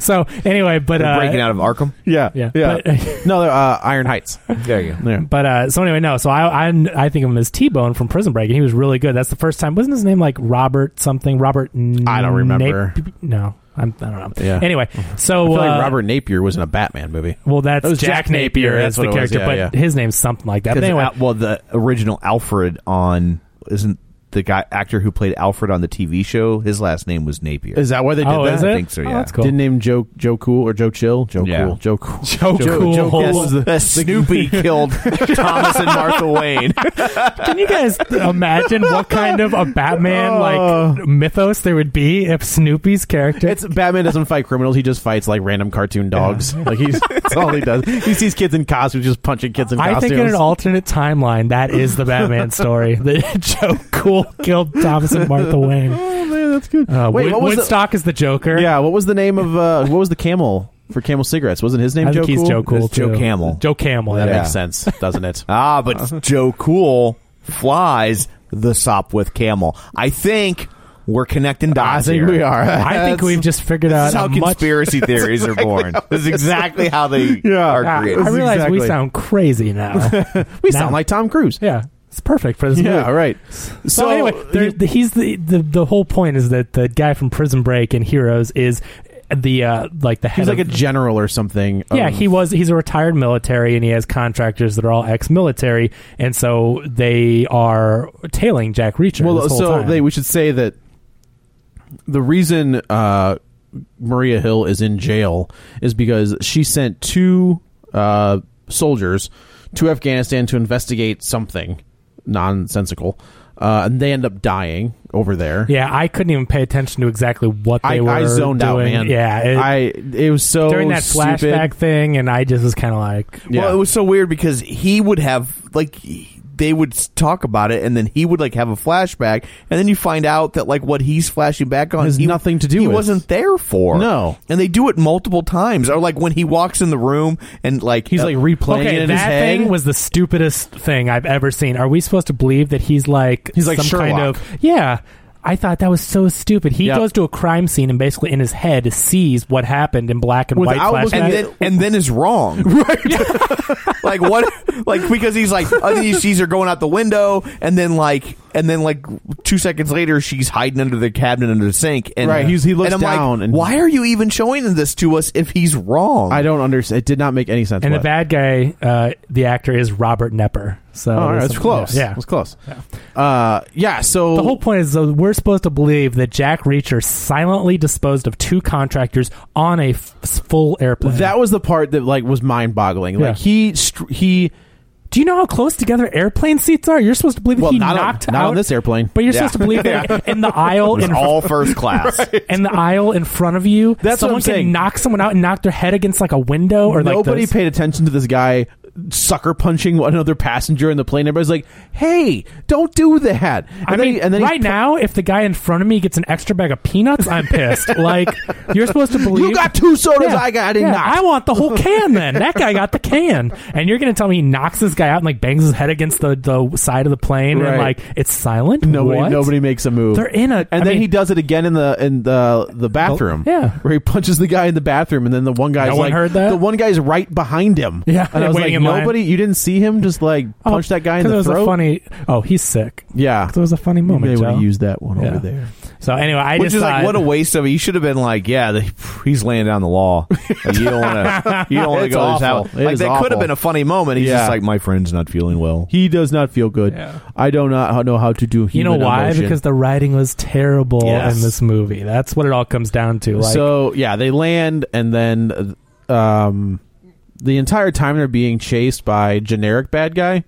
[SPEAKER 3] so anyway, but uh,
[SPEAKER 2] of Arkham. Yeah,
[SPEAKER 3] Yeah.
[SPEAKER 2] yeah. no, they're, uh, Iron Heights.
[SPEAKER 1] There you go.
[SPEAKER 2] Yeah.
[SPEAKER 3] But uh, so anyway, no. So I, I I think of him as T Bone from Prison Break, and he was really good. That's the first time. Wasn't his name like Robert something? Robert?
[SPEAKER 2] I don't remember.
[SPEAKER 3] no, I'm, I don't know.
[SPEAKER 2] Yeah.
[SPEAKER 3] Anyway, so
[SPEAKER 2] I feel like
[SPEAKER 3] uh,
[SPEAKER 2] Robert Napier was in a Batman movie.
[SPEAKER 3] Well, that's
[SPEAKER 2] That was
[SPEAKER 3] Jack,
[SPEAKER 2] Jack
[SPEAKER 3] Napier,
[SPEAKER 2] Napier,
[SPEAKER 3] as
[SPEAKER 2] that's
[SPEAKER 3] the
[SPEAKER 2] what it was,
[SPEAKER 3] character,
[SPEAKER 2] yeah,
[SPEAKER 3] but his name's something like that. But
[SPEAKER 1] 'Cause
[SPEAKER 3] anyway,
[SPEAKER 1] Al- well, the original Alfred on isn't the guy actor who played Alfred on the TV show. His last name was Napier.
[SPEAKER 2] Is that why they did
[SPEAKER 3] Oh,
[SPEAKER 2] that?
[SPEAKER 3] is it?
[SPEAKER 1] I think so.
[SPEAKER 3] Oh,
[SPEAKER 1] Yeah.
[SPEAKER 3] that's cool.
[SPEAKER 2] Didn't name Joe Joe Cool or Joe Chill. Joe
[SPEAKER 1] Yeah.
[SPEAKER 2] Cool. Joe Cool.
[SPEAKER 3] Joe Cool.
[SPEAKER 2] was the-
[SPEAKER 1] That Snoopy killed Thomas and Martha Wayne.
[SPEAKER 3] Can you guys imagine what kind of a Batman like mythos there would be if Snoopy's character?
[SPEAKER 2] Oh. It's Batman doesn't fight criminals. He just fights like random cartoon dogs. Like he's that's all he does. He sees kids in costumes, just punching kids in
[SPEAKER 3] I
[SPEAKER 2] costumes.
[SPEAKER 3] think in an alternate timeline, that is the Batman story. That Joe Cool killed Thomas and Martha Wayne.
[SPEAKER 2] oh man, that's good.
[SPEAKER 3] Uh,
[SPEAKER 2] Wait,
[SPEAKER 3] Wood-
[SPEAKER 2] what was the-
[SPEAKER 3] Woodstock is the Joker.
[SPEAKER 2] Yeah, what was the name of uh, what was the camel for Camel cigarettes? Wasn't his name
[SPEAKER 3] I
[SPEAKER 2] Joe
[SPEAKER 3] think he's
[SPEAKER 2] Cool?
[SPEAKER 3] Joe Cool.
[SPEAKER 1] It's Joe
[SPEAKER 3] too.
[SPEAKER 1] Camel.
[SPEAKER 3] Joe Camel.
[SPEAKER 2] That
[SPEAKER 3] yeah.
[SPEAKER 2] makes sense, doesn't it?
[SPEAKER 1] Ah, but Joe Cool flies the Sopwith camel. I think we're connecting dots.
[SPEAKER 2] I think
[SPEAKER 1] here.
[SPEAKER 2] we are.
[SPEAKER 3] I think we've just figured
[SPEAKER 1] This
[SPEAKER 3] out
[SPEAKER 1] is how
[SPEAKER 3] a much.
[SPEAKER 1] conspiracy theories are born. This is exactly how they
[SPEAKER 3] Ah,
[SPEAKER 1] are
[SPEAKER 3] I
[SPEAKER 1] created.
[SPEAKER 3] realize we
[SPEAKER 2] exactly-
[SPEAKER 3] sound crazy now.
[SPEAKER 2] we
[SPEAKER 3] Now-
[SPEAKER 2] sound like Tom Cruise.
[SPEAKER 3] yeah, it's perfect for this movie.
[SPEAKER 2] Yeah, right.
[SPEAKER 3] So, anyway, there, the, he's the, the the whole point is that the guy from Prison Break and Heroes is the uh like the head
[SPEAKER 2] he's like a Oh.
[SPEAKER 3] of,
[SPEAKER 2] general or something. Um,
[SPEAKER 3] yeah
[SPEAKER 2] of-
[SPEAKER 3] he was he's a retired military and he has contractors that are all ex-military and so they are tailing Jack Reacher.
[SPEAKER 2] Well,
[SPEAKER 3] this whole
[SPEAKER 2] so
[SPEAKER 3] time.
[SPEAKER 2] they, we should say that the reason uh, Maria Hill is in jail is because she sent two uh, soldiers to Afghanistan to investigate something nonsensical, uh, and they end up dying over there.
[SPEAKER 3] yeah I couldn't even pay attention to exactly what they
[SPEAKER 2] I,
[SPEAKER 3] were
[SPEAKER 2] I zoned out,
[SPEAKER 3] doing.
[SPEAKER 2] man.
[SPEAKER 3] Yeah, it-
[SPEAKER 2] I it was so
[SPEAKER 3] during that
[SPEAKER 2] stupid.
[SPEAKER 3] flashback thing, and I just was kind of like,
[SPEAKER 2] Yeah.
[SPEAKER 1] Well, it was so weird because he would have like he- they would s- talk about it, and then he would like have a flashback, and then you find out that like what he's flashing back on
[SPEAKER 2] Has
[SPEAKER 1] he-
[SPEAKER 2] nothing to do
[SPEAKER 1] He
[SPEAKER 2] with.
[SPEAKER 1] wasn't there for
[SPEAKER 2] No.
[SPEAKER 1] and they do it multiple times. Or like when he walks in the room and like
[SPEAKER 2] He's
[SPEAKER 1] uh,
[SPEAKER 2] like replaying
[SPEAKER 3] Okay,
[SPEAKER 2] it in
[SPEAKER 3] that
[SPEAKER 2] his head.
[SPEAKER 3] thing was the stupidest thing I've ever seen. Are we supposed to believe that he's like
[SPEAKER 2] He's like
[SPEAKER 3] some kind
[SPEAKER 2] Sherlock.
[SPEAKER 3] of yeah? I thought that was so stupid. He
[SPEAKER 2] Yeah.
[SPEAKER 3] goes to a crime scene and basically in his head sees what happened in black and
[SPEAKER 2] Without
[SPEAKER 3] white
[SPEAKER 2] looking
[SPEAKER 3] flashback.
[SPEAKER 1] and then and then is wrong, right? like what? Like because he's like oh, then he sees her going out the window, and then like and then like two seconds later she's hiding under the cabinet under the sink, and
[SPEAKER 2] Right, he's- he looks
[SPEAKER 1] and I'm like,
[SPEAKER 2] down and-
[SPEAKER 1] why are you even showing this to us if he's wrong?
[SPEAKER 2] I don't understand. It did not make any sense.
[SPEAKER 3] And the
[SPEAKER 2] what-
[SPEAKER 3] bad guy, uh, the actor is Robert Nepper. So
[SPEAKER 2] Oh, all right,
[SPEAKER 3] there's
[SPEAKER 2] that's
[SPEAKER 3] some-
[SPEAKER 2] close.
[SPEAKER 3] Yeah,
[SPEAKER 2] that's close. Uh, yeah. So
[SPEAKER 3] The whole point is though, we're supposed to believe that Jack Reacher silently disposed of two contractors on a f- full airplane.
[SPEAKER 2] that was the part that like was mind boggling.
[SPEAKER 3] Yeah.
[SPEAKER 2] Like he str- he
[SPEAKER 3] Do you know how close together airplane seats are? You're supposed to believe that
[SPEAKER 2] well
[SPEAKER 3] he
[SPEAKER 2] not, on,
[SPEAKER 3] knocked
[SPEAKER 2] not
[SPEAKER 3] out
[SPEAKER 2] on this airplane.
[SPEAKER 3] But you're supposed to believe that in the aisle in
[SPEAKER 1] all first class.
[SPEAKER 3] in the aisle in front of you,
[SPEAKER 2] That's what
[SPEAKER 3] someone
[SPEAKER 2] I'm
[SPEAKER 3] can
[SPEAKER 2] saying.
[SPEAKER 3] knock someone out and knock their head against like a window or
[SPEAKER 2] Nobody
[SPEAKER 3] like those-
[SPEAKER 2] paid attention to this guy sucker punching another passenger in the plane. Everybody's like, "Hey, don't do that!" And
[SPEAKER 3] I
[SPEAKER 2] then,
[SPEAKER 3] mean,
[SPEAKER 2] he- and then he
[SPEAKER 3] right
[SPEAKER 2] pu-
[SPEAKER 3] now, if the guy in front of me gets an extra bag of peanuts, I'm pissed. like you're supposed to believe
[SPEAKER 2] you got two sodas. I got. I did
[SPEAKER 3] yeah,
[SPEAKER 2] not.
[SPEAKER 3] I want the whole can. Then that guy got the can, and you're gonna tell me he knocks this guy out and like bangs his head against the, the side of the plane, and
[SPEAKER 2] Right.
[SPEAKER 3] like it's silent.
[SPEAKER 2] Nobody,
[SPEAKER 3] What?
[SPEAKER 2] nobody makes a move.
[SPEAKER 3] They're in a-
[SPEAKER 2] and
[SPEAKER 3] I
[SPEAKER 2] then
[SPEAKER 3] mean- Oh,
[SPEAKER 2] he does it again in the in the the bathroom.
[SPEAKER 3] yeah.
[SPEAKER 2] where he punches the guy in the bathroom, and then the one guy's
[SPEAKER 3] No one
[SPEAKER 2] like,
[SPEAKER 3] heard that?
[SPEAKER 2] The one guy's right behind him.
[SPEAKER 3] Yeah,
[SPEAKER 2] and I was
[SPEAKER 3] waiting
[SPEAKER 2] like,
[SPEAKER 3] in line.
[SPEAKER 2] nobody, you didn't see him just like punch that guy in
[SPEAKER 3] 'cause Oh,
[SPEAKER 2] the
[SPEAKER 3] it was
[SPEAKER 2] throat.
[SPEAKER 3] A funny. Oh, he's sick.
[SPEAKER 2] yeah,
[SPEAKER 3] 'Cause It was a funny
[SPEAKER 2] you may
[SPEAKER 3] moment.
[SPEAKER 2] want
[SPEAKER 3] Joe.
[SPEAKER 2] to use that one
[SPEAKER 3] Yeah.
[SPEAKER 2] over there.
[SPEAKER 3] So anyway, I
[SPEAKER 1] Which
[SPEAKER 3] just
[SPEAKER 1] is like
[SPEAKER 3] thought-
[SPEAKER 1] what a waste of. it. You should have been like, yeah, the, he's laying down the law. Like, you don't want to. You don't want to
[SPEAKER 2] It's
[SPEAKER 1] go this
[SPEAKER 2] awful.
[SPEAKER 1] out.
[SPEAKER 2] It
[SPEAKER 1] Like
[SPEAKER 2] is
[SPEAKER 1] that could
[SPEAKER 2] awful.
[SPEAKER 1] have been a funny moment. He's
[SPEAKER 2] Yeah.
[SPEAKER 1] just like, my friend's not feeling well.
[SPEAKER 2] He does not feel good.
[SPEAKER 3] Yeah.
[SPEAKER 2] I do not know how to do.
[SPEAKER 3] You know
[SPEAKER 2] human
[SPEAKER 3] why?
[SPEAKER 2] emotion.
[SPEAKER 3] Because the writing was terrible
[SPEAKER 2] Yes.
[SPEAKER 3] in this movie. That's what it all comes down to. Like,
[SPEAKER 2] so yeah, they land and then uh, um, the entire time they're being chased by generic bad guy.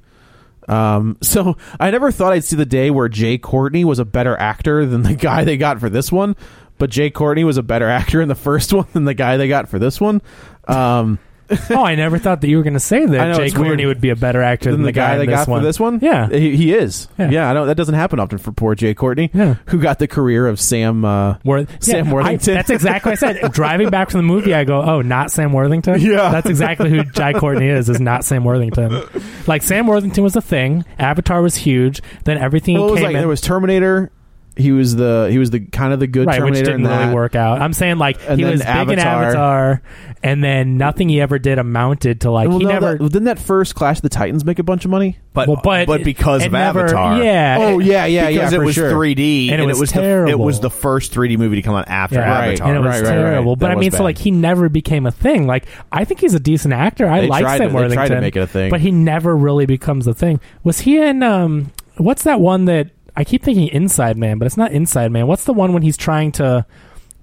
[SPEAKER 2] Um, so I never thought I'd see the day where Jay Courtney was a better actor than the guy they got for this one, but Jay Courtney was a better actor in the first one than the guy they got for this one. Um,
[SPEAKER 3] oh, I never thought that you were going to say that
[SPEAKER 2] I know,
[SPEAKER 3] Jake
[SPEAKER 2] it's weird.
[SPEAKER 3] Courtney would be a better actor
[SPEAKER 2] than the, guy,
[SPEAKER 3] in
[SPEAKER 2] they
[SPEAKER 3] this
[SPEAKER 2] got
[SPEAKER 3] one.
[SPEAKER 2] for this one.
[SPEAKER 3] Yeah.
[SPEAKER 2] he, he is.
[SPEAKER 3] Yeah.
[SPEAKER 2] Yeah. I know that doesn't happen often for poor Jay Courtney,
[SPEAKER 3] Yeah.
[SPEAKER 2] who got the career of Sam uh, Sam
[SPEAKER 3] Yeah, I-
[SPEAKER 2] Worthington.
[SPEAKER 3] that's exactly what I said. Driving back from the movie, I go, "Oh, not Sam Worthington."
[SPEAKER 2] Yeah.
[SPEAKER 3] that's exactly who Jai Courtney is. Is not Sam Worthington. Like Sam Worthington was a thing. Avatar was huge. Then everything
[SPEAKER 2] Well, it was
[SPEAKER 3] came
[SPEAKER 2] like,
[SPEAKER 3] in.
[SPEAKER 2] there was Terminator. He was the he was the kind of the good
[SPEAKER 3] right,
[SPEAKER 2] Terminator
[SPEAKER 3] which didn't
[SPEAKER 2] in that.
[SPEAKER 3] really work out. I'm saying like
[SPEAKER 2] And
[SPEAKER 3] he
[SPEAKER 2] then
[SPEAKER 3] was big in
[SPEAKER 2] Avatar.
[SPEAKER 3] Avatar, and then nothing he ever did amounted to like
[SPEAKER 2] Well,
[SPEAKER 3] he
[SPEAKER 2] no,
[SPEAKER 3] never.
[SPEAKER 2] that- didn't that first Clash of the Titans make a bunch of money?
[SPEAKER 1] But
[SPEAKER 3] Well, but- but because it of never- Avatar. yeah.
[SPEAKER 2] Oh yeah, yeah,
[SPEAKER 1] because
[SPEAKER 2] yeah.
[SPEAKER 1] it
[SPEAKER 2] for
[SPEAKER 1] was
[SPEAKER 2] sure.
[SPEAKER 1] 3D
[SPEAKER 3] And it was
[SPEAKER 1] the, it
[SPEAKER 3] terrible.
[SPEAKER 1] was the first 3D movie to come out after
[SPEAKER 3] Yeah.
[SPEAKER 1] Avatar.
[SPEAKER 3] and it was terrible. But
[SPEAKER 1] That
[SPEAKER 3] I
[SPEAKER 1] was
[SPEAKER 3] mean, so
[SPEAKER 1] bad.
[SPEAKER 3] like he never became a thing. Like I think he's a decent actor. I
[SPEAKER 2] They
[SPEAKER 3] like
[SPEAKER 2] tried
[SPEAKER 3] Sam
[SPEAKER 2] to- they
[SPEAKER 3] Worthington.
[SPEAKER 2] tried to make it a thing.
[SPEAKER 3] but he never really becomes a thing. Was he in um? What's that one that I keep thinking Inside Man, but it's not Inside Man. What's the one when he's trying to?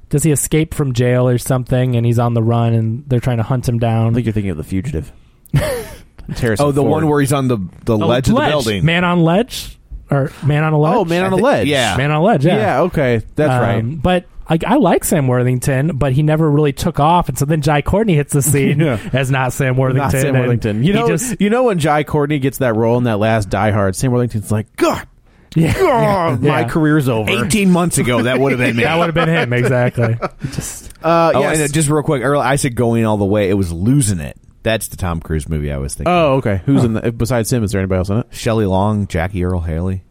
[SPEAKER 3] Does he escape from jail or something, and he's on the run, and they're trying to hunt him down?
[SPEAKER 2] I think you're thinking of the Fugitive.
[SPEAKER 1] oh, the one where he's on the the
[SPEAKER 3] Oh,
[SPEAKER 1] ledge of the building.
[SPEAKER 3] Man on ledge, or man on a ledge?
[SPEAKER 2] Oh, man on a
[SPEAKER 1] thi-
[SPEAKER 2] ledge.
[SPEAKER 1] yeah.
[SPEAKER 3] man on a ledge. Yeah,
[SPEAKER 2] Yeah. Okay, that's right.
[SPEAKER 3] Um, But like, I like Sam Worthington, but he never really took off, and so then Jai Courtney hits the scene
[SPEAKER 2] Yeah.
[SPEAKER 3] as not Sam Worthington.
[SPEAKER 2] Not Sam
[SPEAKER 3] and
[SPEAKER 2] Worthington. You
[SPEAKER 3] he
[SPEAKER 2] know,
[SPEAKER 3] just-
[SPEAKER 2] you know when Jai Courtney gets that role in that last Die Hard, Sam Worthington's like, God, God, my
[SPEAKER 3] Yeah.
[SPEAKER 2] career's over.
[SPEAKER 1] 18 months ago, that would have been me.
[SPEAKER 3] that would have been him exactly. Just
[SPEAKER 2] Uh,
[SPEAKER 1] oh,
[SPEAKER 2] yes.
[SPEAKER 1] and, uh, just real quick, Earl, I said going all the way. It was losing it. That's the Tom Cruise movie I was thinking.
[SPEAKER 2] oh, okay. Who's in the, besides him? Is there anybody else in it?
[SPEAKER 1] Shelley Long, Jackie Earl Haley.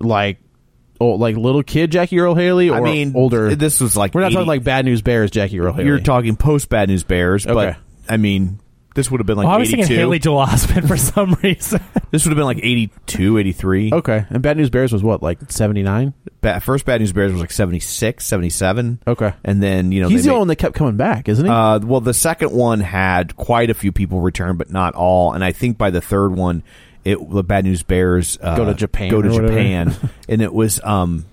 [SPEAKER 2] Like, oh, like little kid Jackie Earl Haley, or
[SPEAKER 1] I mean,
[SPEAKER 2] older?
[SPEAKER 1] This was like
[SPEAKER 2] We're not
[SPEAKER 1] 80
[SPEAKER 2] talking like Bad News Bears Jackie Earl Haley.
[SPEAKER 1] You're talking post Bad News Bears,
[SPEAKER 2] Okay.
[SPEAKER 1] but I mean, this would have been like
[SPEAKER 3] well, I was
[SPEAKER 1] 82.
[SPEAKER 3] thinking Haley Joel Osment for some reason.
[SPEAKER 1] This would have been like 82, 83.
[SPEAKER 2] okay. And Bad News Bears was what, like seventy nine?
[SPEAKER 1] Ba- first Bad News Bears was like 76, 77.
[SPEAKER 2] Okay.
[SPEAKER 1] And then, you know,
[SPEAKER 2] He's
[SPEAKER 1] they
[SPEAKER 2] the
[SPEAKER 1] made-
[SPEAKER 2] one that kept coming back, isn't he?
[SPEAKER 1] Uh, well, the second one had quite a few people return, but not all. And I think by the third one, it the Bad News Bears uh,
[SPEAKER 2] Go to Japan
[SPEAKER 1] go to
[SPEAKER 2] or whatever.
[SPEAKER 1] Japan, and it was um,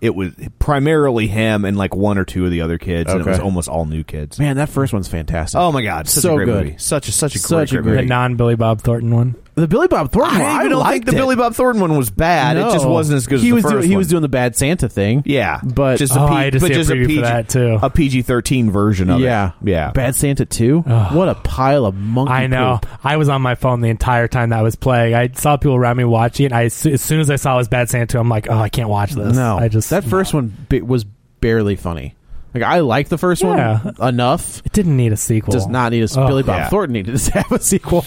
[SPEAKER 1] it was primarily him and like one or two of the other kids, and it
[SPEAKER 2] Okay.
[SPEAKER 1] was almost all new kids.
[SPEAKER 2] Man, that first one's fantastic.
[SPEAKER 1] Oh my god, such
[SPEAKER 2] So
[SPEAKER 1] a great
[SPEAKER 2] good.
[SPEAKER 1] movie. Such a such a
[SPEAKER 2] Such
[SPEAKER 1] great,
[SPEAKER 2] a
[SPEAKER 1] great
[SPEAKER 3] the
[SPEAKER 2] great-
[SPEAKER 1] movie.
[SPEAKER 3] non Billy Bob Thornton one.
[SPEAKER 2] the Billy Bob Thornton. one,
[SPEAKER 1] I don't think
[SPEAKER 2] liked
[SPEAKER 1] the
[SPEAKER 2] it.
[SPEAKER 1] Billy Bob Thornton one was bad. It just
[SPEAKER 2] No.
[SPEAKER 1] wasn't as good
[SPEAKER 2] He
[SPEAKER 1] as the
[SPEAKER 2] was
[SPEAKER 1] first
[SPEAKER 2] doing, He
[SPEAKER 1] one.
[SPEAKER 2] was doing the bad Santa thing.
[SPEAKER 1] yeah,
[SPEAKER 2] but uh,
[SPEAKER 1] just
[SPEAKER 3] Oh,
[SPEAKER 1] a P-
[SPEAKER 3] I had to
[SPEAKER 1] but
[SPEAKER 3] see a
[SPEAKER 1] just
[SPEAKER 3] preview for
[SPEAKER 1] PG,
[SPEAKER 3] that, too.
[SPEAKER 1] A PG thirteen version of
[SPEAKER 2] yeah,
[SPEAKER 1] it. Yeah,
[SPEAKER 2] Bad Santa two. what a pile of monkey.
[SPEAKER 3] I know.
[SPEAKER 2] poop.
[SPEAKER 3] I was on my phone the entire time that was playing. I saw people around me watching. it. I as soon as I saw it was Bad Santa, I'm like, oh, I can't watch this.
[SPEAKER 2] No,
[SPEAKER 3] I just
[SPEAKER 2] that first one bi- was barely funny. Like I liked the first
[SPEAKER 3] Yeah.
[SPEAKER 2] one enough.
[SPEAKER 3] it didn't need a sequel.
[SPEAKER 2] Does not need a
[SPEAKER 3] Oh.
[SPEAKER 2] Billy Bob
[SPEAKER 1] Yeah.
[SPEAKER 2] Thornton needed to have a sequel.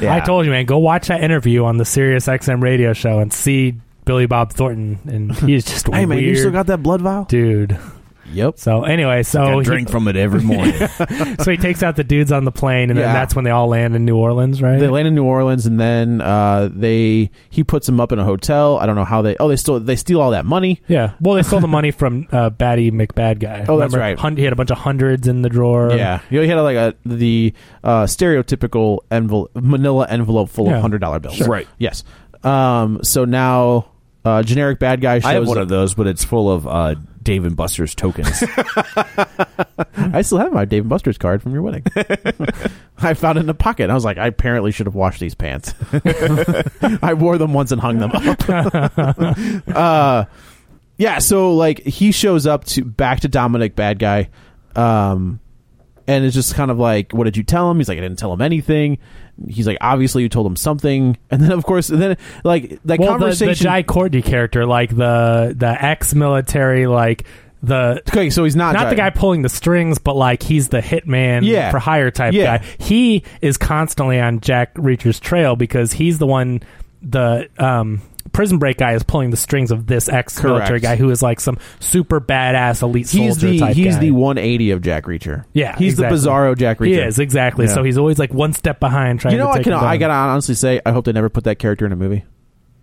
[SPEAKER 1] Yeah.
[SPEAKER 3] I told you, man, go watch that interview on the Sirius XM radio show and see Billy Bob Thornton, and he's just a
[SPEAKER 2] hey man, you
[SPEAKER 3] weird
[SPEAKER 2] still got that blood vial?
[SPEAKER 3] dude.
[SPEAKER 2] Yep.
[SPEAKER 3] So anyway, so
[SPEAKER 1] I
[SPEAKER 3] he,
[SPEAKER 1] drink from it every morning.
[SPEAKER 3] so he takes out the dudes on the plane, and then
[SPEAKER 2] Yeah.
[SPEAKER 3] that's when they all land in New Orleans, right?
[SPEAKER 2] They land in New Orleans, and then uh, they he puts them up in a hotel. I don't know how they. Oh, they still they steal all that money.
[SPEAKER 3] yeah. Well, they stole the money from uh, Batty McBad guy.
[SPEAKER 2] Oh, that's right.
[SPEAKER 3] Hun- he had a bunch of hundreds in the drawer.
[SPEAKER 2] Yeah, you know, he had like a the uh, stereotypical envelope, Manila envelope full
[SPEAKER 3] Yeah.
[SPEAKER 2] of hundred dollar bills.
[SPEAKER 3] Sure.
[SPEAKER 1] Right.
[SPEAKER 2] Yes. Um. So now, uh, generic bad guy shows.
[SPEAKER 1] I have one
[SPEAKER 2] up-
[SPEAKER 1] of those, but it's full of uh, Dave and Buster's tokens.
[SPEAKER 2] I still have my Dave and Buster's card from your wedding. I found it in a pocket. I was like, I apparently should have washed these pants. I wore them once and hung them up. uh, yeah, so like he shows up to back to Dominic, bad guy, um, and it's just kind of like, what did you tell him? He's like, I didn't tell him anything. He's like, obviously you told him something, and then of course, and then like that
[SPEAKER 3] Well, the, the
[SPEAKER 2] conversation.
[SPEAKER 3] Jai Courtney character, like the the ex-military, like the
[SPEAKER 2] okay, so he's not
[SPEAKER 3] not the guy
[SPEAKER 2] Jai-
[SPEAKER 3] pulling the strings, but like he's the hitman
[SPEAKER 2] Yeah.
[SPEAKER 3] for hire type
[SPEAKER 2] Yeah.
[SPEAKER 3] guy. He is constantly on Jack Reacher's trail because he's the one the um prison break guy is pulling the strings of this ex military
[SPEAKER 2] Correct.
[SPEAKER 3] guy who is like some super badass elite
[SPEAKER 2] He's
[SPEAKER 3] soldier
[SPEAKER 2] the
[SPEAKER 3] type
[SPEAKER 2] he's
[SPEAKER 3] guy.
[SPEAKER 2] the 180 of Jack Reacher.
[SPEAKER 3] yeah,
[SPEAKER 2] he's
[SPEAKER 3] exactly.
[SPEAKER 2] the Bizarro Jack Reacher.
[SPEAKER 3] He is exactly.
[SPEAKER 2] Yeah.
[SPEAKER 3] So he's always like one step behind trying
[SPEAKER 2] You know,
[SPEAKER 3] to
[SPEAKER 2] I
[SPEAKER 3] take
[SPEAKER 2] can.
[SPEAKER 3] him down.
[SPEAKER 2] I gotta honestly say, I hope they never put that character in a movie.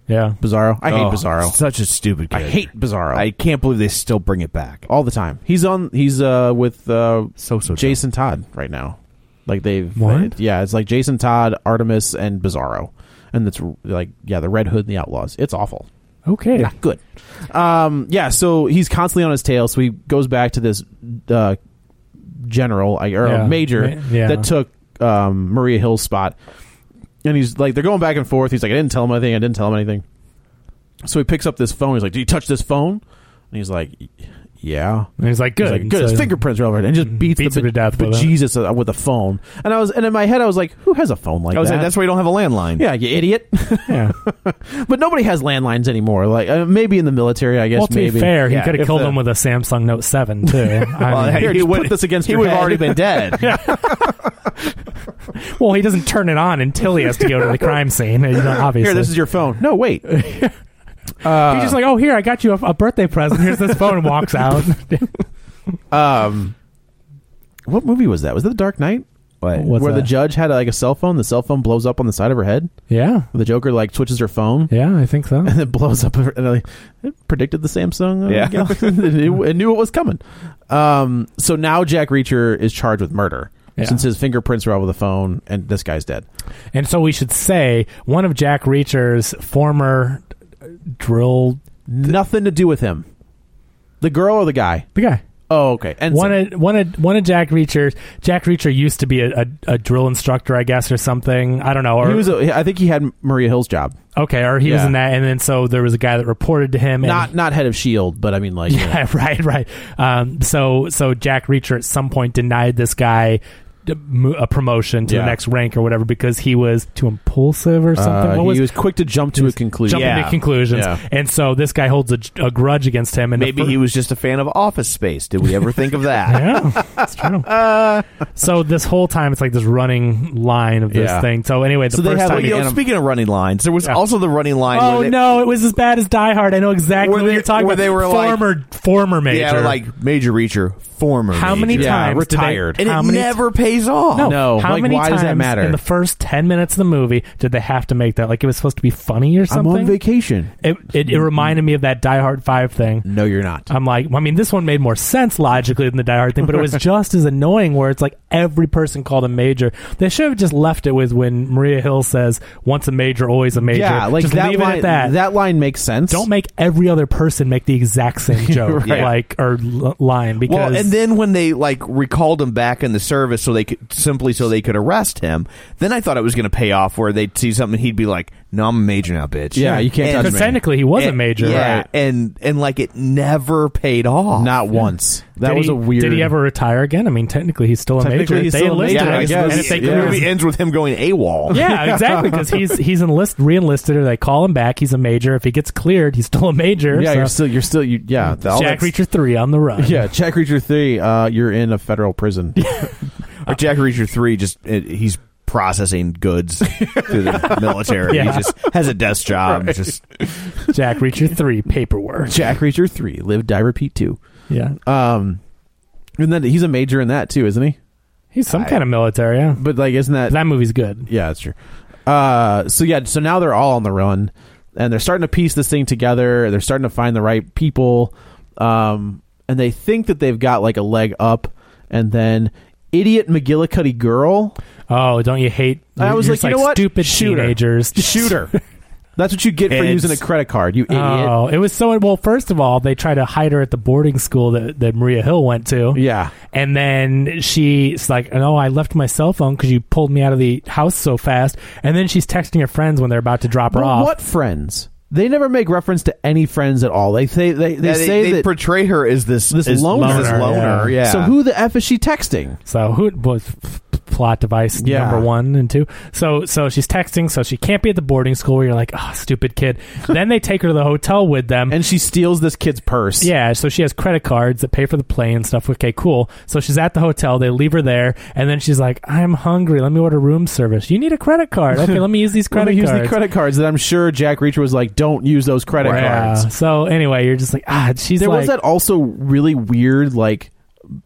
[SPEAKER 3] Yeah.
[SPEAKER 2] Bizarro. I
[SPEAKER 1] Oh,
[SPEAKER 2] hate Bizarro.
[SPEAKER 1] Such a stupid.
[SPEAKER 2] I
[SPEAKER 1] character.
[SPEAKER 2] hate Bizarro.
[SPEAKER 1] I can't believe they still bring it back.
[SPEAKER 2] all the time. He's on. He's uh with uh
[SPEAKER 1] So so.
[SPEAKER 2] Jason Todd right now. Like they've
[SPEAKER 3] What?
[SPEAKER 2] they- yeah, it's like Jason Todd, Artemis, and Bizarro, and it's like yeah, the Red Hood and the Outlaws. It's awful.
[SPEAKER 3] Okay.
[SPEAKER 2] Not good. Um, yeah. So he's constantly on his tail. So he goes back to this uh, general I- or
[SPEAKER 3] Yeah.
[SPEAKER 2] major
[SPEAKER 3] Ma- yeah.
[SPEAKER 2] that took um, Maria Hill's spot, and he's like, they're going back and forth. He's like, I didn't tell him anything. I didn't tell him anything. So he picks up this phone. He's like, "Did you touch this phone?" And he's like, yeah.
[SPEAKER 3] And he's like, good.
[SPEAKER 2] He's good.
[SPEAKER 3] So- Mm-hmm.
[SPEAKER 2] His fingerprints are over it, and just beats,
[SPEAKER 3] Beats
[SPEAKER 2] the,
[SPEAKER 3] him to death with it.
[SPEAKER 2] Jesus uh, with a phone. And I was, and in my head, I was like, who has a phone like
[SPEAKER 1] I was
[SPEAKER 2] that?
[SPEAKER 1] like, that's why you don't have a landline.
[SPEAKER 2] yeah, you idiot.
[SPEAKER 3] Yeah.
[SPEAKER 2] but nobody has landlines anymore. Like uh, maybe in the military, I guess.
[SPEAKER 3] well, to
[SPEAKER 2] maybe.
[SPEAKER 3] be fair,
[SPEAKER 2] Yeah.
[SPEAKER 3] he could
[SPEAKER 2] If
[SPEAKER 3] have killed
[SPEAKER 2] the-
[SPEAKER 3] him with a Samsung Note 7, too. I
[SPEAKER 2] Well,
[SPEAKER 3] mean,
[SPEAKER 2] hey,
[SPEAKER 3] here,
[SPEAKER 2] he
[SPEAKER 3] just
[SPEAKER 2] would-
[SPEAKER 3] put this against
[SPEAKER 2] he
[SPEAKER 3] your
[SPEAKER 2] would have
[SPEAKER 3] head.
[SPEAKER 2] already been dead.
[SPEAKER 3] well, he doesn't turn it on until he has to go to the crime scene. You know, obviously.
[SPEAKER 2] Here, this is your phone. No, wait.
[SPEAKER 3] He's just like, oh, here, I got you a, a birthday present. Here's this phone. and Walks out.
[SPEAKER 2] Um, what movie was that? Was that The Dark Knight?
[SPEAKER 3] What's
[SPEAKER 2] Where the
[SPEAKER 3] that?
[SPEAKER 2] judge had like a cell phone. The cell phone blows up on the side of her head.
[SPEAKER 3] yeah.
[SPEAKER 2] The Joker like switches her phone
[SPEAKER 3] Yeah, I think so.
[SPEAKER 2] and it blows up. Her, and like, it predicted the Samsung. uh,
[SPEAKER 1] Yeah.
[SPEAKER 2] Galaxy. it, knew, it knew what was coming. Um, so now Jack Reacher is charged with murder
[SPEAKER 3] Yeah.
[SPEAKER 2] since his fingerprints were all over the phone, and this guy's dead.
[SPEAKER 3] And so we should say one of Jack Reacher's former drill,
[SPEAKER 2] Nothing to do with him. The girl or the guy?
[SPEAKER 3] the guy.
[SPEAKER 2] Oh, okay. And
[SPEAKER 3] One of, one of one of Jack Reacher's Jack Reacher used to be a, a, a drill instructor, I guess, or something. I don't know. Or
[SPEAKER 2] he was. A, I think he had Maria Hill's job.
[SPEAKER 3] okay, or he was
[SPEAKER 2] Yeah.
[SPEAKER 3] in that, and then so there was a guy that reported to him. And
[SPEAKER 2] Not not head of Shield, but I mean like. you know.
[SPEAKER 3] Yeah, right, right. Um, so, so Jack Reacher at some point denied this guy d- mo- a promotion to
[SPEAKER 2] Yeah.
[SPEAKER 3] the next rank or whatever because he was too impulsive or something.
[SPEAKER 2] Uh,
[SPEAKER 3] what was,
[SPEAKER 2] he was quick to jump to a conclusion.
[SPEAKER 3] jumping to conclusions?
[SPEAKER 2] Yeah.
[SPEAKER 3] And so this guy holds a, a grudge against him. And the
[SPEAKER 1] Maybe
[SPEAKER 3] fir-
[SPEAKER 1] he was just a fan of Office Space. Did we ever think of that?
[SPEAKER 3] Yeah, that's true. so this whole time it's like this running line of this
[SPEAKER 2] Yeah.
[SPEAKER 3] thing. So anyway, the
[SPEAKER 2] So they
[SPEAKER 3] first
[SPEAKER 2] have,
[SPEAKER 3] time
[SPEAKER 1] Well,
[SPEAKER 2] like,
[SPEAKER 3] he-
[SPEAKER 1] you know,
[SPEAKER 2] anim-
[SPEAKER 1] speaking of running lines, there was also the running line.
[SPEAKER 3] Oh
[SPEAKER 1] where they,
[SPEAKER 3] no! It was as bad as Die Hard. I know exactly
[SPEAKER 1] Where
[SPEAKER 3] what
[SPEAKER 1] they-
[SPEAKER 3] you're talking
[SPEAKER 1] where
[SPEAKER 3] about.
[SPEAKER 1] they were like-
[SPEAKER 3] former, former major.
[SPEAKER 1] Yeah, like Major Reacher, former.
[SPEAKER 3] how many
[SPEAKER 1] Major.
[SPEAKER 2] Yeah,
[SPEAKER 3] times did they-
[SPEAKER 2] retired.
[SPEAKER 1] And
[SPEAKER 3] how
[SPEAKER 1] it
[SPEAKER 3] many
[SPEAKER 1] never pays off.
[SPEAKER 3] No,
[SPEAKER 2] Oh, No,
[SPEAKER 3] How
[SPEAKER 2] like,
[SPEAKER 3] many
[SPEAKER 2] why
[SPEAKER 3] times
[SPEAKER 2] does that matter?
[SPEAKER 3] In the first ten minutes of the movie, did they have to make that? Like it was supposed to be funny or something.
[SPEAKER 2] vacation.
[SPEAKER 3] It, it it reminded me of that Die Hard Five thing.
[SPEAKER 2] No, you're not.
[SPEAKER 3] I'm like, I mean, this one made more sense logically than the Die Hard thing, but it was just as annoying. Where it's like every person called a major. They should have just left it with when Maria Hill says, "Once a major, always a major."
[SPEAKER 2] yeah, like
[SPEAKER 3] just
[SPEAKER 2] that
[SPEAKER 3] leave
[SPEAKER 2] line.
[SPEAKER 3] it at that.
[SPEAKER 2] line makes sense.
[SPEAKER 3] Don't make every other person make the exact same joke,
[SPEAKER 2] Right.
[SPEAKER 3] like or l- line because
[SPEAKER 1] Well, and then when they like recalled him back in the service, so they could simply so they could arrest him. Then I thought it was going to pay off, where they'd see something, he'd be like, "No, I'm a major now, bitch."
[SPEAKER 2] Yeah, you can't
[SPEAKER 1] And-
[SPEAKER 2] touch
[SPEAKER 3] because
[SPEAKER 2] me.
[SPEAKER 3] technically he was a
[SPEAKER 1] and-
[SPEAKER 3] major,
[SPEAKER 1] yeah,
[SPEAKER 3] right?
[SPEAKER 1] and and like it never paid off.
[SPEAKER 2] not once. That
[SPEAKER 3] Did
[SPEAKER 2] was
[SPEAKER 3] he-
[SPEAKER 2] a weird.
[SPEAKER 3] Did he ever retire again? I mean, technically, he's still a
[SPEAKER 2] Technically,
[SPEAKER 3] major.
[SPEAKER 2] he's
[SPEAKER 3] they
[SPEAKER 2] still a
[SPEAKER 3] enlisted
[SPEAKER 2] major,
[SPEAKER 3] him.
[SPEAKER 2] I
[SPEAKER 3] And
[SPEAKER 2] guess.
[SPEAKER 3] if they-
[SPEAKER 1] the movie ends with him going AWOL.
[SPEAKER 3] Yeah, exactly. Because he's he's enlist re-enlisted, or they call him back. He's a major. If he gets cleared, he's still a major.
[SPEAKER 2] Yeah,
[SPEAKER 3] so-
[SPEAKER 2] you're still. You're still. You, yeah, the- all
[SPEAKER 3] Jack
[SPEAKER 2] that's-
[SPEAKER 3] Reacher three on the run.
[SPEAKER 2] Yeah, Jack Reacher three. Uh, you're in a federal prison.
[SPEAKER 1] Or Jack Reacher three just it, he's processing goods through the military.
[SPEAKER 3] Yeah.
[SPEAKER 1] He just has a desk job. Just
[SPEAKER 3] Jack Reacher three paperwork.
[SPEAKER 2] Jack Reacher three. Live, die, repeat two.
[SPEAKER 3] Yeah,
[SPEAKER 2] Um, and then he's a major in that too, isn't he?
[SPEAKER 3] he's some
[SPEAKER 2] I-
[SPEAKER 3] kind of military. Yeah,
[SPEAKER 2] But like, isn't that
[SPEAKER 3] that movie's good.
[SPEAKER 2] Yeah, that's true. Uh, so yeah, so now they're all on the run, and they're starting to piece this thing together. They're starting to find the right people, um, and they think that they've got like a leg up. And then idiot McGillicuddy girl,
[SPEAKER 3] Oh, don't you hate?
[SPEAKER 2] I was
[SPEAKER 3] you're
[SPEAKER 2] like,
[SPEAKER 3] just
[SPEAKER 2] you know what?
[SPEAKER 3] Stupid
[SPEAKER 2] Shoot her.
[SPEAKER 3] teenagers.
[SPEAKER 2] shooter. that's what you get for
[SPEAKER 1] It's-
[SPEAKER 2] using a credit card, you idiot.
[SPEAKER 3] Oh, it was so well. First of all, they try to hide her at the boarding school that, that Maria Hill went to.
[SPEAKER 2] Yeah,
[SPEAKER 3] And then she's like, "No, I left my cell phone because you pulled me out of the house so fast." And then she's texting her friends when they're about to drop her
[SPEAKER 2] but
[SPEAKER 3] off.
[SPEAKER 2] what friends? They never make reference to any friends at all. They say they, they
[SPEAKER 1] Yeah,
[SPEAKER 2] say that
[SPEAKER 1] portray her as this
[SPEAKER 2] this
[SPEAKER 1] as
[SPEAKER 2] loner,
[SPEAKER 1] this loner, yeah.
[SPEAKER 2] So who the f is she texting?
[SPEAKER 3] So who was f- f- plot device
[SPEAKER 2] Yeah.
[SPEAKER 3] number one and two? So so she's texting, so she can't be at the boarding school. Where you're like, "Oh, stupid kid." then they take her to the hotel with them.
[SPEAKER 2] And she steals this kid's purse.
[SPEAKER 3] yeah, so she has credit cards that pay for the plane and stuff. Okay, cool. So she's at the hotel. They leave her there, and then she's like, "I'm hungry. Let me order room service. You need a credit card. Okay, let me use these
[SPEAKER 2] Let
[SPEAKER 3] credit
[SPEAKER 2] me use
[SPEAKER 3] cards.
[SPEAKER 2] the credit cards that I'm sure Jack Reacher was like, don't use those credit
[SPEAKER 3] Yeah.
[SPEAKER 2] cards.
[SPEAKER 3] uh, So anyway, you're just like, ah, she's
[SPEAKER 2] There
[SPEAKER 3] like,
[SPEAKER 2] was that also really weird like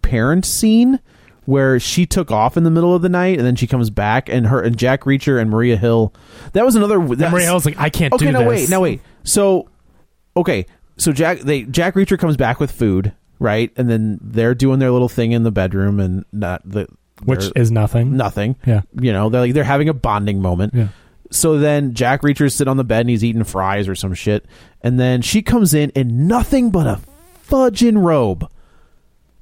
[SPEAKER 2] parent scene where she took off in the middle of the night and then she comes back and her and Jack Reacher and Maria Hill. That was another.
[SPEAKER 3] and
[SPEAKER 2] that's-
[SPEAKER 3] Maria Hill's like, I can't
[SPEAKER 2] okay,
[SPEAKER 3] do
[SPEAKER 2] no
[SPEAKER 3] this.
[SPEAKER 2] wait, no wait. So okay, so Jack they Jack Reacher comes back with food, right? And then they're doing their little thing in the bedroom and not the
[SPEAKER 3] which
[SPEAKER 2] they're-
[SPEAKER 3] is nothing.
[SPEAKER 2] nothing.
[SPEAKER 3] Yeah.
[SPEAKER 2] you know they're like they're having a bonding moment.
[SPEAKER 3] Yeah.
[SPEAKER 2] So then Jack Reacher's sit on the bed and he's eating fries or some shit, and then she comes in in nothing but a fudging robe,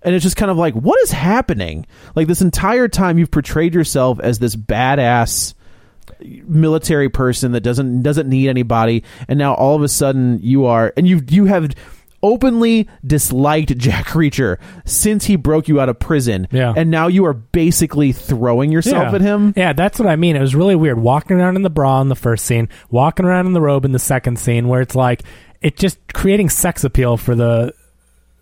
[SPEAKER 2] and it's just kind of like what is happening? Like this entire time you've portrayed yourself as this badass military person that doesn't doesn't need anybody, and now all of a sudden you are and you you have openly disliked Jack Reacher since he broke you out of prison. Yeah. And now you are basically throwing yourself
[SPEAKER 3] yeah.
[SPEAKER 2] at him.
[SPEAKER 3] Yeah, that's what I mean. It was really weird walking around in the bra in the first scene, walking around in the robe in the second scene, where it's like it just creating sex appeal for the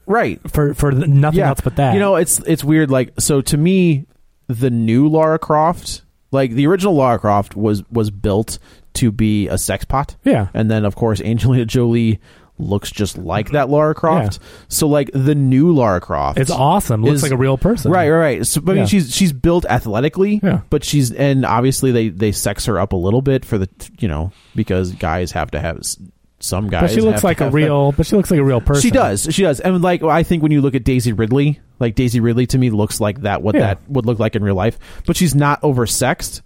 [SPEAKER 2] right
[SPEAKER 3] for for the, nothing else but that.
[SPEAKER 2] You know, it's it's weird. Like, so to me, the new Lara Croft, like the original Lara Croft, was was built to be a sex pot.
[SPEAKER 3] Yeah.
[SPEAKER 2] and then of course Angelina Jolie looks just like that Lara Croft. So like the new Lara Croft,
[SPEAKER 3] It's awesome. Looks
[SPEAKER 2] is-
[SPEAKER 3] like a real person.
[SPEAKER 2] Right, right, right. So, but I mean,
[SPEAKER 3] Yeah.
[SPEAKER 2] she's she's built athletically, but she's and obviously they they sex her up a little bit for the you know because guys have to have s- some guys.
[SPEAKER 3] but she
[SPEAKER 2] have
[SPEAKER 3] looks
[SPEAKER 2] to
[SPEAKER 3] like a
[SPEAKER 2] have that.
[SPEAKER 3] real. But she looks like a real person.
[SPEAKER 2] She does. She does. And like I think when you look at Daisy Ridley, like Daisy Ridley to me looks like that what
[SPEAKER 3] Yeah.
[SPEAKER 2] that would look like in real life, but she's not oversexed.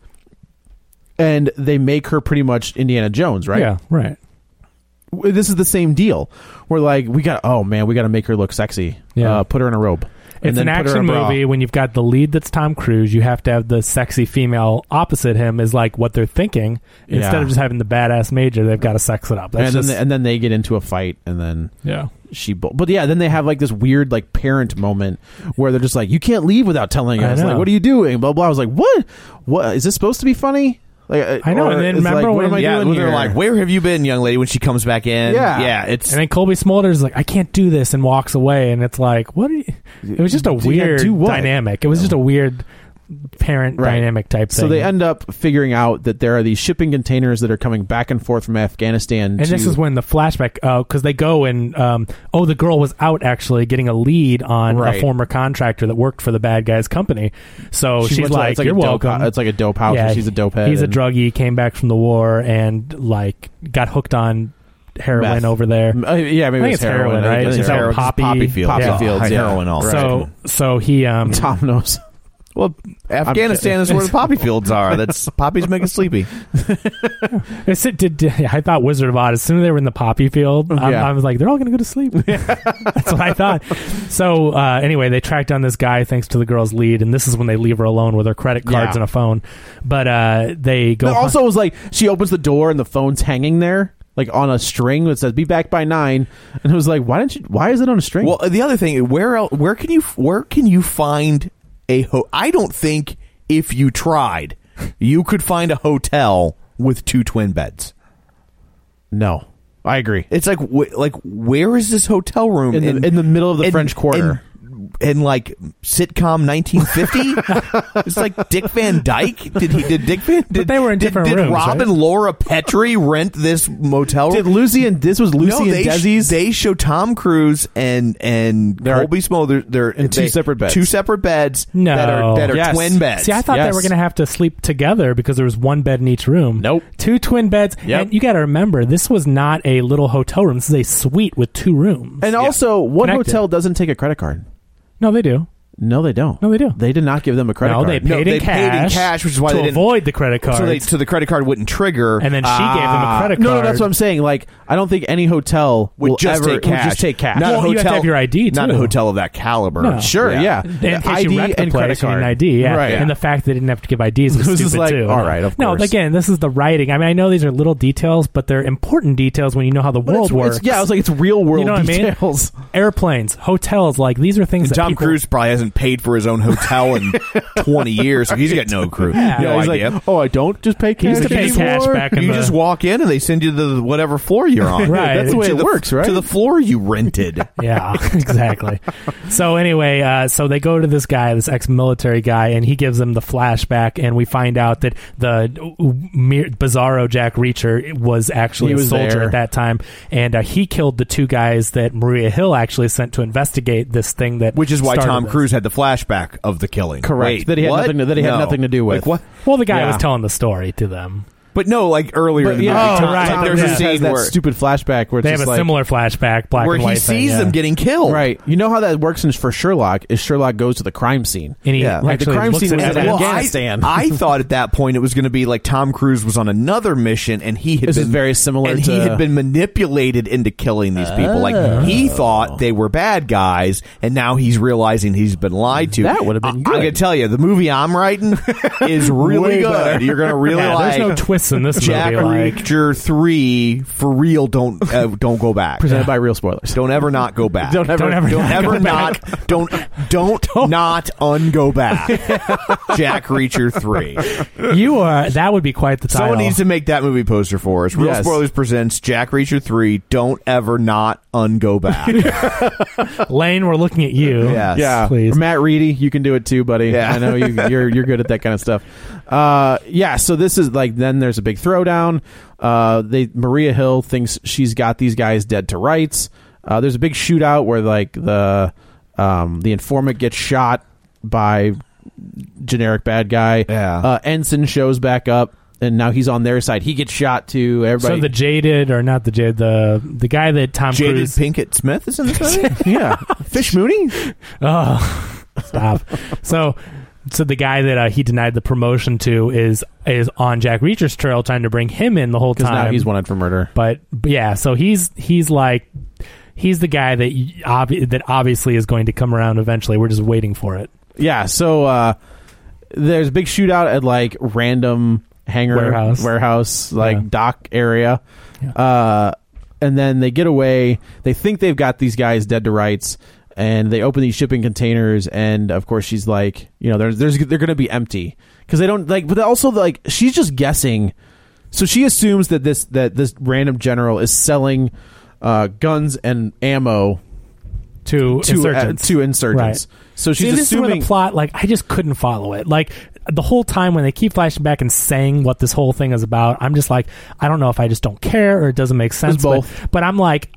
[SPEAKER 2] And they make her pretty much Indiana Jones, right?
[SPEAKER 3] Yeah, right.
[SPEAKER 2] W- This is the same deal. We're like, we got, oh man, we got to make her look sexy.
[SPEAKER 3] Yeah.
[SPEAKER 2] Uh, put her in a robe. And
[SPEAKER 3] It's
[SPEAKER 2] then
[SPEAKER 3] an
[SPEAKER 2] put her in
[SPEAKER 3] action
[SPEAKER 2] a bra.
[SPEAKER 3] movie. When you've got the lead that's Tom Cruise, you have to have the sexy female opposite him is like what they're thinking instead
[SPEAKER 2] Yeah.
[SPEAKER 3] of just having the badass major. They've got to sex it up. That's
[SPEAKER 2] and,
[SPEAKER 3] just
[SPEAKER 2] then they, and then they get into a fight, and then
[SPEAKER 3] Yeah.
[SPEAKER 2] she. bo- But yeah, then they have like this weird like parent moment where they're just like, "You can't leave without telling
[SPEAKER 3] I
[SPEAKER 2] us." Like,
[SPEAKER 3] know.
[SPEAKER 2] what are you doing? Blah blah. I was like, "What? What is this supposed to be funny?" Like, uh,
[SPEAKER 3] I know,
[SPEAKER 2] or
[SPEAKER 3] and then
[SPEAKER 2] it's
[SPEAKER 3] remember
[SPEAKER 2] like, what
[SPEAKER 3] when-
[SPEAKER 2] am I
[SPEAKER 3] yeah,
[SPEAKER 2] doing
[SPEAKER 3] when they're
[SPEAKER 2] here?
[SPEAKER 3] like,
[SPEAKER 1] Where have you been, young lady? When she comes back in,
[SPEAKER 2] Yeah.
[SPEAKER 1] yeah, it's
[SPEAKER 3] and then Colby Smulders is like, I can't do this, and walks away, and it's like, what? Are you? It was just a
[SPEAKER 2] Do- yeah,
[SPEAKER 3] weird
[SPEAKER 2] do what?
[SPEAKER 3] dynamic. It was just a weird parent
[SPEAKER 2] Right.
[SPEAKER 3] dynamic type thing.
[SPEAKER 2] So they end up figuring out that there are these shipping containers that are coming back and forth from Afghanistan.
[SPEAKER 3] and
[SPEAKER 2] to,
[SPEAKER 3] this is when the flashback, because they go and um, oh, the girl was out actually getting a lead on
[SPEAKER 2] Right.
[SPEAKER 3] a former contractor that worked for the bad guy's company. So
[SPEAKER 2] Oh, She
[SPEAKER 3] she's
[SPEAKER 2] went to-
[SPEAKER 3] like,
[SPEAKER 2] it's like a
[SPEAKER 3] "You're
[SPEAKER 2] dope
[SPEAKER 3] welcome."
[SPEAKER 2] hou- it's like a dope house, and she's a dope head
[SPEAKER 3] He's a
[SPEAKER 2] and-
[SPEAKER 3] druggie. Came back from the war and like got hooked on heroin
[SPEAKER 2] Meth.
[SPEAKER 3] over there.
[SPEAKER 2] Uh, yeah,
[SPEAKER 3] I
[SPEAKER 2] maybe
[SPEAKER 3] think
[SPEAKER 2] it's
[SPEAKER 3] it's heroin,
[SPEAKER 2] heroin. I
[SPEAKER 3] right?
[SPEAKER 2] think
[SPEAKER 3] It's
[SPEAKER 2] it's
[SPEAKER 3] out in
[SPEAKER 2] heroin. Just
[SPEAKER 3] Poppy,
[SPEAKER 2] poppy fields. Poppy
[SPEAKER 3] Yeah.
[SPEAKER 2] fields, yeah. Heroin, all right.
[SPEAKER 3] So so he um
[SPEAKER 2] Tom knows.
[SPEAKER 1] Well, Afghanistan is where the poppy fields are. That's poppies make us sleepy.
[SPEAKER 3] It's- it did- I thought Wizard of Oz. As soon as they were in the poppy field,
[SPEAKER 2] Mm-hmm.
[SPEAKER 3] I,
[SPEAKER 1] Yeah.
[SPEAKER 3] I was like, they're all going to go to sleep. That's what I thought. So uh, anyway, they track down this guy thanks to the girl's lead, and this is when they leave her alone with her credit cards
[SPEAKER 2] Yeah.
[SPEAKER 3] and a phone. But uh, they go.
[SPEAKER 2] But
[SPEAKER 3] hunt-
[SPEAKER 2] also, it was like she opens the door and the phone's hanging there, like on a string that says "Be back by 9. And it was like, why didn't you? Why is it on a string?
[SPEAKER 1] Well, the other thing, where el where can you where can you find a ho- I don't think if you tried, you could find a hotel with two twin beds.
[SPEAKER 2] No. I agree.
[SPEAKER 1] It's like wh- like where is this hotel room
[SPEAKER 2] In the- in the middle of the
[SPEAKER 1] in-
[SPEAKER 2] French Quarter.
[SPEAKER 1] in- in like sitcom 1950, it's like Dick Van Dyke. Did he? Did Dick Van? Did,
[SPEAKER 3] they were in
[SPEAKER 1] did,
[SPEAKER 3] different
[SPEAKER 1] did
[SPEAKER 3] rooms,
[SPEAKER 1] Rob
[SPEAKER 3] right?
[SPEAKER 1] and Laura Petrie rent this motel?
[SPEAKER 2] Did Lucy and this was Lucy
[SPEAKER 1] no,
[SPEAKER 2] and
[SPEAKER 1] they sh-
[SPEAKER 2] Desi's?
[SPEAKER 1] they show Tom Cruise and and
[SPEAKER 2] are-
[SPEAKER 1] Colby Smulders. They're
[SPEAKER 2] In two
[SPEAKER 1] they-
[SPEAKER 2] separate beds.
[SPEAKER 1] Two separate beds.
[SPEAKER 3] No,
[SPEAKER 1] that are, that are
[SPEAKER 2] Yes.
[SPEAKER 1] twin beds.
[SPEAKER 3] See, I thought they
[SPEAKER 2] Yes.
[SPEAKER 3] were going to have to sleep together because there was one bed in each room.
[SPEAKER 2] Nope.
[SPEAKER 3] Two twin beds.
[SPEAKER 2] Yep.
[SPEAKER 3] And you got to remember, this was not a little hotel room. This is a suite with two rooms.
[SPEAKER 2] and also, what
[SPEAKER 3] Connected.
[SPEAKER 2] hotel doesn't take a credit card?
[SPEAKER 3] No, they do.
[SPEAKER 2] No, they don't.
[SPEAKER 3] No, they do.
[SPEAKER 2] They did not give them a credit
[SPEAKER 3] no,
[SPEAKER 2] card.
[SPEAKER 3] they paid,
[SPEAKER 1] No,
[SPEAKER 3] in,
[SPEAKER 1] they
[SPEAKER 3] cash
[SPEAKER 1] paid in cash, which is why
[SPEAKER 3] to
[SPEAKER 1] they didn't-
[SPEAKER 3] avoid the credit cards.
[SPEAKER 1] so they so the credit card wouldn't trigger.
[SPEAKER 3] and then she gave him a
[SPEAKER 1] Ah.
[SPEAKER 3] credit card.
[SPEAKER 2] No, no, that's what I'm saying. Like, I don't think any hotel
[SPEAKER 1] Would
[SPEAKER 2] will
[SPEAKER 1] just
[SPEAKER 2] ever
[SPEAKER 1] take cash.
[SPEAKER 2] Would just take cash.
[SPEAKER 1] Not
[SPEAKER 3] Well,
[SPEAKER 1] a hotel,
[SPEAKER 3] you have to have your ID,
[SPEAKER 1] Not a
[SPEAKER 3] too.
[SPEAKER 1] hotel of that caliber.
[SPEAKER 3] No.
[SPEAKER 2] Sure, yeah.
[SPEAKER 3] In case
[SPEAKER 2] ID
[SPEAKER 3] you wrecked the
[SPEAKER 2] and
[SPEAKER 3] place,
[SPEAKER 2] credit
[SPEAKER 3] you need an
[SPEAKER 2] card.
[SPEAKER 3] ID, yeah.
[SPEAKER 2] Right.
[SPEAKER 3] And the fact they didn't have to give IDs was
[SPEAKER 2] This
[SPEAKER 3] stupid
[SPEAKER 2] is like,
[SPEAKER 3] too.
[SPEAKER 2] all right, of
[SPEAKER 3] no,
[SPEAKER 2] course.
[SPEAKER 3] again, this is the writing. I mean, I know these are little details, but they're important details when you know how the
[SPEAKER 2] But
[SPEAKER 3] world
[SPEAKER 2] it's-
[SPEAKER 3] works.
[SPEAKER 2] it's- yeah, I was like, it's real world
[SPEAKER 3] you know what
[SPEAKER 2] details.
[SPEAKER 3] I mean? Airplanes, hotels, like these are things
[SPEAKER 1] And
[SPEAKER 3] that
[SPEAKER 1] Tom
[SPEAKER 3] people-
[SPEAKER 1] Cruise probably hasn't paid for his own hotel in 20 years, so he's got no crew.
[SPEAKER 2] Yeah,
[SPEAKER 1] no
[SPEAKER 2] he's
[SPEAKER 1] idea.
[SPEAKER 2] like, oh, I don't just pay cash.
[SPEAKER 3] used to pay
[SPEAKER 2] anymore?"
[SPEAKER 3] cash back in
[SPEAKER 1] you
[SPEAKER 3] the-
[SPEAKER 1] just walk in and they send you to the, whatever floor you're on.
[SPEAKER 3] uh, Right. That's the
[SPEAKER 2] way
[SPEAKER 1] To
[SPEAKER 2] it works, right?
[SPEAKER 1] To the floor you rented.
[SPEAKER 3] Yeah, exactly. so anyway, uh, so they go to this guy, this ex-military guy, and he gives them the flashback, and we find out that the mere Bizarro Jack Reacher was actually
[SPEAKER 2] He was
[SPEAKER 3] a soldier
[SPEAKER 2] there.
[SPEAKER 3] at that time, and uh, he killed the two guys that Maria Hill actually sent to investigate this thing that,
[SPEAKER 1] Which is why
[SPEAKER 3] started
[SPEAKER 1] Tom
[SPEAKER 3] this.
[SPEAKER 1] Cruise had the flashback of the killing.
[SPEAKER 2] Correct.
[SPEAKER 1] Wait,
[SPEAKER 2] That he had
[SPEAKER 1] what?
[SPEAKER 2] nothing to- that he had
[SPEAKER 1] No.
[SPEAKER 2] nothing to do with.
[SPEAKER 1] Like, what?
[SPEAKER 3] Well, the guy
[SPEAKER 2] Yeah.
[SPEAKER 3] was telling the story to them.
[SPEAKER 1] But no, like earlier
[SPEAKER 2] But
[SPEAKER 1] in the
[SPEAKER 2] yeah,
[SPEAKER 1] movie,
[SPEAKER 2] like,
[SPEAKER 3] Oh,
[SPEAKER 2] Tom,
[SPEAKER 3] right.
[SPEAKER 2] Tom
[SPEAKER 1] Tom
[SPEAKER 3] Yeah.
[SPEAKER 1] Cruise
[SPEAKER 3] Yeah.
[SPEAKER 2] has
[SPEAKER 1] has
[SPEAKER 2] that
[SPEAKER 1] where,
[SPEAKER 2] stupid flashback where it's
[SPEAKER 3] They have
[SPEAKER 2] just
[SPEAKER 3] a
[SPEAKER 2] like,
[SPEAKER 3] similar flashback,
[SPEAKER 2] Oh.
[SPEAKER 3] black
[SPEAKER 1] where
[SPEAKER 3] and
[SPEAKER 1] he
[SPEAKER 3] white. thing,
[SPEAKER 1] sees
[SPEAKER 3] yeah.
[SPEAKER 1] them getting killed.
[SPEAKER 2] Right. You know how that works in, for Sherlock is Sherlock goes to the crime scene.
[SPEAKER 3] And he
[SPEAKER 1] Yeah.
[SPEAKER 2] Like, the
[SPEAKER 3] actually
[SPEAKER 2] crime
[SPEAKER 3] looks
[SPEAKER 2] scene
[SPEAKER 3] at
[SPEAKER 2] was
[SPEAKER 3] it.
[SPEAKER 2] in
[SPEAKER 1] Well,
[SPEAKER 3] Well,
[SPEAKER 1] I,
[SPEAKER 2] Afghanistan.
[SPEAKER 1] I thought at that point it was going to be like Tom Cruise was on another mission and he had
[SPEAKER 2] This
[SPEAKER 1] been
[SPEAKER 2] is very similar
[SPEAKER 1] and
[SPEAKER 2] to-
[SPEAKER 1] he had been manipulated into killing these people. Like he
[SPEAKER 2] Oh.
[SPEAKER 1] thought they were bad guys, and now he's realizing he's been lied to.
[SPEAKER 2] That would've been
[SPEAKER 1] I,
[SPEAKER 2] good.
[SPEAKER 1] am gonna tell you, the movie I'm writing is really
[SPEAKER 2] Way
[SPEAKER 1] good.
[SPEAKER 2] better.
[SPEAKER 1] You're gonna really
[SPEAKER 3] yeah,
[SPEAKER 1] like.
[SPEAKER 3] there's no twists in this
[SPEAKER 1] Jack
[SPEAKER 3] movie. Like,
[SPEAKER 1] Reacher three for real. Don't uh, don't go back.
[SPEAKER 2] Presented by Real Spoilers.
[SPEAKER 1] Don't ever not go back.
[SPEAKER 2] Don't ever-
[SPEAKER 1] don't ever,
[SPEAKER 2] don't
[SPEAKER 1] not
[SPEAKER 2] ever
[SPEAKER 1] not don't don't not ungo back. Jack Reacher three.
[SPEAKER 3] you are that would be quite the title.
[SPEAKER 1] Someone needs to make that movie poster for us. Real
[SPEAKER 3] Yes.
[SPEAKER 1] Spoilers presents Jack Reacher three. Don't ever not ungo back.
[SPEAKER 3] Lane, we're looking at you.
[SPEAKER 1] Yes.
[SPEAKER 2] Yeah,
[SPEAKER 3] please.
[SPEAKER 2] Matt Reedy, you can do it too, buddy.
[SPEAKER 1] Yeah.
[SPEAKER 2] I know you, you're you're good at that kind of stuff. Uh, yeah, so this is like then there's a big throwdown. Uh, they Maria Hill thinks she's got these guys dead to rights. Uh, there's a big shootout where like the um, the informant gets shot by generic bad guy. Yeah. Uh, Ensign shows back up. And now he's on their side. He gets shot too. Everybody.
[SPEAKER 3] So the jaded or not the jaded the the guy that Tom
[SPEAKER 1] Jaded
[SPEAKER 3] Cruise
[SPEAKER 1] Pinkett Smith is in this movie.
[SPEAKER 2] yeah, Fish Mooney.
[SPEAKER 3] Oh, stop. so, so the guy that uh, he denied the promotion to is is on Jack Reacher's trail, trying to bring him in the whole
[SPEAKER 2] because
[SPEAKER 3] time.
[SPEAKER 2] now he's wanted for murder.
[SPEAKER 3] but, but yeah, so he's he's like he's the guy that y- obvi- that obviously is going to come around eventually. We're just waiting for it.
[SPEAKER 2] Yeah, so uh there's a big shootout at like random hangar
[SPEAKER 3] Warehouse.
[SPEAKER 2] warehouse, like
[SPEAKER 3] Yeah.
[SPEAKER 2] dock area. Uh and then they get away. They think they've got these guys dead to rights and they open these shipping containers and of course she's like, you know, there's there's they're going to be empty cuz they don't like but also like she's just guessing. So she assumes that this that this random general is selling uh guns and ammo
[SPEAKER 3] To
[SPEAKER 2] to
[SPEAKER 3] insurgents.
[SPEAKER 2] uh, to insurgents.
[SPEAKER 3] Right.
[SPEAKER 2] So she's
[SPEAKER 3] See, this is where
[SPEAKER 2] assuming
[SPEAKER 3] the plot, like, I just couldn't follow it. Like the whole time when they keep flashing back and saying what this whole thing is about, I'm just like, I don't know if I just don't care or it doesn't make sense. but-
[SPEAKER 2] both.
[SPEAKER 3] But, I'm like,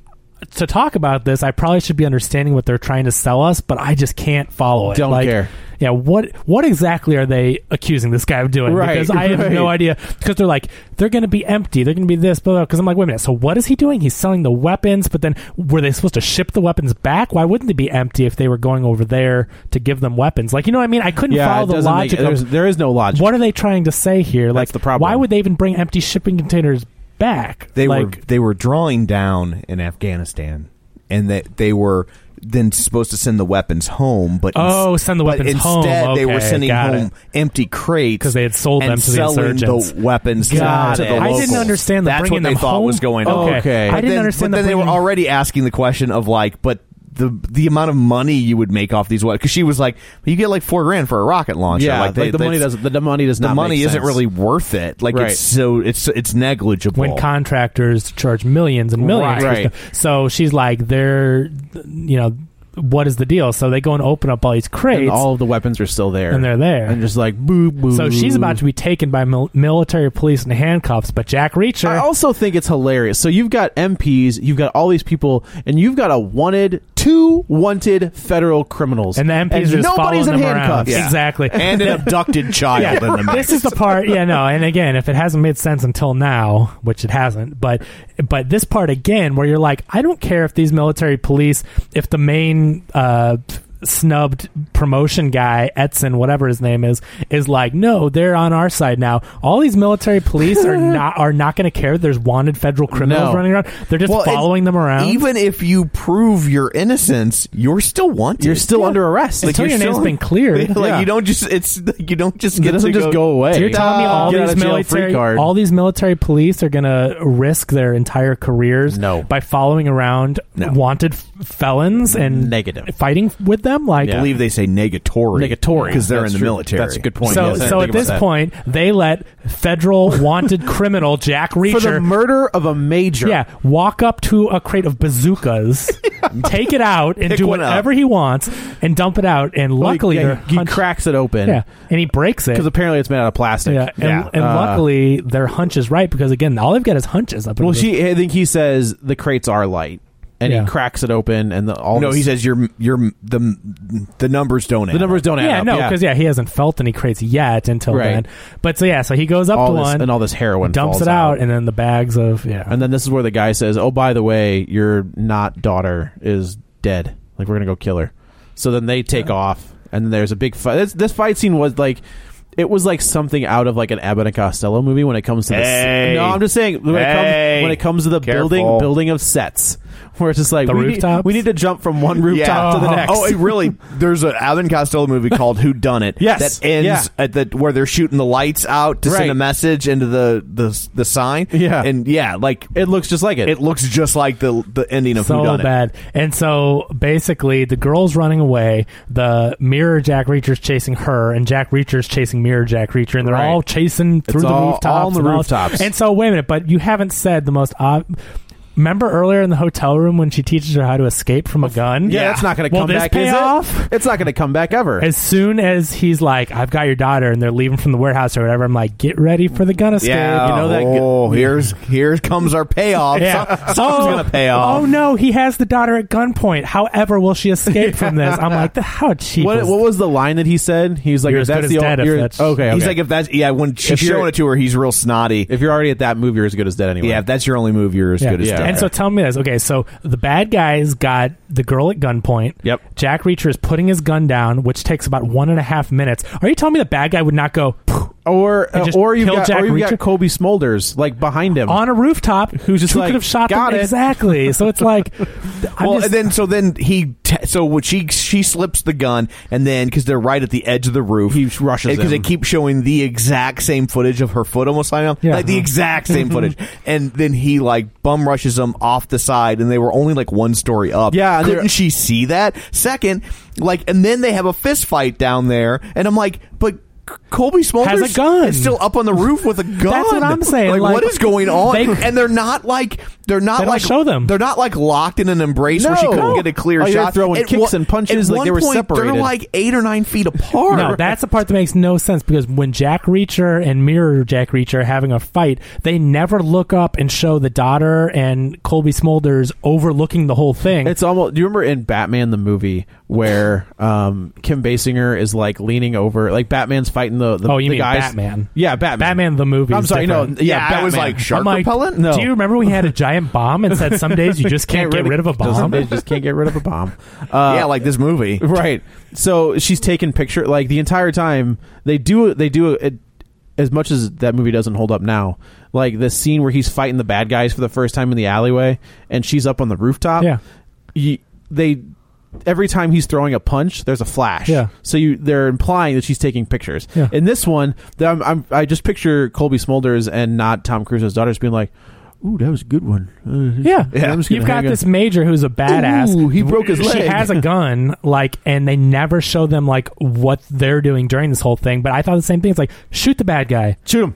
[SPEAKER 3] to talk about this, I probably should be understanding what they're trying to sell us, but I just can't follow it.
[SPEAKER 2] Don't
[SPEAKER 3] Like,
[SPEAKER 2] care.
[SPEAKER 3] Yeah, what what exactly are they accusing this guy of doing?
[SPEAKER 2] Right,
[SPEAKER 3] because I have no
[SPEAKER 2] right.
[SPEAKER 3] idea. Because they're like they're going to be empty. They're going to be this. Blah. Because I'm like, wait a minute. So what is he doing? He's selling the weapons, but then were they supposed to ship the weapons back? Why wouldn't they be empty if they were going over there to give them weapons? Like you know what I mean? I couldn't
[SPEAKER 2] it
[SPEAKER 3] follow the
[SPEAKER 2] doesn't make-
[SPEAKER 3] logic.
[SPEAKER 2] there's-
[SPEAKER 3] of,
[SPEAKER 2] there is no logic.
[SPEAKER 3] what are they trying to say here? like
[SPEAKER 2] the problem.
[SPEAKER 3] Why would they even bring empty shipping containers back?
[SPEAKER 1] they
[SPEAKER 3] like,
[SPEAKER 1] were they were drawing down in Afghanistan, and that they were then supposed to send the weapons home. But
[SPEAKER 3] Oh, send the
[SPEAKER 1] but
[SPEAKER 3] weapons
[SPEAKER 1] instead,
[SPEAKER 3] home.
[SPEAKER 1] they were
[SPEAKER 3] Okay,
[SPEAKER 1] sending
[SPEAKER 3] got
[SPEAKER 1] home
[SPEAKER 3] it.
[SPEAKER 1] empty crates
[SPEAKER 3] 'Cause they had sold
[SPEAKER 1] and
[SPEAKER 3] them to the
[SPEAKER 1] selling
[SPEAKER 3] insurgents.
[SPEAKER 1] weapons to-
[SPEAKER 3] Got
[SPEAKER 1] to
[SPEAKER 3] it.
[SPEAKER 1] the
[SPEAKER 3] I didn't
[SPEAKER 1] locals.
[SPEAKER 3] understand the
[SPEAKER 1] That's what
[SPEAKER 3] bringing
[SPEAKER 1] they
[SPEAKER 3] them
[SPEAKER 1] thought
[SPEAKER 3] home.
[SPEAKER 1] was going on.
[SPEAKER 3] Okay. Okay. I
[SPEAKER 1] But
[SPEAKER 3] didn't
[SPEAKER 1] then,
[SPEAKER 3] understand
[SPEAKER 1] But
[SPEAKER 3] the
[SPEAKER 1] then they were
[SPEAKER 3] bringing-
[SPEAKER 1] already asking the question of like, but. The, the amount of money you would make off these weapons because she was like you get like four grand for a rocket launcher
[SPEAKER 2] Yeah, like,
[SPEAKER 1] they-
[SPEAKER 2] the money
[SPEAKER 1] that's-
[SPEAKER 2] doesn't. The money does
[SPEAKER 1] the
[SPEAKER 2] not.
[SPEAKER 1] money
[SPEAKER 2] make
[SPEAKER 1] isn't
[SPEAKER 2] sense.
[SPEAKER 1] really worth it like
[SPEAKER 2] Right.
[SPEAKER 1] it's so it's it's negligible
[SPEAKER 3] when contractors charge millions and millions.
[SPEAKER 2] Right.
[SPEAKER 3] for
[SPEAKER 2] Right.
[SPEAKER 3] stuff. So she's like, they're, you know, what is the deal? So they go and open up all these crates.
[SPEAKER 2] And all of the weapons are still there,
[SPEAKER 3] And they're there.
[SPEAKER 2] and just like boo boo.
[SPEAKER 3] so she's about to be taken by mil- military police in handcuffs, but Jack Reacher.
[SPEAKER 2] I also think it's hilarious. So you've got MPs, you've got all these people, and you've got a wanted, two wanted federal criminals,
[SPEAKER 3] and the MPs are just
[SPEAKER 2] nobody's
[SPEAKER 3] following
[SPEAKER 2] in
[SPEAKER 3] them
[SPEAKER 2] handcuffs.
[SPEAKER 3] around. Exactly.
[SPEAKER 1] and an abducted child in the mix.
[SPEAKER 3] this is the part yeah no and again if it hasn't made sense until now which it hasn't but but this part again where you're like i don't care if these military police if the main uh snubbed promotion guy etson whatever his name is is like no they're on our side now all these military police are not are not going to care that there's wanted federal criminals
[SPEAKER 2] No.
[SPEAKER 3] running around they're just
[SPEAKER 1] Well, and
[SPEAKER 3] following them around
[SPEAKER 1] Even if you prove your innocence, you're still wanted.
[SPEAKER 2] You're still under arrest.
[SPEAKER 1] Like,
[SPEAKER 3] Until
[SPEAKER 1] you're
[SPEAKER 3] your name's
[SPEAKER 1] still-
[SPEAKER 3] been cleared.
[SPEAKER 1] Like
[SPEAKER 2] Yeah.
[SPEAKER 1] you don't just it's you don't just
[SPEAKER 2] It
[SPEAKER 1] get
[SPEAKER 2] doesn't
[SPEAKER 1] to
[SPEAKER 2] just go away.
[SPEAKER 3] So you're telling me all
[SPEAKER 2] Get out
[SPEAKER 3] these
[SPEAKER 2] of jail free
[SPEAKER 3] military,
[SPEAKER 2] card.
[SPEAKER 3] all these military police are gonna risk their entire careers
[SPEAKER 2] No.
[SPEAKER 3] by following around
[SPEAKER 1] No.
[SPEAKER 3] wanted f- felons and
[SPEAKER 2] Negative.
[SPEAKER 3] fighting with them? Like,
[SPEAKER 1] I believe they say negatory.
[SPEAKER 2] Negatory.
[SPEAKER 1] because they're
[SPEAKER 2] That's
[SPEAKER 1] in the
[SPEAKER 2] true.
[SPEAKER 1] military.
[SPEAKER 2] That's a good point.
[SPEAKER 3] so,
[SPEAKER 2] Yes, I didn't
[SPEAKER 3] so
[SPEAKER 2] think
[SPEAKER 3] at
[SPEAKER 2] about
[SPEAKER 3] this
[SPEAKER 2] that.
[SPEAKER 3] point, they let federal wanted criminal Jack
[SPEAKER 2] for the
[SPEAKER 3] Reacher,
[SPEAKER 2] murder of a major.
[SPEAKER 3] yeah, walk up to a crate of bazookas, take it out, and
[SPEAKER 1] Pick
[SPEAKER 3] do
[SPEAKER 1] one up.
[SPEAKER 3] whatever he wants, and dump it out. And
[SPEAKER 2] Like,
[SPEAKER 3] luckily,
[SPEAKER 2] yeah,
[SPEAKER 3] they're
[SPEAKER 2] he
[SPEAKER 3] hunch-
[SPEAKER 2] cracks it open.
[SPEAKER 3] yeah, and he breaks it
[SPEAKER 2] because apparently it's made out of plastic.
[SPEAKER 3] Yeah, and, and
[SPEAKER 2] Uh,
[SPEAKER 3] luckily their hunch is right because again, all they've got is hunches up.
[SPEAKER 2] Well,
[SPEAKER 3] until
[SPEAKER 2] she. I think he says the crates are light, and
[SPEAKER 3] Yeah.
[SPEAKER 2] he cracks it open, and the, all
[SPEAKER 1] No,
[SPEAKER 2] this-
[SPEAKER 1] he says you're you're the the numbers don't.
[SPEAKER 2] the numbers don't add
[SPEAKER 3] yeah,
[SPEAKER 2] up.
[SPEAKER 3] no, because yeah. he hasn't felt any crates yet until
[SPEAKER 2] Right.
[SPEAKER 3] then. But so yeah, so he goes up
[SPEAKER 2] all
[SPEAKER 3] to
[SPEAKER 2] this,
[SPEAKER 3] one,
[SPEAKER 2] and all this heroin
[SPEAKER 3] dumps
[SPEAKER 2] falls
[SPEAKER 3] it out, and then the bags of yeah,
[SPEAKER 2] and then this is where the guy says, "Oh, by the way, your not daughter is dead. Like we're gonna go kill her." So then they take off, and there's a big fight. This, this fight scene was like. It was like something out of like an Abbott and Costello movie when it comes to the
[SPEAKER 1] Hey.
[SPEAKER 2] no, I'm just saying when it
[SPEAKER 1] Hey.
[SPEAKER 2] comes when it comes to the building
[SPEAKER 1] Careful.
[SPEAKER 2] building of sets. where it's just like
[SPEAKER 3] The
[SPEAKER 2] we,
[SPEAKER 3] rooftops?
[SPEAKER 2] Need, we need to jump from one rooftop to the next.
[SPEAKER 1] Oh, it really. There's an Alan Costello movie called Who Done It.
[SPEAKER 2] Yes.
[SPEAKER 1] that ends
[SPEAKER 2] Yeah.
[SPEAKER 1] at the where they're shooting the lights out to
[SPEAKER 2] Right.
[SPEAKER 1] send a message into the the the sign.
[SPEAKER 2] Yeah.
[SPEAKER 1] and yeah, like
[SPEAKER 2] it looks just like it.
[SPEAKER 1] It looks just like the the ending of
[SPEAKER 3] so
[SPEAKER 1] Who Done
[SPEAKER 3] bad. And so basically, the girl's running away. The mirror Jack Reacher's chasing her, and Jack Reacher's chasing mirror Jack Reacher, and they're
[SPEAKER 2] Right.
[SPEAKER 3] all chasing
[SPEAKER 2] It's
[SPEAKER 3] through the
[SPEAKER 2] all-
[SPEAKER 3] rooftops.
[SPEAKER 2] all on the
[SPEAKER 3] and
[SPEAKER 2] rooftops.
[SPEAKER 3] And so, wait a minute, but you haven't said the most ob- Remember earlier in the hotel room when she teaches her how to escape from a gun?
[SPEAKER 2] yeah, that's not going to
[SPEAKER 3] Will
[SPEAKER 2] come
[SPEAKER 3] this
[SPEAKER 2] back.
[SPEAKER 3] Pay
[SPEAKER 2] is it?
[SPEAKER 3] off?
[SPEAKER 2] It's not going to come back ever.
[SPEAKER 3] As soon as he's like, "I've got your daughter," and they're leaving from the warehouse or whatever, I'm like, "Get ready for the gun
[SPEAKER 1] It.
[SPEAKER 3] escape."
[SPEAKER 1] Yeah,
[SPEAKER 3] you know that.
[SPEAKER 1] Oh, here's here comes our payoff.
[SPEAKER 3] Yeah.
[SPEAKER 1] Some- something's
[SPEAKER 3] oh,
[SPEAKER 1] gonna pay off.
[SPEAKER 3] Oh no, he has the daughter at gunpoint. However, will she escape from this? I'm like, how cheap.
[SPEAKER 2] What,
[SPEAKER 3] is-
[SPEAKER 2] what was the line that he said? He was like,
[SPEAKER 3] You're
[SPEAKER 2] if
[SPEAKER 3] as good
[SPEAKER 2] that's
[SPEAKER 3] as
[SPEAKER 2] the
[SPEAKER 3] dead if
[SPEAKER 2] you're-
[SPEAKER 3] that's-
[SPEAKER 2] okay,
[SPEAKER 1] He's
[SPEAKER 2] okay.
[SPEAKER 1] like, if that's yeah, when she's
[SPEAKER 2] If you're-
[SPEAKER 1] showing it to her, he's real snotty.
[SPEAKER 2] if you're already at that move, you're as good as dead anyway.
[SPEAKER 1] Yeah, if that's your only move, you're as
[SPEAKER 3] Yeah.
[SPEAKER 1] good as
[SPEAKER 2] Yeah.
[SPEAKER 1] dead.
[SPEAKER 3] And so tell me this. Okay, so the bad guys got the girl at gunpoint.
[SPEAKER 2] Yep.
[SPEAKER 3] Jack Reacher is putting his gun down, which takes about one and a half minutes. Are you telling me the bad guy would not go
[SPEAKER 2] or
[SPEAKER 3] And
[SPEAKER 2] uh,
[SPEAKER 3] just
[SPEAKER 2] or you've
[SPEAKER 3] kill
[SPEAKER 2] got
[SPEAKER 3] Jack
[SPEAKER 2] or you've
[SPEAKER 3] Reacher?
[SPEAKER 2] got Kobe Smolders like behind him.
[SPEAKER 3] on a rooftop who's
[SPEAKER 2] just
[SPEAKER 3] who
[SPEAKER 2] like,
[SPEAKER 3] could have shot
[SPEAKER 2] "Got
[SPEAKER 3] them
[SPEAKER 2] it."
[SPEAKER 3] exactly? So it's like, I'm
[SPEAKER 1] well,
[SPEAKER 3] just-
[SPEAKER 1] and then so then he t- so when she she slips the gun and then because they're right at the edge of the roof
[SPEAKER 2] He rushes
[SPEAKER 1] because they
[SPEAKER 2] him.
[SPEAKER 1] keep showing the exact same footage of her foot almost sliding off
[SPEAKER 3] Yeah. Uh-huh.
[SPEAKER 1] like
[SPEAKER 3] Mm-hmm.
[SPEAKER 1] the exact same footage and then he like bum rushes them off the side and they were only like one story up
[SPEAKER 2] Yeah, and they're-
[SPEAKER 1] couldn't she see that second like and then they have a fist fight down there and I'm like but. C- Colby Smulders
[SPEAKER 3] Has a gun.
[SPEAKER 1] is still up on the roof with a gun.
[SPEAKER 3] what I'm saying,
[SPEAKER 1] Like,
[SPEAKER 3] like,
[SPEAKER 1] what is going on?
[SPEAKER 3] they-
[SPEAKER 1] and they're not like they're not
[SPEAKER 3] They don't
[SPEAKER 1] like
[SPEAKER 3] show them.
[SPEAKER 1] They're not like locked in an embrace where she
[SPEAKER 2] No.
[SPEAKER 1] couldn't get a clear
[SPEAKER 2] Oh, you're
[SPEAKER 1] shot.
[SPEAKER 2] throwing kicks
[SPEAKER 1] one-
[SPEAKER 2] and punches
[SPEAKER 1] at
[SPEAKER 2] like they
[SPEAKER 1] one
[SPEAKER 2] were
[SPEAKER 1] point,
[SPEAKER 2] separated.
[SPEAKER 1] They're like eight or nine feet apart.
[SPEAKER 3] No, that's the part that makes no sense because when Jack Reacher and Mirror Jack Reacher are having a fight, they never look up and show the daughter and Colby Smulders overlooking the whole thing.
[SPEAKER 2] It's almost. Do you remember in Batman the movie where um, Kim Basinger is like leaning over, like Batman's fighting the the,
[SPEAKER 3] Oh, you
[SPEAKER 2] the
[SPEAKER 3] mean
[SPEAKER 2] guys?
[SPEAKER 3] Batman.
[SPEAKER 2] Yeah, Batman.
[SPEAKER 3] Batman the movie.
[SPEAKER 2] I'm
[SPEAKER 3] is
[SPEAKER 2] sorry, no,
[SPEAKER 3] different.
[SPEAKER 2] yeah,
[SPEAKER 1] Yeah, I was
[SPEAKER 2] Batman.
[SPEAKER 1] like, shark
[SPEAKER 3] I'm like,
[SPEAKER 1] repellent?
[SPEAKER 2] No.
[SPEAKER 3] Do you remember we had a giant bomb and said some days you just can't, get rid of a bomb?
[SPEAKER 2] They just can't get rid of a bomb. Uh,
[SPEAKER 1] yeah, like this movie.
[SPEAKER 2] right. So she's taking picture like the entire time. They do they do it as much as that movie doesn't hold up now. Like the scene where he's fighting the bad guys for the first time in the alleyway, and she's up on the rooftop.
[SPEAKER 3] Yeah.
[SPEAKER 2] You- they every time he's throwing a punch, there's a flash.
[SPEAKER 3] Yeah.
[SPEAKER 2] So you they're implying that she's taking pictures.
[SPEAKER 3] Yeah.
[SPEAKER 2] In this one, that I'm, I'm, I just picture Colby Smulders and not Tom Cruise's daughters being like. Ooh, that was a good one. Uh,
[SPEAKER 3] Yeah,
[SPEAKER 2] I'm just gonna
[SPEAKER 3] you've got
[SPEAKER 2] hang on."
[SPEAKER 3] this major who's a badass.
[SPEAKER 2] Ooh, he broke his
[SPEAKER 3] She
[SPEAKER 2] leg.
[SPEAKER 3] has a gun, like, and they never show them like what they're doing during this whole thing. But I thought the same thing. It's like shoot the bad guy,
[SPEAKER 2] Shoot him.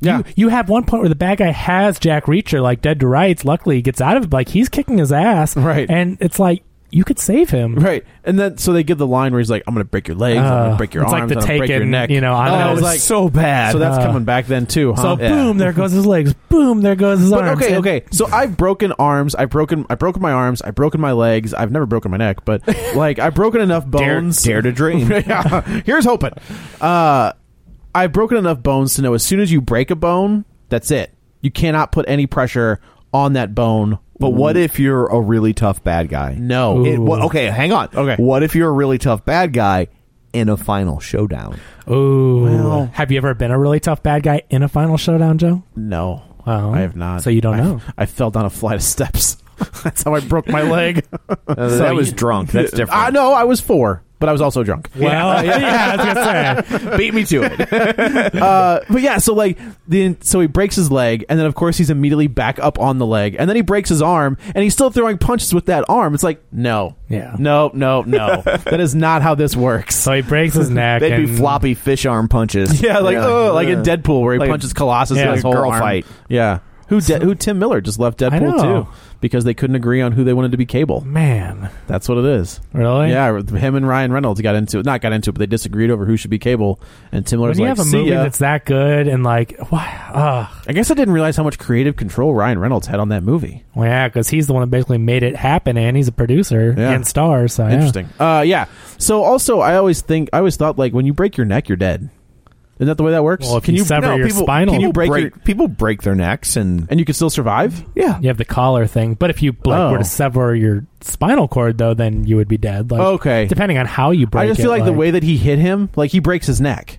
[SPEAKER 2] Yeah.
[SPEAKER 3] You, you have one point where the bad guy has Jack Reacher, like dead to rights. Luckily, he gets out of it. Like he's kicking his ass,
[SPEAKER 2] Right.
[SPEAKER 3] And it's like you could save him.
[SPEAKER 2] Right, and then so they give the line where he's like, "I'm gonna break your legs, I'm
[SPEAKER 3] Uh,
[SPEAKER 2] gonna break your
[SPEAKER 3] it's like
[SPEAKER 2] arms,
[SPEAKER 3] the
[SPEAKER 2] I'm gonna break your
[SPEAKER 3] Taken,
[SPEAKER 2] neck."
[SPEAKER 3] you know, I
[SPEAKER 2] oh,
[SPEAKER 3] know,
[SPEAKER 2] it's
[SPEAKER 3] it's
[SPEAKER 2] like
[SPEAKER 3] so bad.
[SPEAKER 2] So that's
[SPEAKER 3] Uh,
[SPEAKER 2] coming back then too, huh?
[SPEAKER 3] So
[SPEAKER 2] Uh-huh. Yeah.
[SPEAKER 3] boom, there goes his legs. Boom, there goes his
[SPEAKER 2] But
[SPEAKER 3] arms.
[SPEAKER 2] okay,
[SPEAKER 3] And-
[SPEAKER 2] okay. So I've broken arms. I've broken. I've broken my arms. I've broken my legs. I've never broken my neck, but like I've broken enough
[SPEAKER 1] Dare,
[SPEAKER 2] bones.
[SPEAKER 1] dare to dream.
[SPEAKER 2] yeah. Here's hoping. Uh, I've broken enough bones to know as soon as you break a bone, that's it. You cannot put any pressure on that bone.
[SPEAKER 1] But what if you're a really tough bad guy?
[SPEAKER 2] No.
[SPEAKER 1] It- what- okay, hang on.
[SPEAKER 2] Okay.
[SPEAKER 1] What if you're a really tough bad guy in a final showdown?
[SPEAKER 3] Ooh, have you ever been a really tough bad guy in a final showdown, Joe?
[SPEAKER 2] No.
[SPEAKER 3] Wow.
[SPEAKER 2] I have not.
[SPEAKER 3] So you don't
[SPEAKER 2] I-
[SPEAKER 3] know.
[SPEAKER 2] I fell down a flight of steps. That's how Oh, I broke my leg.
[SPEAKER 1] Uh, that was drunk. That's different.
[SPEAKER 2] I know I was four, but I was also drunk.
[SPEAKER 3] Well, yeah, I was gonna say.
[SPEAKER 2] Beat me to it. uh, but yeah, so like the so he breaks his leg, and then of course he's immediately back up on the leg, and then he breaks his arm, and he's still throwing punches with that arm. It's like no,
[SPEAKER 3] Yeah.
[SPEAKER 2] no, no, no. that is not how this works.
[SPEAKER 3] So he breaks his neck.
[SPEAKER 1] They'd be
[SPEAKER 3] and-
[SPEAKER 1] floppy fish arm punches.
[SPEAKER 2] Yeah, like oh, like in
[SPEAKER 1] uh,
[SPEAKER 2] Deadpool where he
[SPEAKER 1] like-
[SPEAKER 2] punches Colossus
[SPEAKER 3] yeah,
[SPEAKER 2] in his
[SPEAKER 1] like
[SPEAKER 2] whole
[SPEAKER 1] a girl
[SPEAKER 2] arm.
[SPEAKER 1] fight.
[SPEAKER 2] Yeah. Who, de- who Tim Miller just left Deadpool
[SPEAKER 3] know.
[SPEAKER 2] too because they couldn't agree on who they wanted to be Cable.
[SPEAKER 3] Man,
[SPEAKER 2] That's what it is.
[SPEAKER 3] really?
[SPEAKER 2] Yeah, him and Ryan Reynolds got into it. Not got into it, but they disagreed over who should be cable. And Tim
[SPEAKER 3] When
[SPEAKER 2] Miller's
[SPEAKER 3] you
[SPEAKER 2] like,
[SPEAKER 3] have a
[SPEAKER 2] "See
[SPEAKER 3] movie
[SPEAKER 2] ya."
[SPEAKER 3] that's that good and like, wow,
[SPEAKER 2] I guess I didn't realize how much creative control Ryan Reynolds had on that movie.
[SPEAKER 3] Well, yeah, because he's the one that basically made it happen, and he's a producer
[SPEAKER 2] Yeah.
[SPEAKER 3] and star. So yeah.
[SPEAKER 2] Interesting. Uh, yeah. So also, I always think, I always thought like when you break your neck, you're dead. Isn't that the way that works?
[SPEAKER 3] Well, if you sever your
[SPEAKER 1] people,
[SPEAKER 3] spinal,
[SPEAKER 1] People
[SPEAKER 2] you
[SPEAKER 1] break,
[SPEAKER 2] break your-
[SPEAKER 1] people break their necks and
[SPEAKER 2] and you can still survive.
[SPEAKER 1] yeah.
[SPEAKER 3] you have the collar thing. But if you like,
[SPEAKER 2] Oh.
[SPEAKER 3] were to sever your spinal cord, though, then you would be dead. Like,
[SPEAKER 2] Okay.
[SPEAKER 3] depending on how you break.
[SPEAKER 2] I just feel
[SPEAKER 3] it,
[SPEAKER 2] like, the way that he hit him, like he breaks his neck,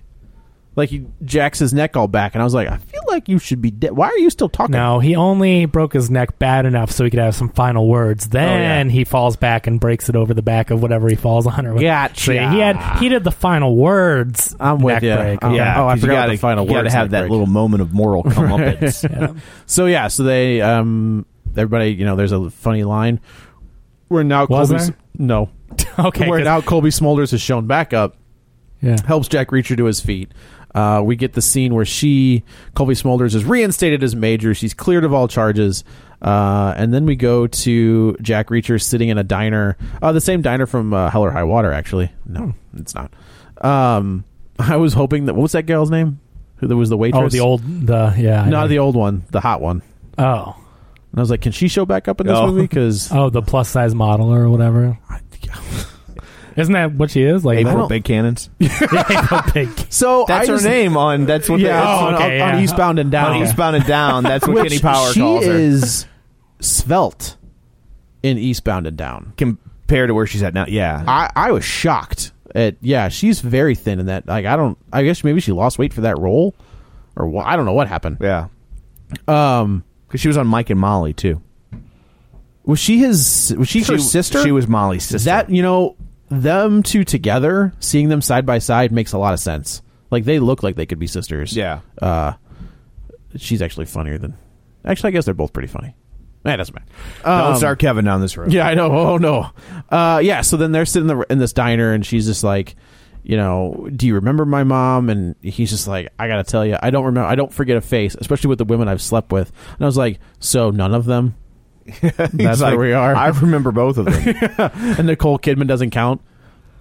[SPEAKER 2] like he jacks his neck all back, and I was like, I feel like you should be dead. Why are you still talking?
[SPEAKER 3] No, he only broke his neck bad enough so he could have some final words.
[SPEAKER 2] Oh,
[SPEAKER 3] Then he falls back and breaks it over the back of whatever he falls on. Or whatever.
[SPEAKER 2] Gotcha.
[SPEAKER 3] So he had he did the final words.
[SPEAKER 2] I'm with
[SPEAKER 3] neck
[SPEAKER 2] ya.
[SPEAKER 3] break.
[SPEAKER 2] I'm-
[SPEAKER 3] yeah.
[SPEAKER 2] Oh, I
[SPEAKER 3] 'Cause you
[SPEAKER 2] forgot
[SPEAKER 3] gotta-
[SPEAKER 2] the final
[SPEAKER 3] you gotta
[SPEAKER 2] word.
[SPEAKER 3] have that
[SPEAKER 2] little moment of moral comeuppance. So yeah, so they um everybody you know there's a funny line. We're now
[SPEAKER 3] Was
[SPEAKER 2] Colby.
[SPEAKER 3] there?
[SPEAKER 2] No.
[SPEAKER 3] Okay,
[SPEAKER 2] Where
[SPEAKER 3] 'cause-
[SPEAKER 2] now Colby Smolders is shown back up.
[SPEAKER 3] Yeah.
[SPEAKER 2] Helps Jack Reacher to his feet. Uh, we get the scene where she Colby Smolders is reinstated as major. She's cleared of all charges. Uh, and then we go to Jack Reacher sitting in a diner, uh, the same diner from uh, Hell or High Water, actually. No, it's not. Um, I was hoping that what was that girl's name? Who that was the waitress?
[SPEAKER 3] Oh, the old the yeah. I
[SPEAKER 2] not
[SPEAKER 3] know.
[SPEAKER 2] the old one, the hot one.
[SPEAKER 3] Oh.
[SPEAKER 2] And I was like, can she show back up in this
[SPEAKER 3] Oh.
[SPEAKER 2] movie? Because
[SPEAKER 1] Uh,
[SPEAKER 3] oh, the plus size model or whatever. Isn't that what she is? Like
[SPEAKER 2] April
[SPEAKER 3] big
[SPEAKER 1] cannons.
[SPEAKER 2] So
[SPEAKER 1] That's
[SPEAKER 2] I
[SPEAKER 1] her
[SPEAKER 2] just-
[SPEAKER 1] name on that's what they-
[SPEAKER 2] Yeah,
[SPEAKER 1] that's
[SPEAKER 2] oh,
[SPEAKER 1] what-
[SPEAKER 2] okay, yeah. On
[SPEAKER 1] On
[SPEAKER 2] Eastbound
[SPEAKER 1] Eastbound and Down. That's what
[SPEAKER 2] Which
[SPEAKER 1] Kenny Power
[SPEAKER 2] she
[SPEAKER 1] calls her.
[SPEAKER 2] is svelte in Eastbound and Down
[SPEAKER 1] compared to where she's at now. Yeah,
[SPEAKER 2] I, I was shocked at yeah she's very thin in that. Like I don't I guess maybe she lost weight for that role or wha- I don't know what happened.
[SPEAKER 1] Yeah,
[SPEAKER 2] um,
[SPEAKER 1] because she was on Mike and Molly too.
[SPEAKER 2] Was she his? Was she, her sister?
[SPEAKER 1] She was Molly's sister.
[SPEAKER 2] That you know, them two together, seeing them side by side makes a lot of sense. Like they look like they could be sisters.
[SPEAKER 1] Yeah.
[SPEAKER 2] Uh, she's actually funnier than. Actually, I guess they're both pretty funny. That doesn't matter.
[SPEAKER 1] Don't
[SPEAKER 2] Um,
[SPEAKER 1] start Kevin down this road.
[SPEAKER 2] Yeah, I know. Oh no. Uh, yeah. So then they're sitting in, the, in this diner, and she's just like, you know, do you remember my mom? And he's just like, I gotta tell you, I don't remember. I don't forget a face, especially with the women I've slept with. And I was like, so none of them. That's
[SPEAKER 1] He's
[SPEAKER 2] where
[SPEAKER 1] like,
[SPEAKER 2] we are.
[SPEAKER 1] I remember both of them.
[SPEAKER 2] and Nicole Kidman doesn't count.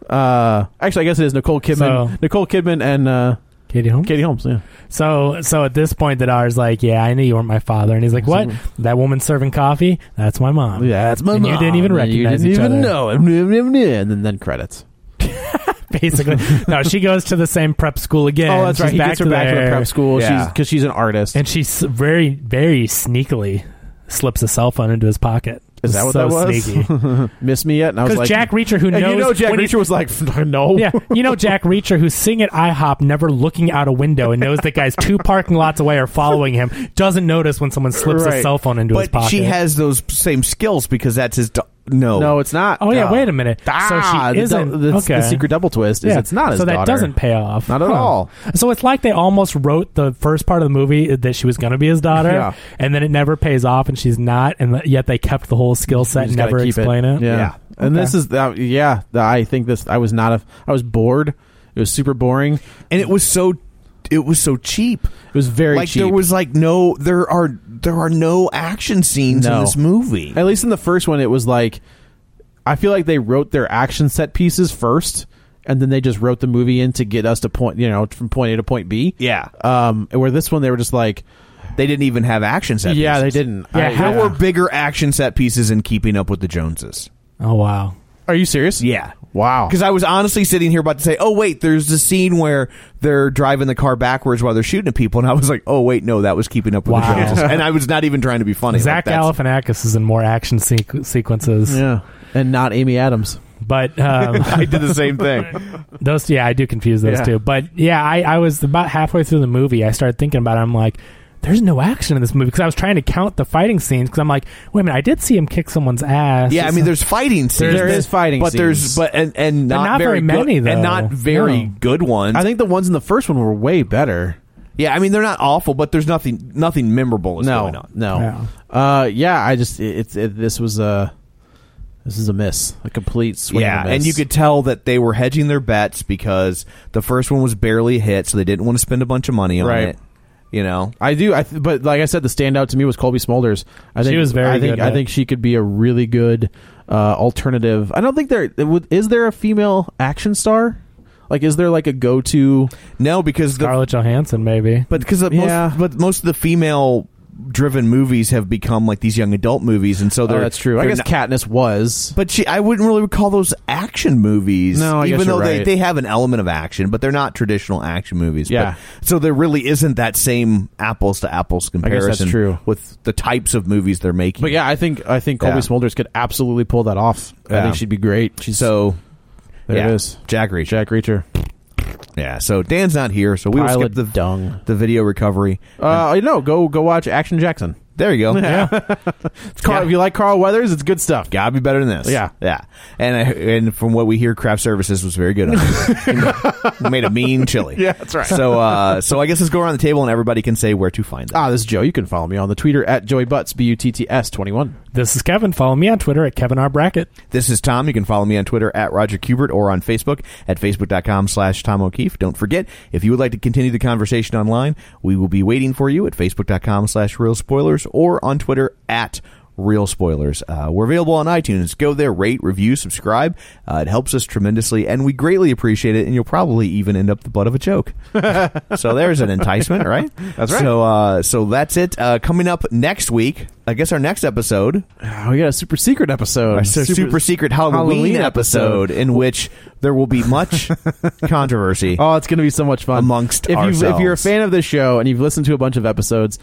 [SPEAKER 2] Uh, actually, I guess it is Nicole Kidman.
[SPEAKER 3] So-
[SPEAKER 2] Nicole Kidman and uh,
[SPEAKER 3] Katie Holmes.
[SPEAKER 2] Katie Holmes. Yeah.
[SPEAKER 3] So so at this point, that R's like, yeah, I knew you weren't my father, and he's like, what? That woman serving coffee? That's my mom.
[SPEAKER 2] Yeah, that's my
[SPEAKER 3] and You didn't even
[SPEAKER 2] mom.
[SPEAKER 3] recognize
[SPEAKER 2] You didn't
[SPEAKER 3] each
[SPEAKER 2] even
[SPEAKER 3] other.
[SPEAKER 2] know. And then, then credits.
[SPEAKER 3] Basically, no. She goes to the same prep school again.
[SPEAKER 2] oh, that's
[SPEAKER 3] She's
[SPEAKER 2] right. He
[SPEAKER 3] back
[SPEAKER 2] gets her
[SPEAKER 3] to
[SPEAKER 2] back to
[SPEAKER 3] there.
[SPEAKER 2] the prep school. She's because she's an artist,
[SPEAKER 3] and she's very very sneakily slips a cell phone into his pocket.
[SPEAKER 2] Is that what
[SPEAKER 3] so
[SPEAKER 2] that was?
[SPEAKER 3] Sneaky.
[SPEAKER 2] Miss me yet? And I was
[SPEAKER 3] Because
[SPEAKER 2] like,
[SPEAKER 3] Jack Reacher, who
[SPEAKER 2] And
[SPEAKER 3] knows,
[SPEAKER 2] you know, Jack
[SPEAKER 3] when he-
[SPEAKER 2] Reacher was like, no,
[SPEAKER 3] yeah, you know Jack Reacher, who's sitting at IHOP, never looking out a window, and knows that guys two parking lots away are following him. Doesn't notice when someone slips a
[SPEAKER 1] Right.
[SPEAKER 3] cell phone into
[SPEAKER 1] but
[SPEAKER 3] his pocket.
[SPEAKER 1] she has those same skills because that's his. Do- no,
[SPEAKER 2] no, it's not.
[SPEAKER 3] Oh yeah,
[SPEAKER 2] Uh,
[SPEAKER 3] wait a minute.
[SPEAKER 2] Ah,
[SPEAKER 3] so she
[SPEAKER 2] the
[SPEAKER 3] isn't.
[SPEAKER 2] dou- the, the
[SPEAKER 3] okay.
[SPEAKER 2] secret double twist is
[SPEAKER 3] Yeah,
[SPEAKER 2] it's not his
[SPEAKER 3] so that
[SPEAKER 2] daughter.
[SPEAKER 3] doesn't pay off
[SPEAKER 2] Not at
[SPEAKER 3] Huh.
[SPEAKER 2] all.
[SPEAKER 3] So it's like they almost wrote the first part of the movie that she was going to be his daughter,
[SPEAKER 2] Yeah.
[SPEAKER 3] and then it never pays off, and she's not, and yet they kept the whole skill set, and
[SPEAKER 2] just gotta
[SPEAKER 3] never
[SPEAKER 2] keep
[SPEAKER 3] explain it.
[SPEAKER 2] Yeah. And
[SPEAKER 3] Okay.
[SPEAKER 2] this is uh, yeah. the- I think this. I was not. A, I was bored. It was super boring.
[SPEAKER 1] and it was so. It was so cheap.
[SPEAKER 2] It was very
[SPEAKER 1] like
[SPEAKER 2] cheap.
[SPEAKER 1] there was like no there are there are no action scenes
[SPEAKER 2] No.
[SPEAKER 1] in this movie.
[SPEAKER 2] At least in the first one, it was like I feel like they wrote their action set pieces first, and then they just wrote the movie in to get us to point. You know, from point A to point B.
[SPEAKER 1] Yeah,
[SPEAKER 2] Um. Where this one, they were just like,
[SPEAKER 1] they didn't even have action set.
[SPEAKER 2] yeah,
[SPEAKER 1] pieces.
[SPEAKER 2] they didn't.
[SPEAKER 3] Yeah,
[SPEAKER 2] I-
[SPEAKER 3] how
[SPEAKER 1] There were bigger action set pieces in Keeping Up with the Joneses.
[SPEAKER 3] Oh wow.
[SPEAKER 2] Are you serious?
[SPEAKER 1] Yeah.
[SPEAKER 2] Wow.
[SPEAKER 1] Because I was honestly sitting here about to say, oh, wait, there's the scene where they're driving the car backwards while they're shooting at people. And I was like, oh, wait, no, that was keeping up with
[SPEAKER 3] Wow.
[SPEAKER 1] the Joneses. And I was not even trying to be funny.
[SPEAKER 3] Zach
[SPEAKER 1] like, that's-
[SPEAKER 3] Galifianakis is in more action sequ- sequences,
[SPEAKER 2] Yeah. And not Amy Adams.
[SPEAKER 3] but um,
[SPEAKER 1] I did the same thing.
[SPEAKER 3] Those, yeah, I do confuse those
[SPEAKER 2] Yeah.
[SPEAKER 3] two. But yeah, I, I was about halfway through the movie. I started thinking about it. I'm like, there's no action in this movie because I was trying to count the fighting scenes because I'm like, wait a minute, I did see him kick someone's ass.
[SPEAKER 1] Yeah, I mean, there's fighting scenes.
[SPEAKER 2] There is fighting
[SPEAKER 1] but
[SPEAKER 2] scenes.
[SPEAKER 1] there's but and and not,
[SPEAKER 3] not very
[SPEAKER 1] good-
[SPEAKER 3] many, though.
[SPEAKER 1] and not very
[SPEAKER 3] No.
[SPEAKER 1] good ones.
[SPEAKER 2] I think the ones in the first one were way better.
[SPEAKER 1] yeah, I mean, they're not awful, but there's nothing nothing memorable is
[SPEAKER 2] no,
[SPEAKER 1] going on.
[SPEAKER 2] no. Yeah. Uh, yeah, I just it, it's it, this was a this is a miss, a complete swing.
[SPEAKER 1] yeah,
[SPEAKER 2] and, a miss.
[SPEAKER 1] and you could tell that they were hedging their bets because the first one was barely a hit, so they didn't want to spend a bunch of money on
[SPEAKER 2] Right.
[SPEAKER 1] it. You know,
[SPEAKER 2] I do, I th- but like I said, the standout to me was Colby Smulders. I
[SPEAKER 3] She
[SPEAKER 2] think
[SPEAKER 3] was very
[SPEAKER 2] I think
[SPEAKER 3] good at
[SPEAKER 2] I
[SPEAKER 3] it.
[SPEAKER 2] think she could be a really good uh, alternative. I don't think there it would- is there a female action star. Like, is there like a go to?
[SPEAKER 1] no, because the
[SPEAKER 3] Scarlett Johansson, maybe.
[SPEAKER 1] but because
[SPEAKER 2] Yeah.
[SPEAKER 1] most but most of the female driven movies have become like these young adult movies, and so
[SPEAKER 2] Oh,
[SPEAKER 1] they're
[SPEAKER 2] that's true. I
[SPEAKER 1] they're
[SPEAKER 2] guess
[SPEAKER 1] not-
[SPEAKER 2] Katniss was.
[SPEAKER 1] but she, I wouldn't really call those action movies.
[SPEAKER 2] No, I guess
[SPEAKER 1] even though
[SPEAKER 2] you're
[SPEAKER 1] they,
[SPEAKER 2] right.
[SPEAKER 1] they have an element of action, but they're not traditional action movies.
[SPEAKER 2] Yeah.
[SPEAKER 1] But- so there really isn't that same apples to apples
[SPEAKER 2] that's
[SPEAKER 1] comparison.
[SPEAKER 2] true.
[SPEAKER 1] with the types of movies they're making.
[SPEAKER 2] But yeah, I think I think Colby
[SPEAKER 1] Yeah.
[SPEAKER 2] Smulders could absolutely pull that off. I
[SPEAKER 1] Yeah.
[SPEAKER 2] think she'd be great. She's
[SPEAKER 1] so
[SPEAKER 2] there
[SPEAKER 1] yeah.
[SPEAKER 2] it is.
[SPEAKER 1] Jack Reacher.
[SPEAKER 2] Jack Reacher.
[SPEAKER 1] Yeah, so Dan's not here, so we will
[SPEAKER 2] Pile
[SPEAKER 1] skip
[SPEAKER 2] of
[SPEAKER 1] the dung. the video recovery.
[SPEAKER 2] Uh, no, go go watch Action Jackson.
[SPEAKER 1] There you go.
[SPEAKER 2] Yeah. it's Carl, If you like Carl Weathers, it's good stuff.
[SPEAKER 1] Gotta be better than this.
[SPEAKER 2] Yeah.
[SPEAKER 1] yeah. And I, and from what we hear, craft services was very good. on it. Made a mean chili.
[SPEAKER 2] Yeah, that's right.
[SPEAKER 1] So, uh, so I guess let's go around the table and everybody can say where to find them.
[SPEAKER 2] Ah, this is Joe. You can follow me on the Twitter at Joey Butts B U T T S twenty one.
[SPEAKER 3] This is Kevin. Follow me on Twitter at Kevin R. Brackett.
[SPEAKER 1] This is Tom. You can follow me on Twitter at Roger Kubert or on Facebook at facebook.com slash Tom O'Keefe. Don't forget, if you would like to continue the conversation online, we will be waiting for you at facebook.com slash real spoilers or on Twitter at real spoilers. Uh, we're available on iTunes. Go there, rate, review, subscribe. Uh, it helps us tremendously and we greatly appreciate it. And you'll probably even end up the butt of a joke. so there's an enticement, right?
[SPEAKER 2] That's right.
[SPEAKER 1] So, uh, so that's it. Uh, coming up next week, I guess our next episode.
[SPEAKER 2] Ah, we got a super secret episode.
[SPEAKER 1] Our super, super secret Halloween, episode, in which there will be much controversy.
[SPEAKER 2] Oh, it's going to be so much fun
[SPEAKER 1] Amongst
[SPEAKER 2] if you if you're a
[SPEAKER 1] ourselves.
[SPEAKER 2] fan of this show and you've listened to a bunch of episodes.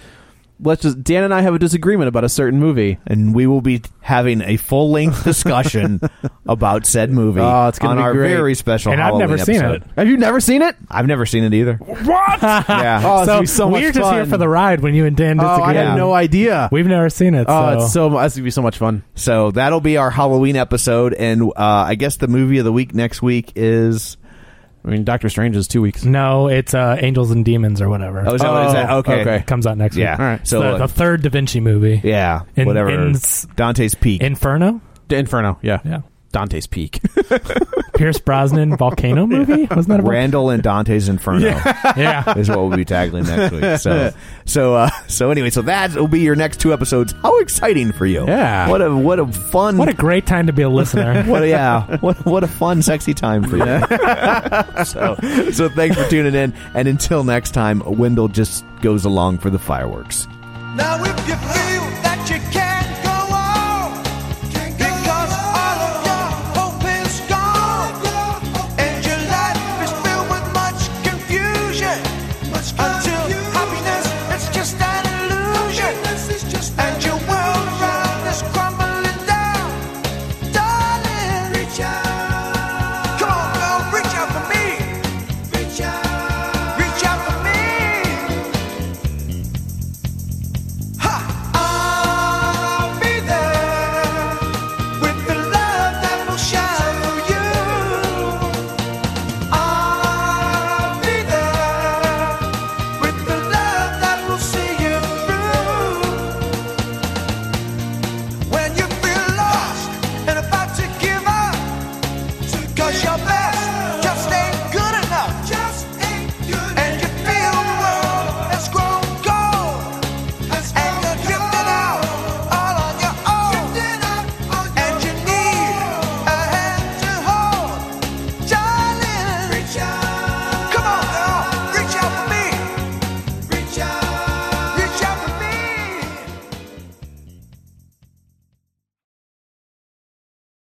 [SPEAKER 2] Let's just Dan and I have a disagreement about a certain movie.
[SPEAKER 1] And we will be having a full length discussion about said movie
[SPEAKER 2] Oh, it's gonna
[SPEAKER 1] on
[SPEAKER 2] be
[SPEAKER 1] our
[SPEAKER 2] great.
[SPEAKER 1] very special
[SPEAKER 3] And I've
[SPEAKER 1] Halloween
[SPEAKER 3] never seen
[SPEAKER 1] episode.
[SPEAKER 3] it.
[SPEAKER 2] Have you never seen it?
[SPEAKER 1] I've never seen it either.
[SPEAKER 3] What?
[SPEAKER 1] Yeah.
[SPEAKER 2] Oh, it's gonna
[SPEAKER 3] so,
[SPEAKER 2] be so much
[SPEAKER 3] we're just here
[SPEAKER 2] fun.
[SPEAKER 3] for the ride when you and Dan
[SPEAKER 2] Oh,
[SPEAKER 3] disagree.
[SPEAKER 2] I
[SPEAKER 1] Yeah.
[SPEAKER 2] had no idea.
[SPEAKER 3] We've never seen it.
[SPEAKER 2] oh,
[SPEAKER 3] so.
[SPEAKER 2] it's so that's gonna be so much fun.
[SPEAKER 1] So that'll be our Halloween episode. And uh, I guess the movie of the week next week is.
[SPEAKER 2] I mean, Doctor Strange is two weeks.
[SPEAKER 3] no, it's uh, Angels and Demons or whatever.
[SPEAKER 1] Oh, is that what is that?
[SPEAKER 2] Oh,
[SPEAKER 1] Okay.
[SPEAKER 2] okay.
[SPEAKER 3] comes out next
[SPEAKER 1] Yeah.
[SPEAKER 3] week.
[SPEAKER 1] All right.
[SPEAKER 3] It's
[SPEAKER 1] So,
[SPEAKER 3] the,
[SPEAKER 1] uh,
[SPEAKER 3] the third Da Vinci movie.
[SPEAKER 1] Yeah.
[SPEAKER 3] In-
[SPEAKER 1] whatever.
[SPEAKER 3] in s-
[SPEAKER 1] Dante's Peak.
[SPEAKER 3] Inferno.
[SPEAKER 2] Inferno. Yeah.
[SPEAKER 3] Yeah.
[SPEAKER 2] Dante's Peak.
[SPEAKER 3] Pierce Brosnan volcano movie. Wasn't that a
[SPEAKER 1] Randall and Dante's Inferno.
[SPEAKER 3] yeah?
[SPEAKER 1] is what we'll be tackling next week. So, so, uh, so anyway, so that will be your next two episodes. How exciting for you!
[SPEAKER 2] Yeah.
[SPEAKER 1] what a what a fun,
[SPEAKER 3] What a great time to be a listener.
[SPEAKER 1] what a, yeah, what what a fun, sexy time for you. so, so thanks for tuning in, and until next time, Wendell just goes along for the fireworks.
[SPEAKER 4] Now if you feel that you can